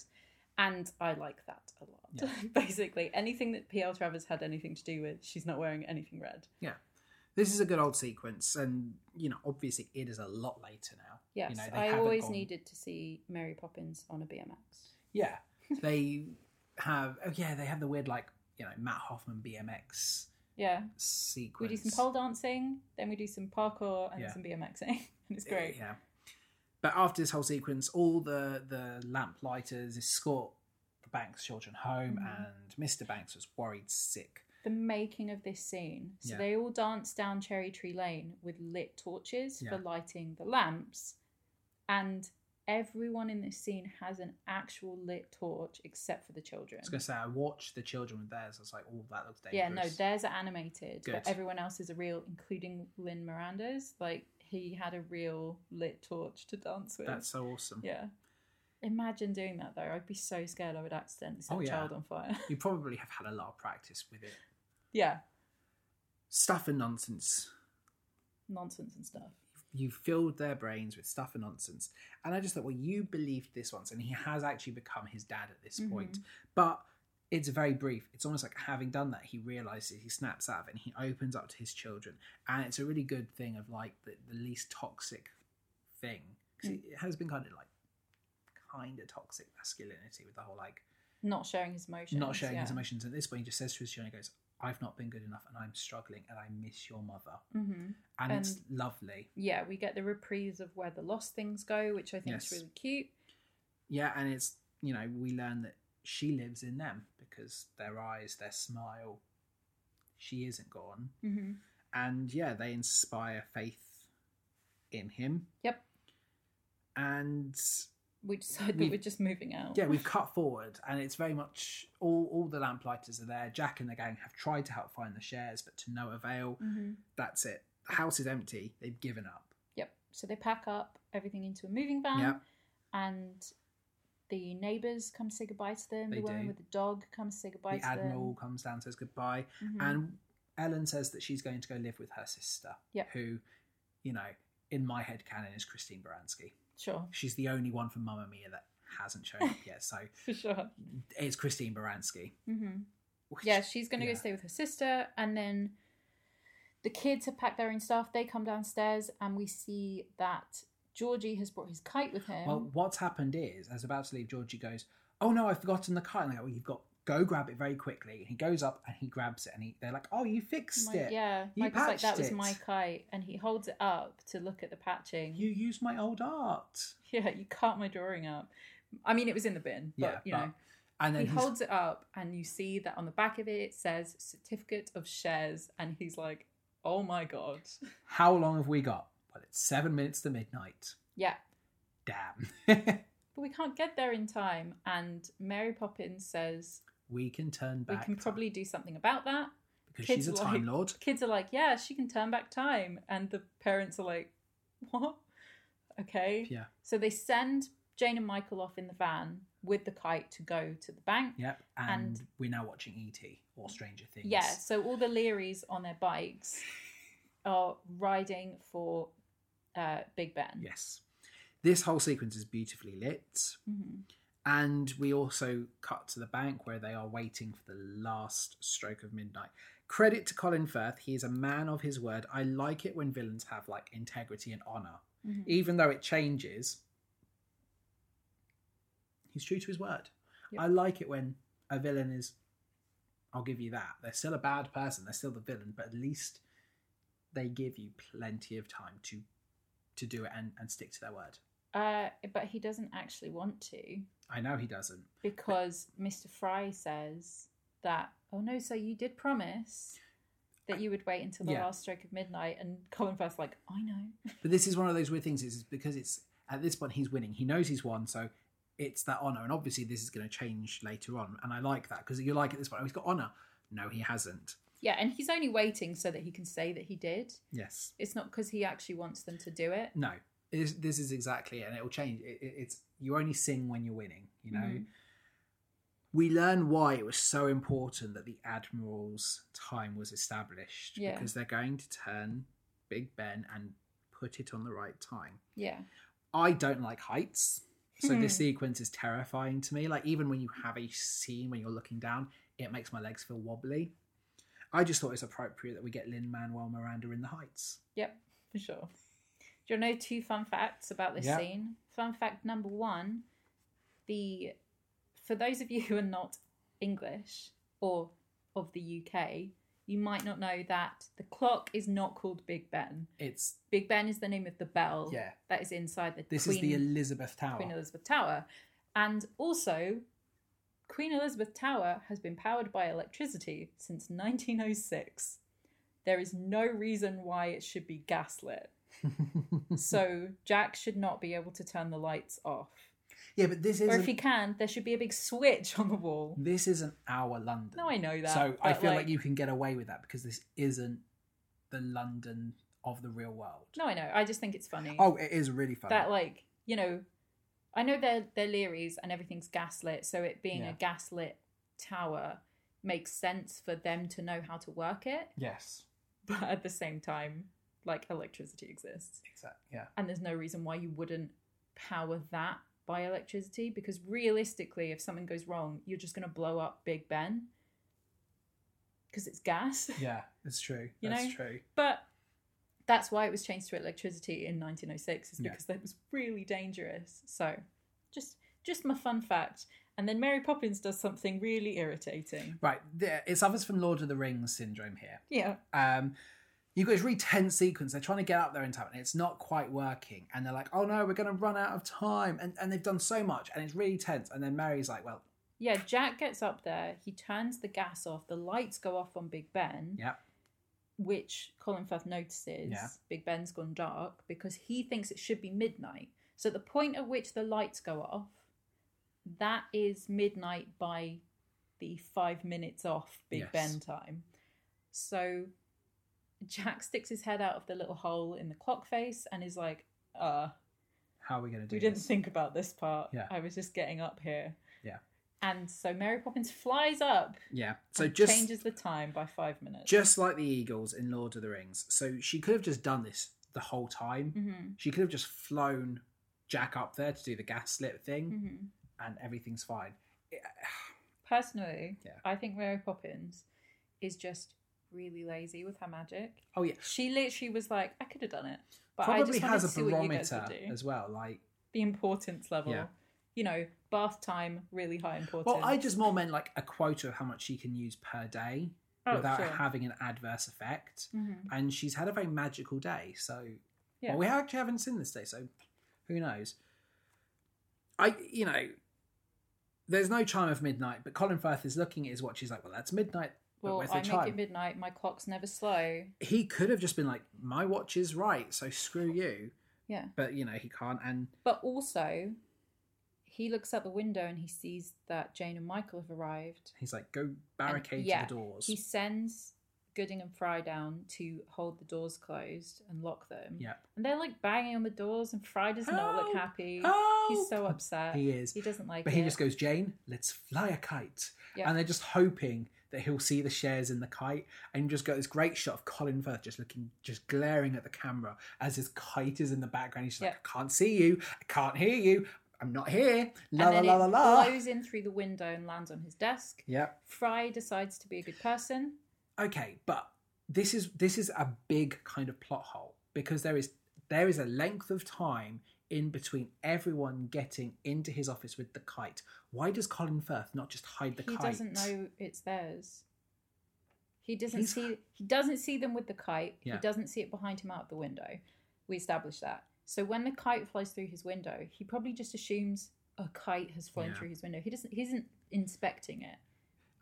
S1: And I like that a lot. Basically, anything that P.L. Travers had anything to do with, she's not wearing anything red.
S2: This is a good old sequence, and you know, obviously, it is a lot later now. You
S1: Yes,
S2: know, they
S1: I
S2: haven't
S1: always
S2: gone-
S1: needed to see Mary Poppins on a BMX.
S2: Yeah, they have. Oh yeah, they have the weird like you know Matt Hoffman BMX
S1: Yeah. We
S2: sequence.
S1: do some pole dancing, then we do some parkour and
S2: Yeah.
S1: some BMXing, and it's great.
S2: Yeah. But after this whole sequence, all the the lamplighters escort the Banks children home,
S1: Mhm.
S2: and Mister Banks was worried sick.
S1: The making of this scene. So
S2: Yeah.
S1: they all dance down Cherry Tree Lane with lit torches
S2: Yeah.
S1: for lighting the lamps, and everyone in this scene has an actual lit torch except for the children.
S2: I was gonna say I watched the children with theirs. I was like, oh, that looks dangerous.
S1: Yeah, no, theirs are animated,
S2: Good.
S1: but everyone else is a real, including Lynn Miranda's. Like he had a real lit torch to dance with.
S2: that's so awesome.
S1: Yeah. Imagine doing that though. I'd be so scared I would accidentally set
S2: Oh,
S1: a
S2: yeah.
S1: child on fire.
S2: You probably have had a lot of practice with it.
S1: yeah.
S2: Stuff and nonsense.
S1: Nonsense and stuff.
S2: you filled their brains with stuff and nonsense. And I just thought, well, you believed this once, and he has actually become his dad at this
S1: Mm-hmm.
S2: point. But it's very brief. It's almost like having done that, he realizes he snaps out of it and he opens up to his children. And it's a really good thing of like the, the least toxic thing.
S1: Mm.
S2: 'Cause it has been kind of like kind of toxic masculinity with the whole like
S1: Not sharing his emotions.
S2: not showing his
S1: yeah.
S2: emotions. At this point, he just says to his children, he goes, I've not been good enough and I'm struggling and I miss your mother.
S1: Mhm.
S2: And it's
S1: And-
S2: lovely.
S1: Yeah, we get the reprise of where the lost things go, which I think
S2: Yes.
S1: is really cute.
S2: Yeah, and it's you know we learn that she lives in them because their eyes, their smile, she isn't gone,
S1: hmm
S2: and yeah, they inspire faith in him.
S1: Yep.
S2: And
S1: We decide
S2: We-
S1: that we're just moving out.
S2: yeah, we've cut forward, and it's very much all all the lamplighters are there. Jack and the gang have tried to help find the shares, but to no avail.
S1: hmm
S2: That's it. The house is empty. They've given up.
S1: Yep. So they pack up everything into a moving van,
S2: Yep.
S1: and the neighbours come say goodbye to them.
S2: They
S1: the woman
S2: do.
S1: with the dog comes say goodbye
S2: the
S1: to
S2: admiral comes down, says goodbye,
S1: them. Mhm.
S2: And Ellen says that she's going to go live with her sister,
S1: Yep.
S2: who, you know, in my head canon is Christine Baranski.
S1: sure,
S2: She's the only one from Mamma Mia that hasn't shown up yet. So
S1: for sure.
S2: it's Christine Baranski.
S1: hmm
S2: which-
S1: Yeah, she's going to
S2: yeah.
S1: go stay with her sister, and then the kids have packed their own stuff. They come downstairs, and we see that Georgie has brought his kite with him.
S2: Well, what's happened is, as about to leave, Georgie goes, "Oh no, I've forgotten the kite." And I go, "Well, you've got go grab it very quickly." And he goes up and he grabs it, and he, they're like, "Oh, you
S1: I'm
S2: fixed
S1: like,
S2: it.
S1: yeah,
S2: You
S1: Mike's like that
S2: patched
S1: was
S2: it."
S1: my kite, and he holds it up to look at the patching.
S2: You used my old art."
S1: yeah, you cut my drawing up. I mean, it was in the bin, but
S2: Yeah,
S1: you
S2: but-
S1: know,
S2: And then
S1: he
S2: he's,
S1: holds it up, and you see that on the back of it it says certificate of shares, and he's like, "Oh my god,
S2: "How long have we got?" Well, it's seven minutes to midnight.
S1: yeah."
S2: Damn.
S1: But we can't get there in time, and Mary Poppins says,
S2: we can turn
S1: we
S2: back.
S1: can
S2: time.
S1: probably do something about that.
S2: because
S1: kids
S2: she's a
S1: like-
S2: time lord.
S1: Kids are like, yeah, she can turn back time. And the parents are like, what? Okay.
S2: Yeah.
S1: So they send Jane and Michael off in the van with the kite to go to the bank.
S2: Yep. And,
S1: And-
S2: we're now watching E.T. or Stranger Things.
S1: Yeah. So all the Learys on their bikes are riding for uh, Big Ben.
S2: Yes. This whole sequence is beautifully lit.
S1: Mhm.
S2: And we also cut to the bank where they are waiting for the last stroke of midnight. Credit to Colin Firth, he is a man of his word. I like it when villains have like integrity and honor.
S1: Mhm.
S2: Even though it changes, he's true to his word.
S1: Yep.
S2: I like it when a villain is, I'll give you that. They're still a bad person, they're still the villain, but at least they give you plenty of time to to do it and, and stick to their word.
S1: Uh, but he doesn't actually want to
S2: I know he doesn't.
S1: because Mr. Fry says that, oh no, so you did promise that you would wait until the
S2: Yeah.
S1: last stroke of midnight. And Colin Firth's like, I know.
S2: But this is one of those weird things. Is because it's at this point he's winning. He knows he's won, so it's that honor. And obviously, this is going to change later on. And I like that because you're like at this point, oh, he's got honor. No, he hasn't.
S1: Yeah, and he's only waiting so that he can say that he did.
S2: Yes.
S1: It's not because he actually wants them to do it.
S2: No. It is- this is exactly, it, and it will change. It, it, it's you only sing when you're winning. You know.
S1: Mhm.
S2: We learn why it was so important that the admiral's time was established
S1: Yeah.
S2: because they're going to turn Big Ben and put it on the right time.
S1: Yeah.
S2: I don't like heights. So this
S1: Hmm.
S2: sequence is terrifying to me. Like even when you have a scene when you're looking down, it makes my legs feel wobbly. I just thought it's appropriate that we get Lin Manuel Miranda in the heights.
S1: Yep, for sure. Do you know two fun facts about this
S2: Yeah.
S1: scene? Fun fact number one: the for those of you who are not English or of the UK, you might not know that the clock is not called Big Ben.
S2: It's
S1: Big Ben is the name of the bell
S2: yeah.
S1: that is inside the
S2: This
S1: Oh, Queen,
S2: is the Elizabeth Tower.
S1: Queen Elizabeth Tower, and also. Queen Elizabeth Tower has been powered by electricity since 1906. There is no reason why it should be gaslit. So Jack should not be able to turn the lights off.
S2: yeah, but this
S1: Or if
S2: isn't
S1: he can, there should be a big switch on the wall.
S2: this isn't our London.
S1: No, I know that.
S2: so I
S1: but,
S2: feel like... you can get away with that because this isn't the London of the real world.
S1: No, I know. I just think it's funny.
S2: Oh, it is really funny.
S1: That like, you know, I know they're they're Learys and everything's gaslit, so it being
S2: Yeah.
S1: a gaslit tower makes sense for them to know how to work it,
S2: yes.
S1: but at the same time, like electricity exists.
S2: Exactly. Yeah.
S1: and there's no reason why you wouldn't power that by electricity because realistically if something goes wrong you're just going to blow up big ben because it's gas
S2: Yeah, it's true.
S1: You
S2: That's
S1: know?
S2: true.
S1: but that's why it was changed to electricity in 1906 is
S2: Yeah.
S1: because that was really dangerous so just just my fun fact and then mary poppins does something really irritating
S2: Right, there, it suffers from Lord of the Rings syndrome here.
S1: yeah
S2: Um, you've got this really tense sequence. They're trying to get up there in time, and it's not quite working. And they're like, "Oh no, we're going to run out of time." And and they've done so much, and it's really tense. And then Mary's like, "Well,
S1: yeah jack gets up there he turns the gas off the lights go off on big ben
S2: yeah,
S1: which Colin Firth notices
S2: Yeah.
S1: Big Ben's gone dark because he thinks it should be midnight. So at the point at which the lights go off, that is midnight by the five minutes off Big
S2: Yes.
S1: Ben time. So Jack sticks his head out of the little hole in the clock face and is like, uh,
S2: how are we going to do
S1: we didn't
S2: this?"
S1: think about this part.
S2: Yeah.
S1: I was just getting up here.
S2: Yeah.
S1: And so Mary Poppins flies up
S2: yeah, so
S1: and
S2: just
S1: changes the time by five minutes.
S2: just like the Eagles in Lord of the Rings. So she could have just done this the whole time.
S1: hmm
S2: She could have just flown Jack up there to do the gaslit thing,
S1: hmm
S2: and everything's fine.
S1: personally,
S2: Yeah.
S1: I think Mary Poppins is just really lazy with her magic.
S2: Oh yeah,
S1: She literally was like, I could have done it, but I
S2: probably
S1: just wanted to
S2: has a
S1: see what you guys would
S2: barometer
S1: do.
S2: as well, like.
S1: The importance level,
S2: Yeah.
S1: you know, bath time really high importance.
S2: Well, I just more meant like a quota of how much she can use per day
S1: Oh,
S2: without
S1: sure.
S2: having an adverse effect.
S1: Mhm.
S2: And she's had a very magical day. So,
S1: Yeah.
S2: well, we actually haven't seen this day, so who knows? I, you know, there's no chime of midnight, but Colin Firth is looking at his watch. He's like, well, that's midnight. But
S1: Well,
S2: where's the
S1: I make
S2: chime?
S1: it midnight. My clock's never slow.
S2: he could have just been like, my watch is right, so screw you.
S1: Yeah.
S2: But, you know, he can't. And
S1: But also, he looks out the window and he sees that Jane and Michael have arrived.
S2: he's like, go barricade
S1: yeah,
S2: the doors.
S1: He sends Gooding and Fry down to hold the doors closed and lock them.
S2: Yep.
S1: And they're like banging on the doors, and Fry does not look
S2: Help!
S1: happy. He's
S2: Help!
S1: so upset.
S2: Oh, He is.
S1: He doesn't like
S2: But
S1: it.
S2: he just goes, Jane, let's fly a kite.
S1: Yeah.
S2: And they're just hoping that he'll see the shares in the kite. And you just got this great shot of Colin Firth just looking, just glaring at the camera as his kite is in the background. He's just like, I can't see you. I can't hear you. I'm not here. La
S1: and
S2: la
S1: then
S2: la
S1: it
S2: la la.
S1: blows in through the window and lands on his desk.
S2: Yep.
S1: Fry decides to be a good person.
S2: Okay, but this is this is a big kind of plot hole because there is there is a length of time in between everyone getting into his office with the kite. Why does Colin Firth not just hide the
S1: he
S2: kite?
S1: doesn't know it's theirs. He doesn't
S2: He's-
S1: see he doesn't see them with the kite.
S2: Yeah.
S1: He doesn't see it behind him out the window. We established that. So when the kite flies through his window, he probably just assumes a kite has flown
S2: Yeah.
S1: through his window. He doesn't he isn't inspecting it.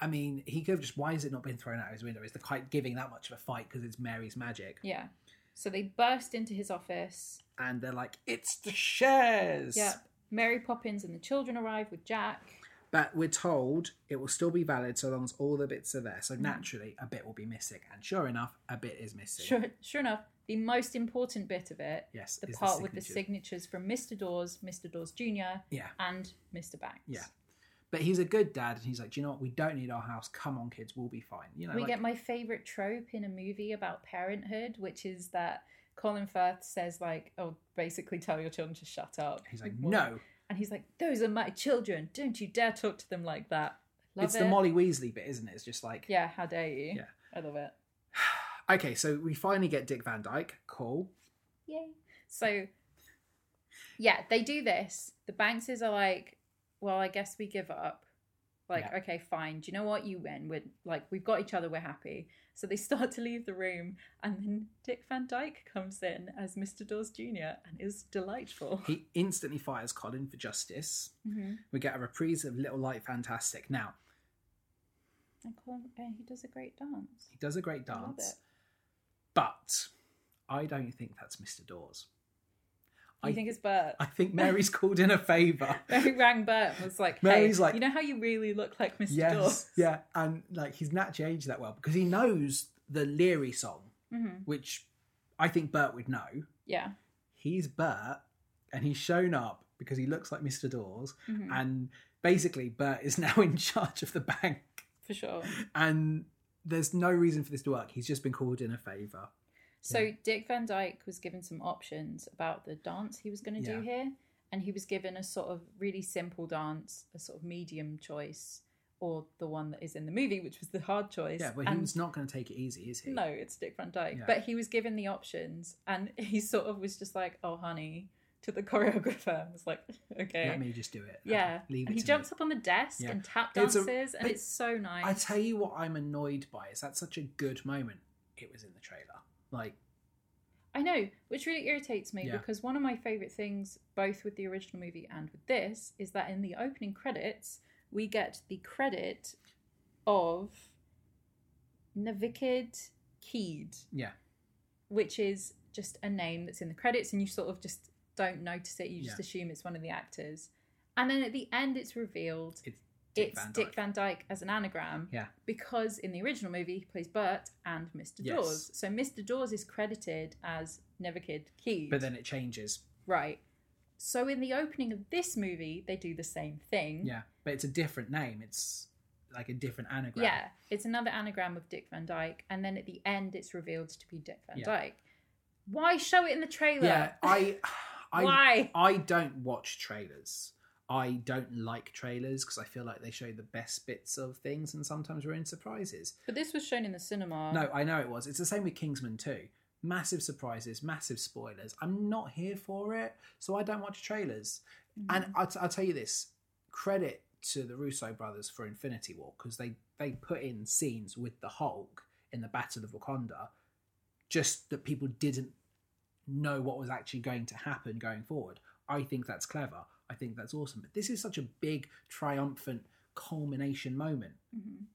S2: I mean, he could have just. Why is it not being thrown out his window? Is the kite giving that much of a fight because it's Mary's magic?
S1: Yeah. So they burst into his office.
S2: And they're like, it's the shares.
S1: Yep. Mary Poppins and the children arrive with Jack.
S2: But we're told it will still be valid so long as all the bits are there. So naturally, a bit will be missing. And sure enough, a bit is missing.
S1: Sure, sure enough, the most important bit of it,
S2: Yes.
S1: the
S2: is
S1: part with the
S2: signature.
S1: signatures from Mr. Dawes, Mr. Dawes Jr.,
S2: Yeah.
S1: and Mr. Banks.
S2: Yeah. But he's a good dad and he's like, Do you know what? We don't need our house. Come on, kids. We'll be fine. You know,
S1: we
S2: like,
S1: get my favorite trope in a movie about parenthood, which is that Colin Firth says like, "Oh, basically tell your children to shut up."
S2: he's like,
S1: Well,
S2: No.
S1: and he's like, "Those are my children. Don't you dare talk to them like that." Love
S2: it's
S1: it.
S2: the Molly Weasley bit, isn't it? It's just like,
S1: Yeah, how dare you?
S2: Yeah.
S1: I love it.
S2: Okay, so we finally get Dick Van Dyke. Cool.
S1: Yay. So, yeah, they do this. The Bankses are like, well, I guess we give up. Like,
S2: Yeah.
S1: okay, fine. Do you know what? You win. We're like, we've got each other. We're happy. So they start to leave the room, and then Dick Van Dyke comes in as Mr. Dawes Jr. and is delightful.
S2: He instantly fires Colin for justice.
S1: Mm-hmm.
S2: We get a reprise of Little Light Fantastic. Now,
S1: I call him, uh, he does a great dance.
S2: he does a great
S1: I love
S2: dance,
S1: it.
S2: but I don't think that's Mr. Dawes.
S1: You
S2: I
S1: think it's Bert?
S2: I think Mary's called in a favour.
S1: Mary rang Bert and was like, hey,
S2: Mary's like-
S1: you know how you really look like Mr.
S2: yes,
S1: Dawes?
S2: yeah, and like he's not aged that well because he knows the Leary song,
S1: Mm-hmm.
S2: which I think Bert would know.
S1: Yeah.
S2: He's Bert, and he's shown up because he looks like Mr. Dawes,
S1: Mhm.
S2: and basically Bert is now in charge of the bank,
S1: For sure.
S2: and there's no reason for this to work. He's just been called in a favour.
S1: So
S2: Yeah.
S1: Dick Van Dyke was given some options about the dance he was going to
S2: Yeah.
S1: do here, and he was given a sort of really simple dance, a sort of medium choice, or the one that is in the movie, which was the hard choice.
S2: Yeah, but
S1: and
S2: he's not going to take it easy, is he?
S1: no, it's Dick Van Dyke.
S2: Yeah.
S1: But he was given the options, and he sort of was just like, "Oh, honey," to the choreographer, and was like, "Okay."
S2: Let me just do it.
S1: yeah,
S2: leave it.
S1: and he
S2: to me.
S1: jumps up on the desk
S2: Yeah.
S1: and tap
S2: It's a-
S1: dances, and
S2: but
S1: it's so nice.
S2: I tell you what, I'm annoyed by is that's such a good moment. It was in the trailer. Like,
S1: I know, which really irritates me
S2: Yeah.
S1: because one of my favourite things, both with the original movie and with this, is that in the opening credits, we get the credit of Navikid Keed,
S2: yeah,
S1: which is just a name that's in the credits and you sort of just don't notice it. You just
S2: Yeah.
S1: assume it's one of the actors. And then at the end, it's revealed
S2: it's Dick
S1: it's
S2: Van Dyke.
S1: Dick Van Dyke as an anagram
S2: Yeah,
S1: because in the original movie he plays Bert and Mr.
S2: Yes.
S1: Dawes. So Mr. Dawes is credited as Neverkid Keys.
S2: but then it changes.
S1: right. So in the opening of this movie, they do the same thing.
S2: Yeah, but it's a different name. It's like a different anagram.
S1: Yeah, it's another anagram of Dick Van Dyke, and then at the end, it's revealed to be Dick Van
S2: Yeah.
S1: Dyke. Why show it in the trailer?
S2: yeah. I, I,
S1: Why?
S2: I don't watch trailers. I don't like trailers because I feel like they show the best bits of things, and sometimes we're in surprises.
S1: But this was shown in the cinema.
S2: No, I know it was. It's the same with Kingsman too. Massive surprises, massive spoilers. I'm not here for it, so I don't watch trailers.
S1: Mm-hmm. Mm.
S2: And I'll, t- I'll tell you this credit to the Russo brothers for Infinity War because they, they put in scenes with the Hulk in the Battle of Wakanda, just that people didn't know what was actually going to happen going forward. I think that's clever. I think that's awesome. But this is such a big, triumphant culmination moment,
S1: Mhm.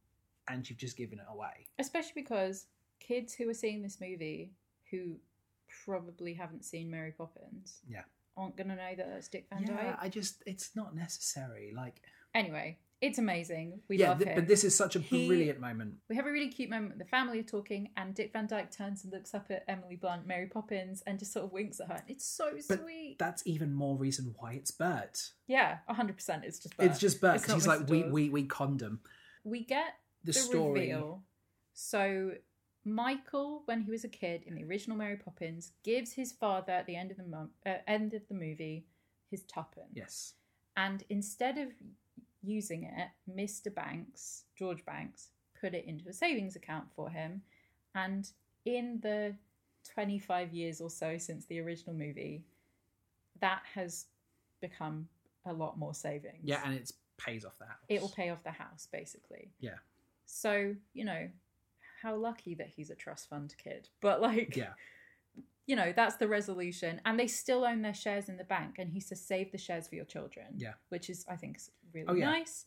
S2: and you've just given it away.
S1: Especially because kids who are seeing this movie who probably haven't seen Mary Poppins
S2: Yeah.
S1: aren't going to know that that's Dick Van
S2: yeah,
S1: Dyke.
S2: I just it's not necessary. Like
S1: Anyway, it's amazing. We
S2: yeah,
S1: love
S2: th-
S1: him.
S2: but this is such a
S1: He-
S2: brilliant moment.
S1: we have a really cute moment. The family are talking, and Dick Van Dyke turns and looks up at Emily Blunt, Mary Poppins, and just sort of winks at her. It's so
S2: But
S1: sweet.
S2: That's even more reason why it's Bert.
S1: yeah, hundred percent. It's just
S2: it's just Bert
S1: It's
S2: because
S1: not
S2: he's like
S1: Mr.
S2: we
S1: Dawes.
S2: we we condom
S1: we get
S2: the,
S1: the
S2: story.
S1: reveal. So Michael, when he was a kid in the original Mary Poppins, gives his father at the end of the mo- uh, end of the movie his tuppence.
S2: Yes,
S1: And instead of using it, Mr. Banks, George Banks, put it into a savings account for him. And in the 25 years or so since the original movie, that has become a lot more savings.
S2: yeah, and it pays off the house.
S1: it will pay off the house, basically.
S2: Yeah.
S1: So, you know, how lucky that he's a trust fund kid. But, like,
S2: Yeah,
S1: you know, that's the resolution. And they still own their shares in the bank. And he says, save the shares for your children.
S2: Yeah.
S1: Which is, I think, is really
S2: Oh, yeah.
S1: nice.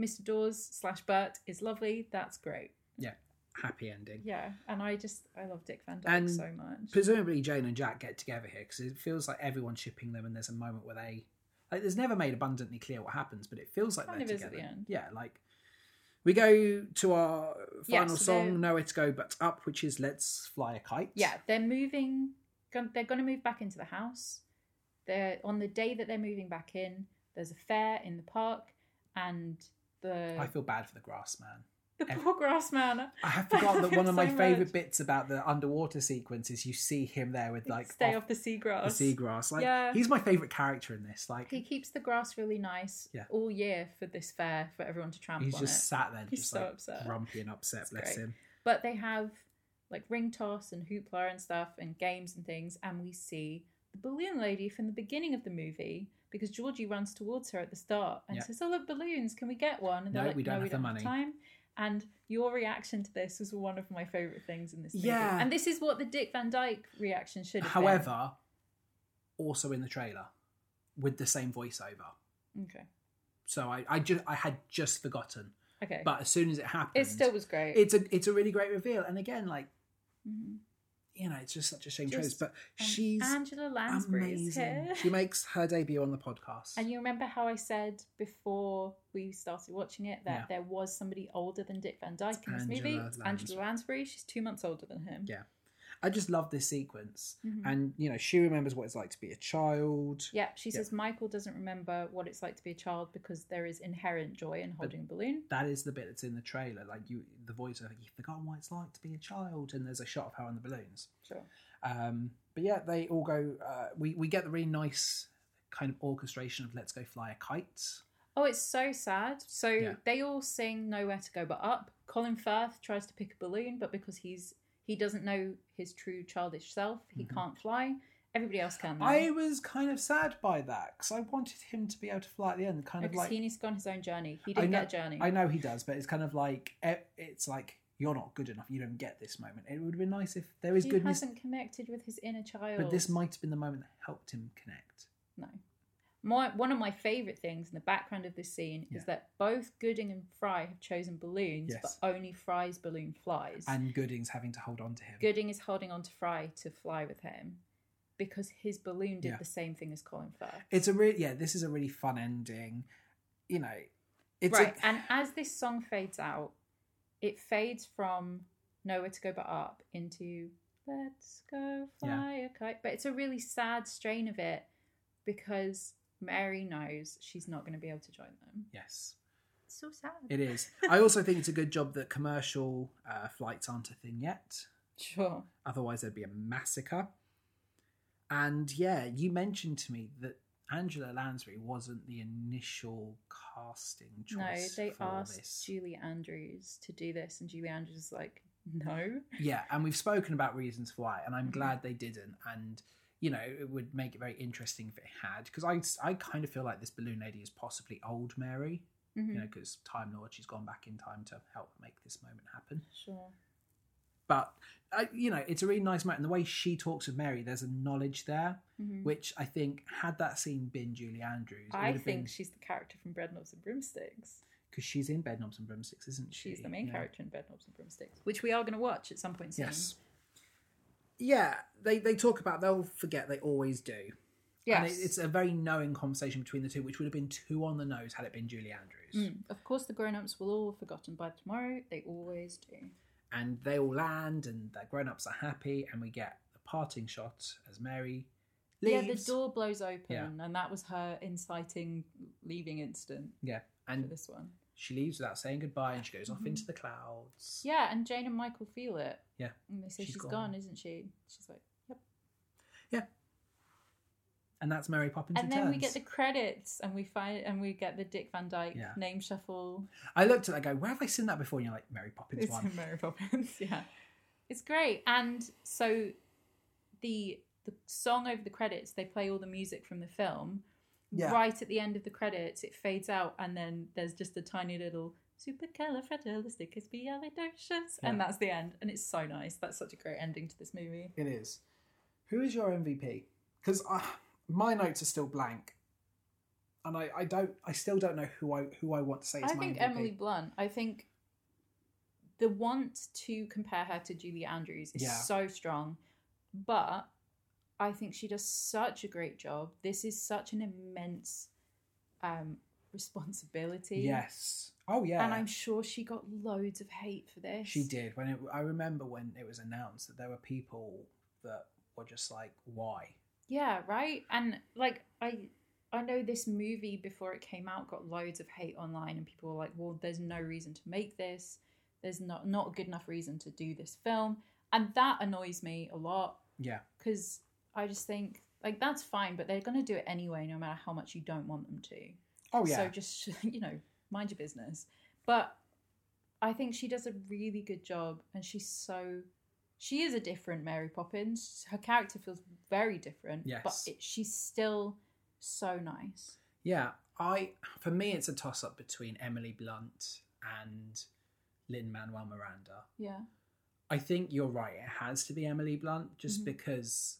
S1: Mr. Dawes slash Bert is lovely. That's great.
S2: happy ending.
S1: Yeah. And I just, I love Dick Van Dyke
S2: And
S1: so much.
S2: Presumably, Jane and Jack get together here because it feels like everyone's shipping them, and there's a moment where they Like, there's never made abundantly clear what happens, but it feels like
S1: Kind
S2: they're
S1: of is at
S2: together.
S1: the end.
S2: Yeah, like we go to our
S1: Yeah,
S2: final
S1: so they're-
S2: song, nowhere to go but up, which is "Let's Fly a Kite."
S1: Yeah, they're moving. gon- They're going to move back into the house. They're on the day that they're moving back in. There's a fair in the park, and the
S2: I feel bad for the grass man.
S1: the poor grass man.
S2: I have forgotten that one of my
S1: So
S2: favorite
S1: much.
S2: bits about the underwater sequence is you see him there with like
S1: stay
S2: off
S1: off the
S2: the
S1: seagrass.
S2: seagrass. Like
S1: Yeah.
S2: he's my favorite character in this. Like
S1: He keeps the grass really nice
S2: Yeah.
S1: all year for this fair for everyone to trample
S2: he's
S1: on
S2: just
S1: it.
S2: sat there,
S1: He's
S2: just
S1: so
S2: like
S1: upset.
S2: grumpy and upset.
S1: It's
S2: bless
S1: great.
S2: him.
S1: But they have like ring toss and hoopla and stuff and games and things, and we see the balloon lady from the beginning of the movie because Georgie runs towards her at the start and
S2: Yeah.
S1: says, "Oh, look, balloons! Can we get one?" And
S2: No,
S1: like,
S2: we don't
S1: "No,
S2: have
S1: we
S2: the
S1: don't have
S2: money."
S1: time." And your reaction to this was one of my favorite things in this movie.
S2: Yeah.
S1: and this is what the Dick Van Dyke reaction should have. been.
S2: However, also in the trailer with the same voiceover.
S1: okay,
S2: So I, I just I had just forgotten,
S1: okay,
S2: but as soon as it happened,
S1: it still was great.
S2: it's a it's a really great reveal. And again, like
S1: Mhm.
S2: you know, it's just such a shame
S1: Just-
S2: choice. But
S1: And
S2: she's
S1: Angela Lansbury is
S2: amazing.
S1: here.
S2: She makes her debut on the podcast.
S1: And you remember how I said before we started watching it that there was somebody older than Dick Van Dyke in this movie?
S2: Angela
S1: It's
S2: Lansbury.
S1: Angela Lansbury. She's two months older than him.
S2: Yeah. I just love this sequence.
S1: Mhm.
S2: And, you know, she remembers what it's like to be a child.
S1: Yeah, she
S2: Yeah.
S1: says Michael doesn't remember what it's like to be a child because there is inherent joy in holding a balloon.
S2: That is the bit that's in the trailer. Like, you, the voice, of, you've forgotten what it's like to be a child. And there's a shot of her on the balloons.
S1: Sure.
S2: Um, but yeah, they all go, uh, we, we get the really nice kind of orchestration of Let's Go Fly a Kite.
S1: Oh, it's so sad. So
S2: Yeah.
S1: they all sing Nowhere to Go But Up. Colin Firth tries to pick a balloon, but because he's he doesn't know his true childish self, he
S2: Mhm.
S1: can't fly. Everybody else can. Though.
S2: I was kind of sad by that because I wanted him to be able to fly at the end. Kind of
S1: because
S2: like,
S1: he needs to go on his own journey. He
S2: I
S1: didn't
S2: know-
S1: get a journey.
S2: I know he does, but it's kind of like, eh, it's like, you're not good enough. You don't get this moment. It would have been nice if there is
S1: he
S2: goodness
S1: hasn't connected with his inner child.
S2: But this might have been the moment that helped him connect.
S1: no. My one of my favorite things in the background of this scene
S2: Yeah.
S1: is that both Gooding and Fry have chosen balloons,
S2: Yes.
S1: but only Fry's balloon flies.
S2: And Gooding's having to hold on to him.
S1: Gooding is holding on to Fry to fly with him because his balloon did
S2: Yeah.
S1: the same thing as Colin Firth.
S2: It's a really yeah. This is a really fun ending. You know, it's
S1: right,
S2: a,
S1: and as this song fades out, it fades from nowhere to go but up into let's go fly a kite. But it's a really sad strain of it because Mary knows she's not going to be able to join them.
S2: yes,
S1: It's so sad.
S2: it is. I also think it's a good job that commercial uh, flights aren't a thing yet.
S1: Sure.
S2: Otherwise, there'd be a massacre. And yeah, you mentioned to me that Angela Lansbury wasn't the initial casting
S1: No,
S2: choice.
S1: they
S2: for
S1: asked
S2: this.
S1: Julie Andrews to do this, and Julie Andrews is like, no.
S2: Yeah, and we've spoken about reasons for why, and I'm
S1: Mhm.
S2: glad they didn't. And you know, it would make it very interesting if it had, because I, I kind of feel like this balloon lady is possibly old Mary,
S1: Mhm.
S2: you know, because Time Lord, she's gone back in time to help make this moment happen.
S1: Sure.
S2: But uh, you know, it's a really nice moment, and the way she talks with Mary, there's a knowledge there,
S1: Mhm.
S2: which I think had that scene been Julie Andrews,
S1: I think she's the character from Breadknobs and Broomsticks.
S2: because she's in Bedknobs and Broomsticks, isn't she?
S1: She's the main
S2: Yeah.
S1: character in Bedknobs and Broomsticks, which we are going to watch at some point soon.
S2: Yes. Yeah, they they talk about they'll forget they always do.
S1: Yes.
S2: And it, it's a very knowing conversation between the two, which would have been two on the nose had it been Julie Andrews.
S1: Mm. Of course, the grown ups will all have forgotten by tomorrow. They always do.
S2: And they all land, and the grown ups are happy, and we get the parting shot as Mary leaves.
S1: Yeah, the door blows open,
S2: Yeah.
S1: and that was her inciting leaving instant
S2: Yeah,
S1: for
S2: and
S1: this one.
S2: she leaves without saying goodbye, and she goes off
S1: Mhm.
S2: into the clouds.
S1: Yeah, and Jane and Michael feel it.
S2: Yeah.
S1: And they say
S2: She's
S1: she's
S2: gone.
S1: gone. isn't she? She's like, yep.
S2: And that's Mary Poppins
S1: and
S2: returns.
S1: then we get the credits, and we find, and we get the Dick Van Dyke
S2: Yeah.
S1: name shuffle.
S2: I looked at that, I go, where have I seen that before? And you're like, Mary Poppins
S1: It's
S2: one.
S1: in Mary Poppins, yeah. It's great. And so the the song over the credits, they play all the music from the film.
S2: Yeah.
S1: Right at the end of the credits, it fades out and then there's just a tiny little supercalifragilisticexpialidocious and
S2: Yeah.
S1: that's the end. And it's so nice. That's such a great ending to this movie.
S2: It is. Who is your MVP? Because uh, my notes are still blank, and I, I don't I still don't know who I who I want to say is
S1: I
S2: my
S1: think
S2: MVP.
S1: Emily Blunt, I think the want to compare her to Julie Andrews is
S2: Yeah.
S1: so strong, but I think she does such a great job. This is such an immense um, responsibility.
S2: Yes. Oh yeah.
S1: And I'm sure she got loads of hate for this.
S2: She did. When it, I remember when it was announced that there were people that were just like, "Why?"
S1: Yeah, right. And like I I know this movie before it came out got loads of hate online and people were like, "Well, there's no reason to make this. There's not not a good enough reason to do this film." And that annoys me a lot
S2: Yeah.
S1: cuz I just think like that's fine, but they're going to do it anyway no matter how much you don't want them to.
S2: Oh yeah.
S1: So just you know, mind your business. But I think she does a really good job, and she's so she is a different Mary Poppins. Her character feels very different, but
S2: Yes.
S1: it, she's still so nice.
S2: yeah. I for me it's a toss up between Emily Blunt and Lin Manuel Miranda.
S1: Yeah,
S2: I think you're right. It has to be Emily Blunt just
S1: Mhm.
S2: because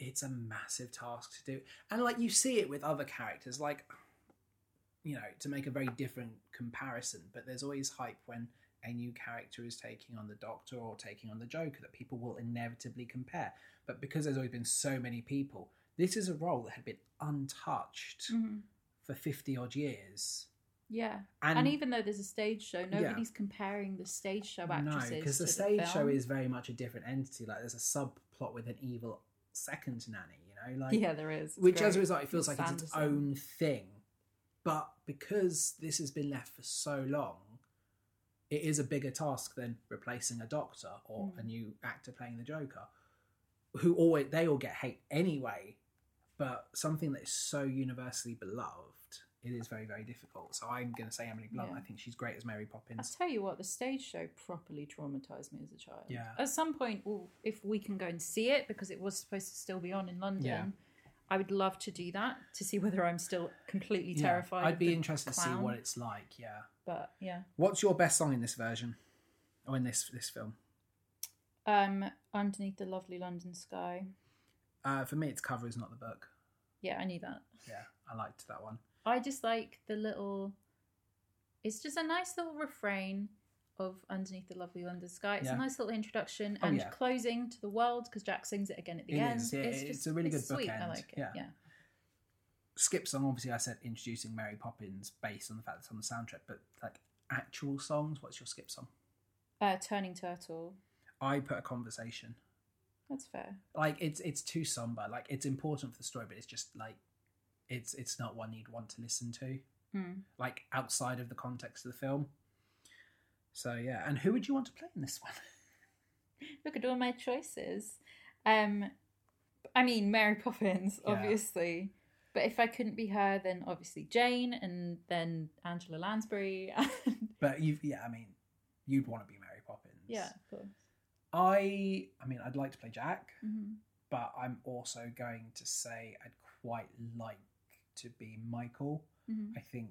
S2: it's a massive task to do. And like you see it with other characters, like, you know, to make a very different comparison, but there's always hype when a new character is taking on the Doctor or taking on the Joker that people will inevitably compare. But because there's always been so many people, this is a role that had been untouched
S1: Mm.
S2: for 50 odd years.
S1: yeah. And, even though there's a stage show, nobody's comparing the stage show actresses.
S2: No, because the
S1: to
S2: stage show
S1: film.
S2: is very much a different entity. Like there's a subplot with an evil second nanny, you know, like
S1: yeah, there is. It's
S2: which
S1: great.
S2: as a result it feels like
S1: It's
S2: it's its
S1: Sanderson.
S2: own thing. But because this has been left for so long, it is a bigger task than replacing a doctor or
S1: Mm.
S2: a new actor playing the Joker, who always they all get hate anyway. But something that is so universally beloved, it is very very difficult. So I'm going to say Emily Blunt.
S1: Yeah.
S2: I think she's great as Mary
S1: I'll
S2: Poppins.
S1: tell you what, the stage show properly traumatized me as a child.
S2: Yeah.
S1: At some point, well, if we can go and see it, because it was supposed to still be on in London,
S2: Yeah.
S1: I would love to do that to see whether I'm still completely
S2: Yeah,
S1: terrified.
S2: I'd
S1: of
S2: be
S1: the
S2: interested to see
S1: clown.
S2: what it's like. Yeah.
S1: But yeah.
S2: What's your best song in this version? Or in this this film?
S1: Um, Underneath the Lovely London Sky.
S2: Uh, for me, it's cover is not the book.
S1: Yeah, I knew that.
S2: Yeah, I liked that one.
S1: I just like the little. It's just a nice little refrain of Underneath the Lovely London Sky. It's
S2: Yeah.
S1: a nice little introduction
S2: Oh,
S1: and
S2: yeah.
S1: closing to the world because Jack sings it again at the
S2: It
S1: end.
S2: is, yeah, it's a really good
S1: sweet. I
S2: bookend,
S1: like it.
S2: yeah.
S1: yeah.
S2: Skip song. Obviously, I said introducing Mary Poppins based on the fact that it's on the soundtrack, but like actual songs. What's your skip song?
S1: Uh, Turning Turtle.
S2: I put a conversation.
S1: That's fair.
S2: Like it's it's too somber. Like it's important for the story, but it's just like it's it's not one you'd want to listen to.
S1: Mm.
S2: Like outside of the context of the film. So yeah, and who would you want to play in this one?
S1: Look at all my choices. Um, I mean Mary Poppins,
S2: Yeah.
S1: obviously. But if I couldn't be her, then obviously Jane, and then Angela Lansbury. And
S2: But you, yeah, I mean, you'd want to be Mary Poppins.
S1: yeah, of course.
S2: I, I mean, I'd like to play Jack,
S1: Mhm.
S2: but I'm also going to say I'd quite like to be Michael.
S1: Mhm.
S2: I think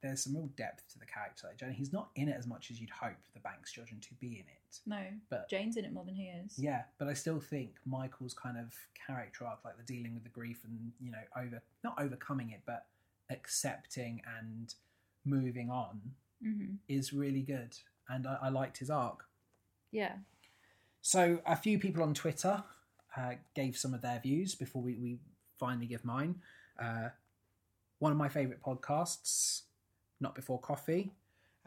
S2: there's some real depth to the character. Like Johnny, he's not in it as much as you'd hope the Banks children to be in it.
S1: No,
S2: But
S1: Jane's in it more than he is.
S2: yeah, but I still think Michael's kind of character arc, like the dealing with the grief and you know over not overcoming it, but accepting and moving on,
S1: hmm
S2: is really good, and I, I liked his arc.
S1: Yeah.
S2: So a few people on Twitter uh, gave some of their views before we, we finally give mine. Uh, one of my favourite podcasts, Not Before Coffee,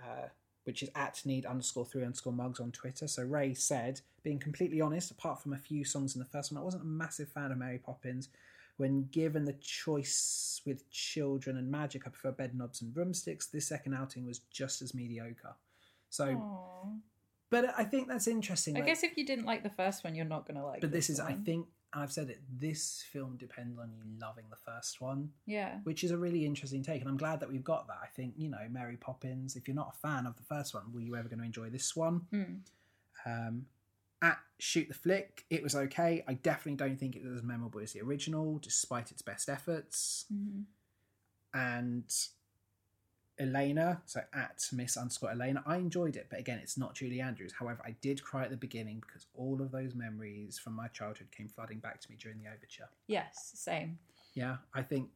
S2: uh, which is at need underscore three underscore mugs on Twitter. So Ray said, being completely honest, apart from a few songs in the first one, I wasn't a massive fan of Mary Poppins. When given the choice with children and magic, I prefer bed knobs and broomsticks. This second outing was just as mediocre. So,
S1: Aw.
S2: but I think that's interesting.
S1: I
S2: like-
S1: guess if you didn't like the first one, you're not gonna like.
S2: but this is, I
S1: one.
S2: think, and I've said it, this film depends on you loving the first one,
S1: Yeah.
S2: which is a really interesting take. And I'm glad that we've got that. I think, you know, Mary Poppins, if you're not a fan of the first one, were you ever going to enjoy this one?
S1: Mm.
S2: Um, at Shoot the Flick, it was okay. I definitely don't think it was as memorable as the original, despite its best efforts.
S1: hmm
S2: And Elena, so at Miss underscore Elena, I enjoyed it, but again, it's not Julie Andrews. However, I did cry at the beginning because all of those memories from my childhood came flooding back to me during the overture.
S1: Yes. Same.
S2: Yeah, I think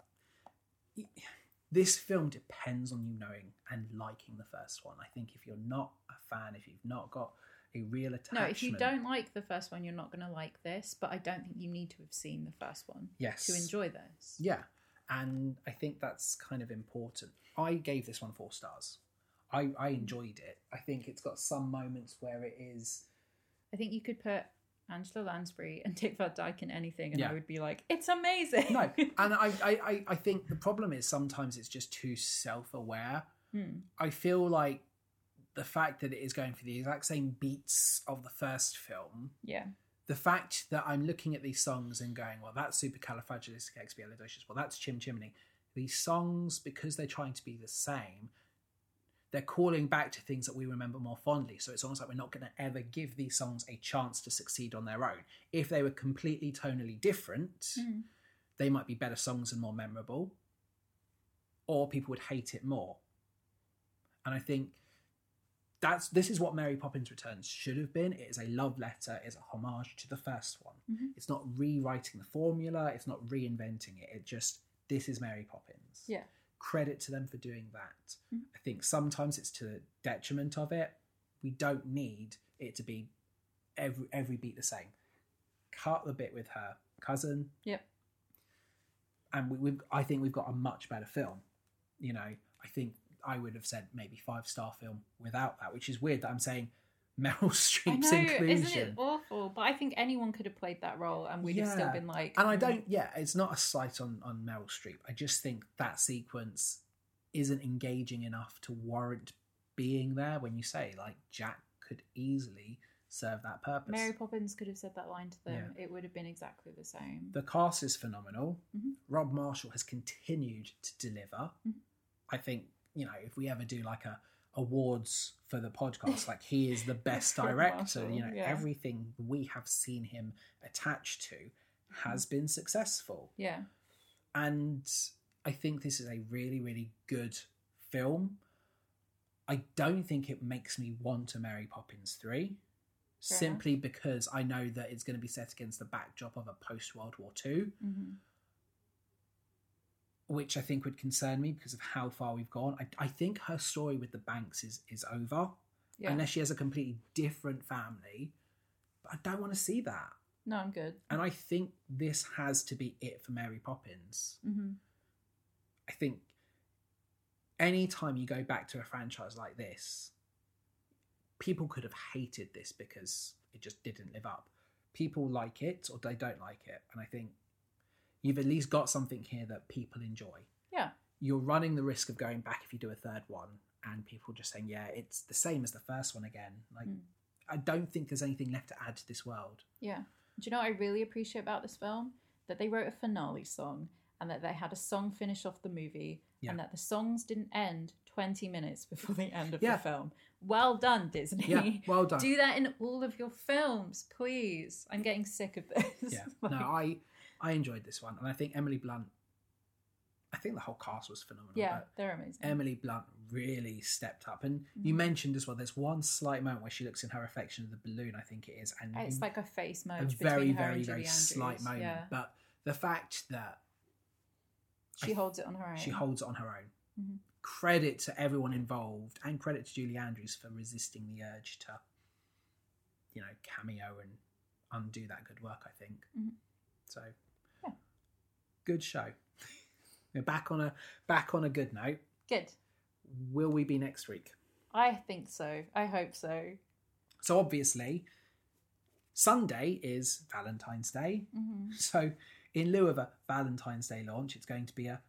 S2: this film depends on you knowing and liking the first one. I think if you're not a fan, if you've not got a real attachment,
S1: No, if you don't like the first one, you're not gonna like this. But I don't think you need to have seen the first one
S2: yes,
S1: to enjoy this.
S2: yeah, and I think that's kind of important. I gave this one four stars. I, I enjoyed it. I think it's got some moments where it is
S1: I think you could put Angela Lansbury and Dick Van Dyke in anything, and
S2: Yeah.
S1: I would be like, it's amazing.
S2: no, and I, I, I, I think the problem is sometimes it's just too self aware.
S1: Hmm.
S2: I feel like the fact that it is going for the exact same beats of the first film,
S1: Yeah.
S2: the fact that I'm looking at these songs and going, well, that's supercalifragilisticexpialidocious, well, that's Chim Chimney. These songs, because they're trying to be the same, they're calling back to things that we remember more fondly. So it's almost like we're not going to ever give these songs a chance to succeed on their own. If they were completely tonally different,
S1: Hmm.
S2: they might be better songs and more memorable, or people would hate it more. And I think that's this is what Mary Poppins Returns should have been. It is a love letter, it's a homage to the first one.
S1: Mhm.
S2: It's not rewriting the formula, it's not reinventing it. It just this is Mary Poppins.
S1: Yeah.
S2: Credit to them for doing that.
S1: Mhm.
S2: I think sometimes it's to the detriment of it. We don't need it to be every every beat the same. Cut the bit with her cousin,
S1: Yep.
S2: and we, we've I think we've got a much better film. You know, I think I would have said maybe five star film without that, which is weird that I'm saying Meryl
S1: I
S2: Streep's
S1: know, isn't it
S2: inclusion.
S1: awful? But I think anyone could have played that role, and we'd have still
S2: Yeah.
S1: been like,
S2: And I
S1: "Hmm."
S2: don't, yeah, it's not a slight on on Meryl Streep. I just think that sequence isn't engaging enough to warrant being there. When you say like Jack could easily serve that purpose.
S1: Mary Poppins could have said that line to them. It would have been exactly the same.
S2: The cast is phenomenal.
S1: Mhm.
S2: Rob Marshall has continued to deliver.
S1: Mhm.
S2: I think you know if we ever do like a awards for the podcast, like he is the best
S1: Rob
S2: director. You know
S1: Marshall, yeah.
S2: everything we have seen him attached to
S1: Mm-hmm.
S2: has been successful,
S1: yeah.
S2: and I think this is a really really good film. I don't think it makes me want a Mary Poppins three.
S1: Fair enough.
S2: Simply because I know that it's going to be set against the backdrop of a post World War II,
S1: hmm
S2: which I think would concern me because of how far we've gone. I, I think her story with the Banks is is over,
S1: Yeah.
S2: unless she has a completely different family. But I don't want to see that,
S1: no, I'm good.
S2: and I think this has to be it for Mary Poppins.
S1: hmm
S2: I think anytime you go back to a franchise like this, people could have hated this because it just didn't live up. People like it or they don't like it. And I think you've at least got something here that people enjoy.
S1: Yeah.
S2: You're running the risk of going back if you do a third one and people just saying, yeah, it's the same as the first one again. Like,
S1: Mm.
S2: I don't think there's anything left to add to this world.
S1: Yeah. Do you know what I really appreciate about this film? That they wrote a finale song and that they had a song finish off the movie
S2: Yeah.
S1: and that the songs didn't end 20 minutes before the end of
S2: Yeah.
S1: the film. Well done, Disney.
S2: Yeah, well done.
S1: Do that in all of your films, please. I'm getting sick of this.
S2: yeah
S1: Like,
S2: no i i enjoyed this one and i think emily blunt i think the whole cast was phenomenal
S1: yeah,
S2: but
S1: they're amazing.
S2: emily blunt really stepped up and you
S1: Mhm.
S2: mentioned as well there's one slight moment where she looks in her reflection of the balloon i think it is and
S1: it's
S2: you-
S1: like a face
S2: a
S1: merge
S2: very
S1: between her
S2: very
S1: and
S2: very
S1: Julie
S2: slight
S1: Andrews.
S2: moment
S1: Yeah.
S2: but the fact that
S1: She holds it on her own.
S2: she holds it on her own
S1: Mhm.
S2: credit to everyone involved and credit to julie andrews for resisting the urge to you know cameo and undo that good work i think
S1: Mhm.
S2: so
S1: Yeah.
S2: good show we're back on a back on a good note
S1: Good.
S2: will we be next week
S1: I think so. I hope so.
S2: so obviously sunday is valentine's day
S1: hmm
S2: So, in lieu of a Valentine's Day launch, it's going to be a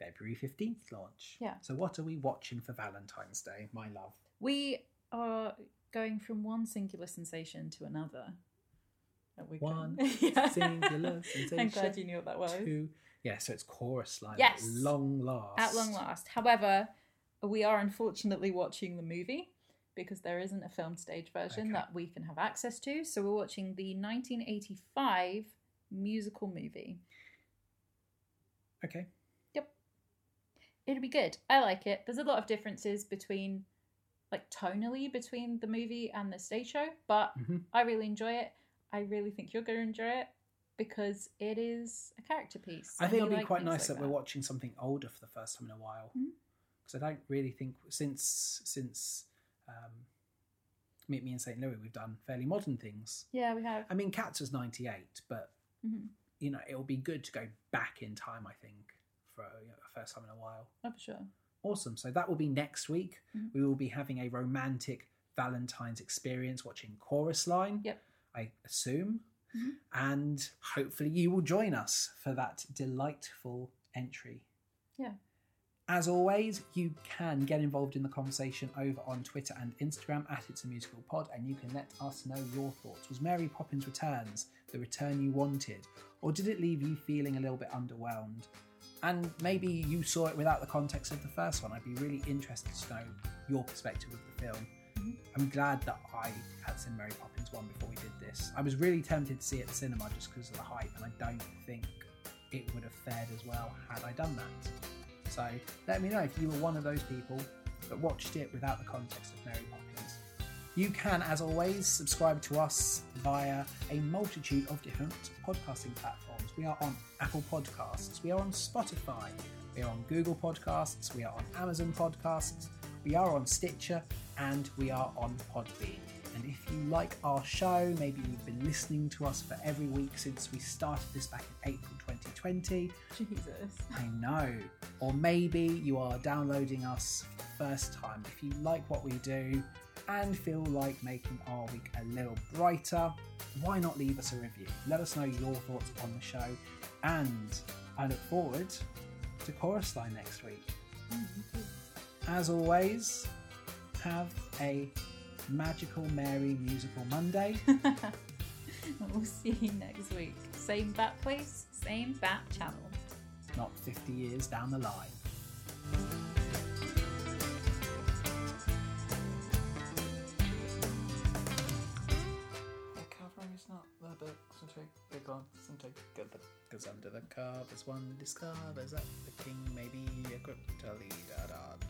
S2: February 15th launch.
S1: Yeah.
S2: So, what are we watching for Valentine's Day, my love?
S1: We are going from one singular sensation to another. That we
S2: One
S1: Yeah.
S2: singular
S1: I'm glad
S2: sensation
S1: you knew what that was.
S2: Two. Yeah, so it's chorus line.
S1: Yes.
S2: At long last.
S1: At long last. However, we are unfortunately watching the movie because there isn't a film stage version
S2: Okay.
S1: that we can have access to. So we're watching the 1985 musical movie.
S2: Okay.
S1: It'll be good. I like it. There's a lot of differences between, like, tonally between the movie and the stage show, but
S2: Mhm.
S1: I really enjoy it. I really think you're going to enjoy it because it is a character piece.
S2: I
S1: and
S2: think
S1: we
S2: it'll be
S1: like
S2: quite
S1: things
S2: nice
S1: like
S2: that we're watching something older for the first time in a while.
S1: Mhm.
S2: Because I don't really think since since um, Meet Me in St. Louis, we've done fairly modern things.
S1: Yeah, we have.
S2: I mean, Cats was 98, but
S1: Mhm.
S2: you know, it'll be good to go back in time, I think, for a first time in a while.
S1: Oh, for sure.
S2: Awesome. So that will be next week.
S1: Mhm.
S2: We will be having a romantic Valentine's experience watching Chorus Line.
S1: Yep.
S2: I assume.
S1: Mhm.
S2: And hopefully you will join us for that delightful entry.
S1: Yeah.
S2: As always, you can get involved in the conversation over on Twitter and Instagram at It's a Musical Pod, and you can let us know your thoughts. Was Mary Poppins Returns the return you wanted, or did it leave you feeling a little bit underwhelmed? And maybe you saw it without the context of the first one. I'd be really interested to know your perspective of the film.
S1: Mhm.
S2: I'm glad that I had seen Mary Poppins one before we did this. I was really tempted to see it at the cinema just because of the hype, and I don't think it would have fared as well had I done that. So let me know if you were one of those people that watched it without the context of Mary Poppins. You can, as always, subscribe to us via a multitude of different podcasting platforms. We are on Apple Podcasts, we are on Spotify, we are on Google Podcasts, we are on Amazon Podcasts, we are on Stitcher, and we are on Podbean. And if you like our show, maybe you've been listening to us for every week since we started this back in April 2020,
S1: Jesus.
S2: I know. Or maybe you are downloading us for the first time. If you like what we do and feel like making our week a little brighter, why not leave us a review? Let us know your thoughts on the show. And I look forward to Chorus Line next week. As always, have a magical Mary musical Monday.
S1: we'll see you next week. Same bat place, same bat channel.
S2: not 50 years down the line.
S3: The cover is not the book, so take big one, so take good book.
S2: Because under the covers one discovers that the king may be a crypto leader.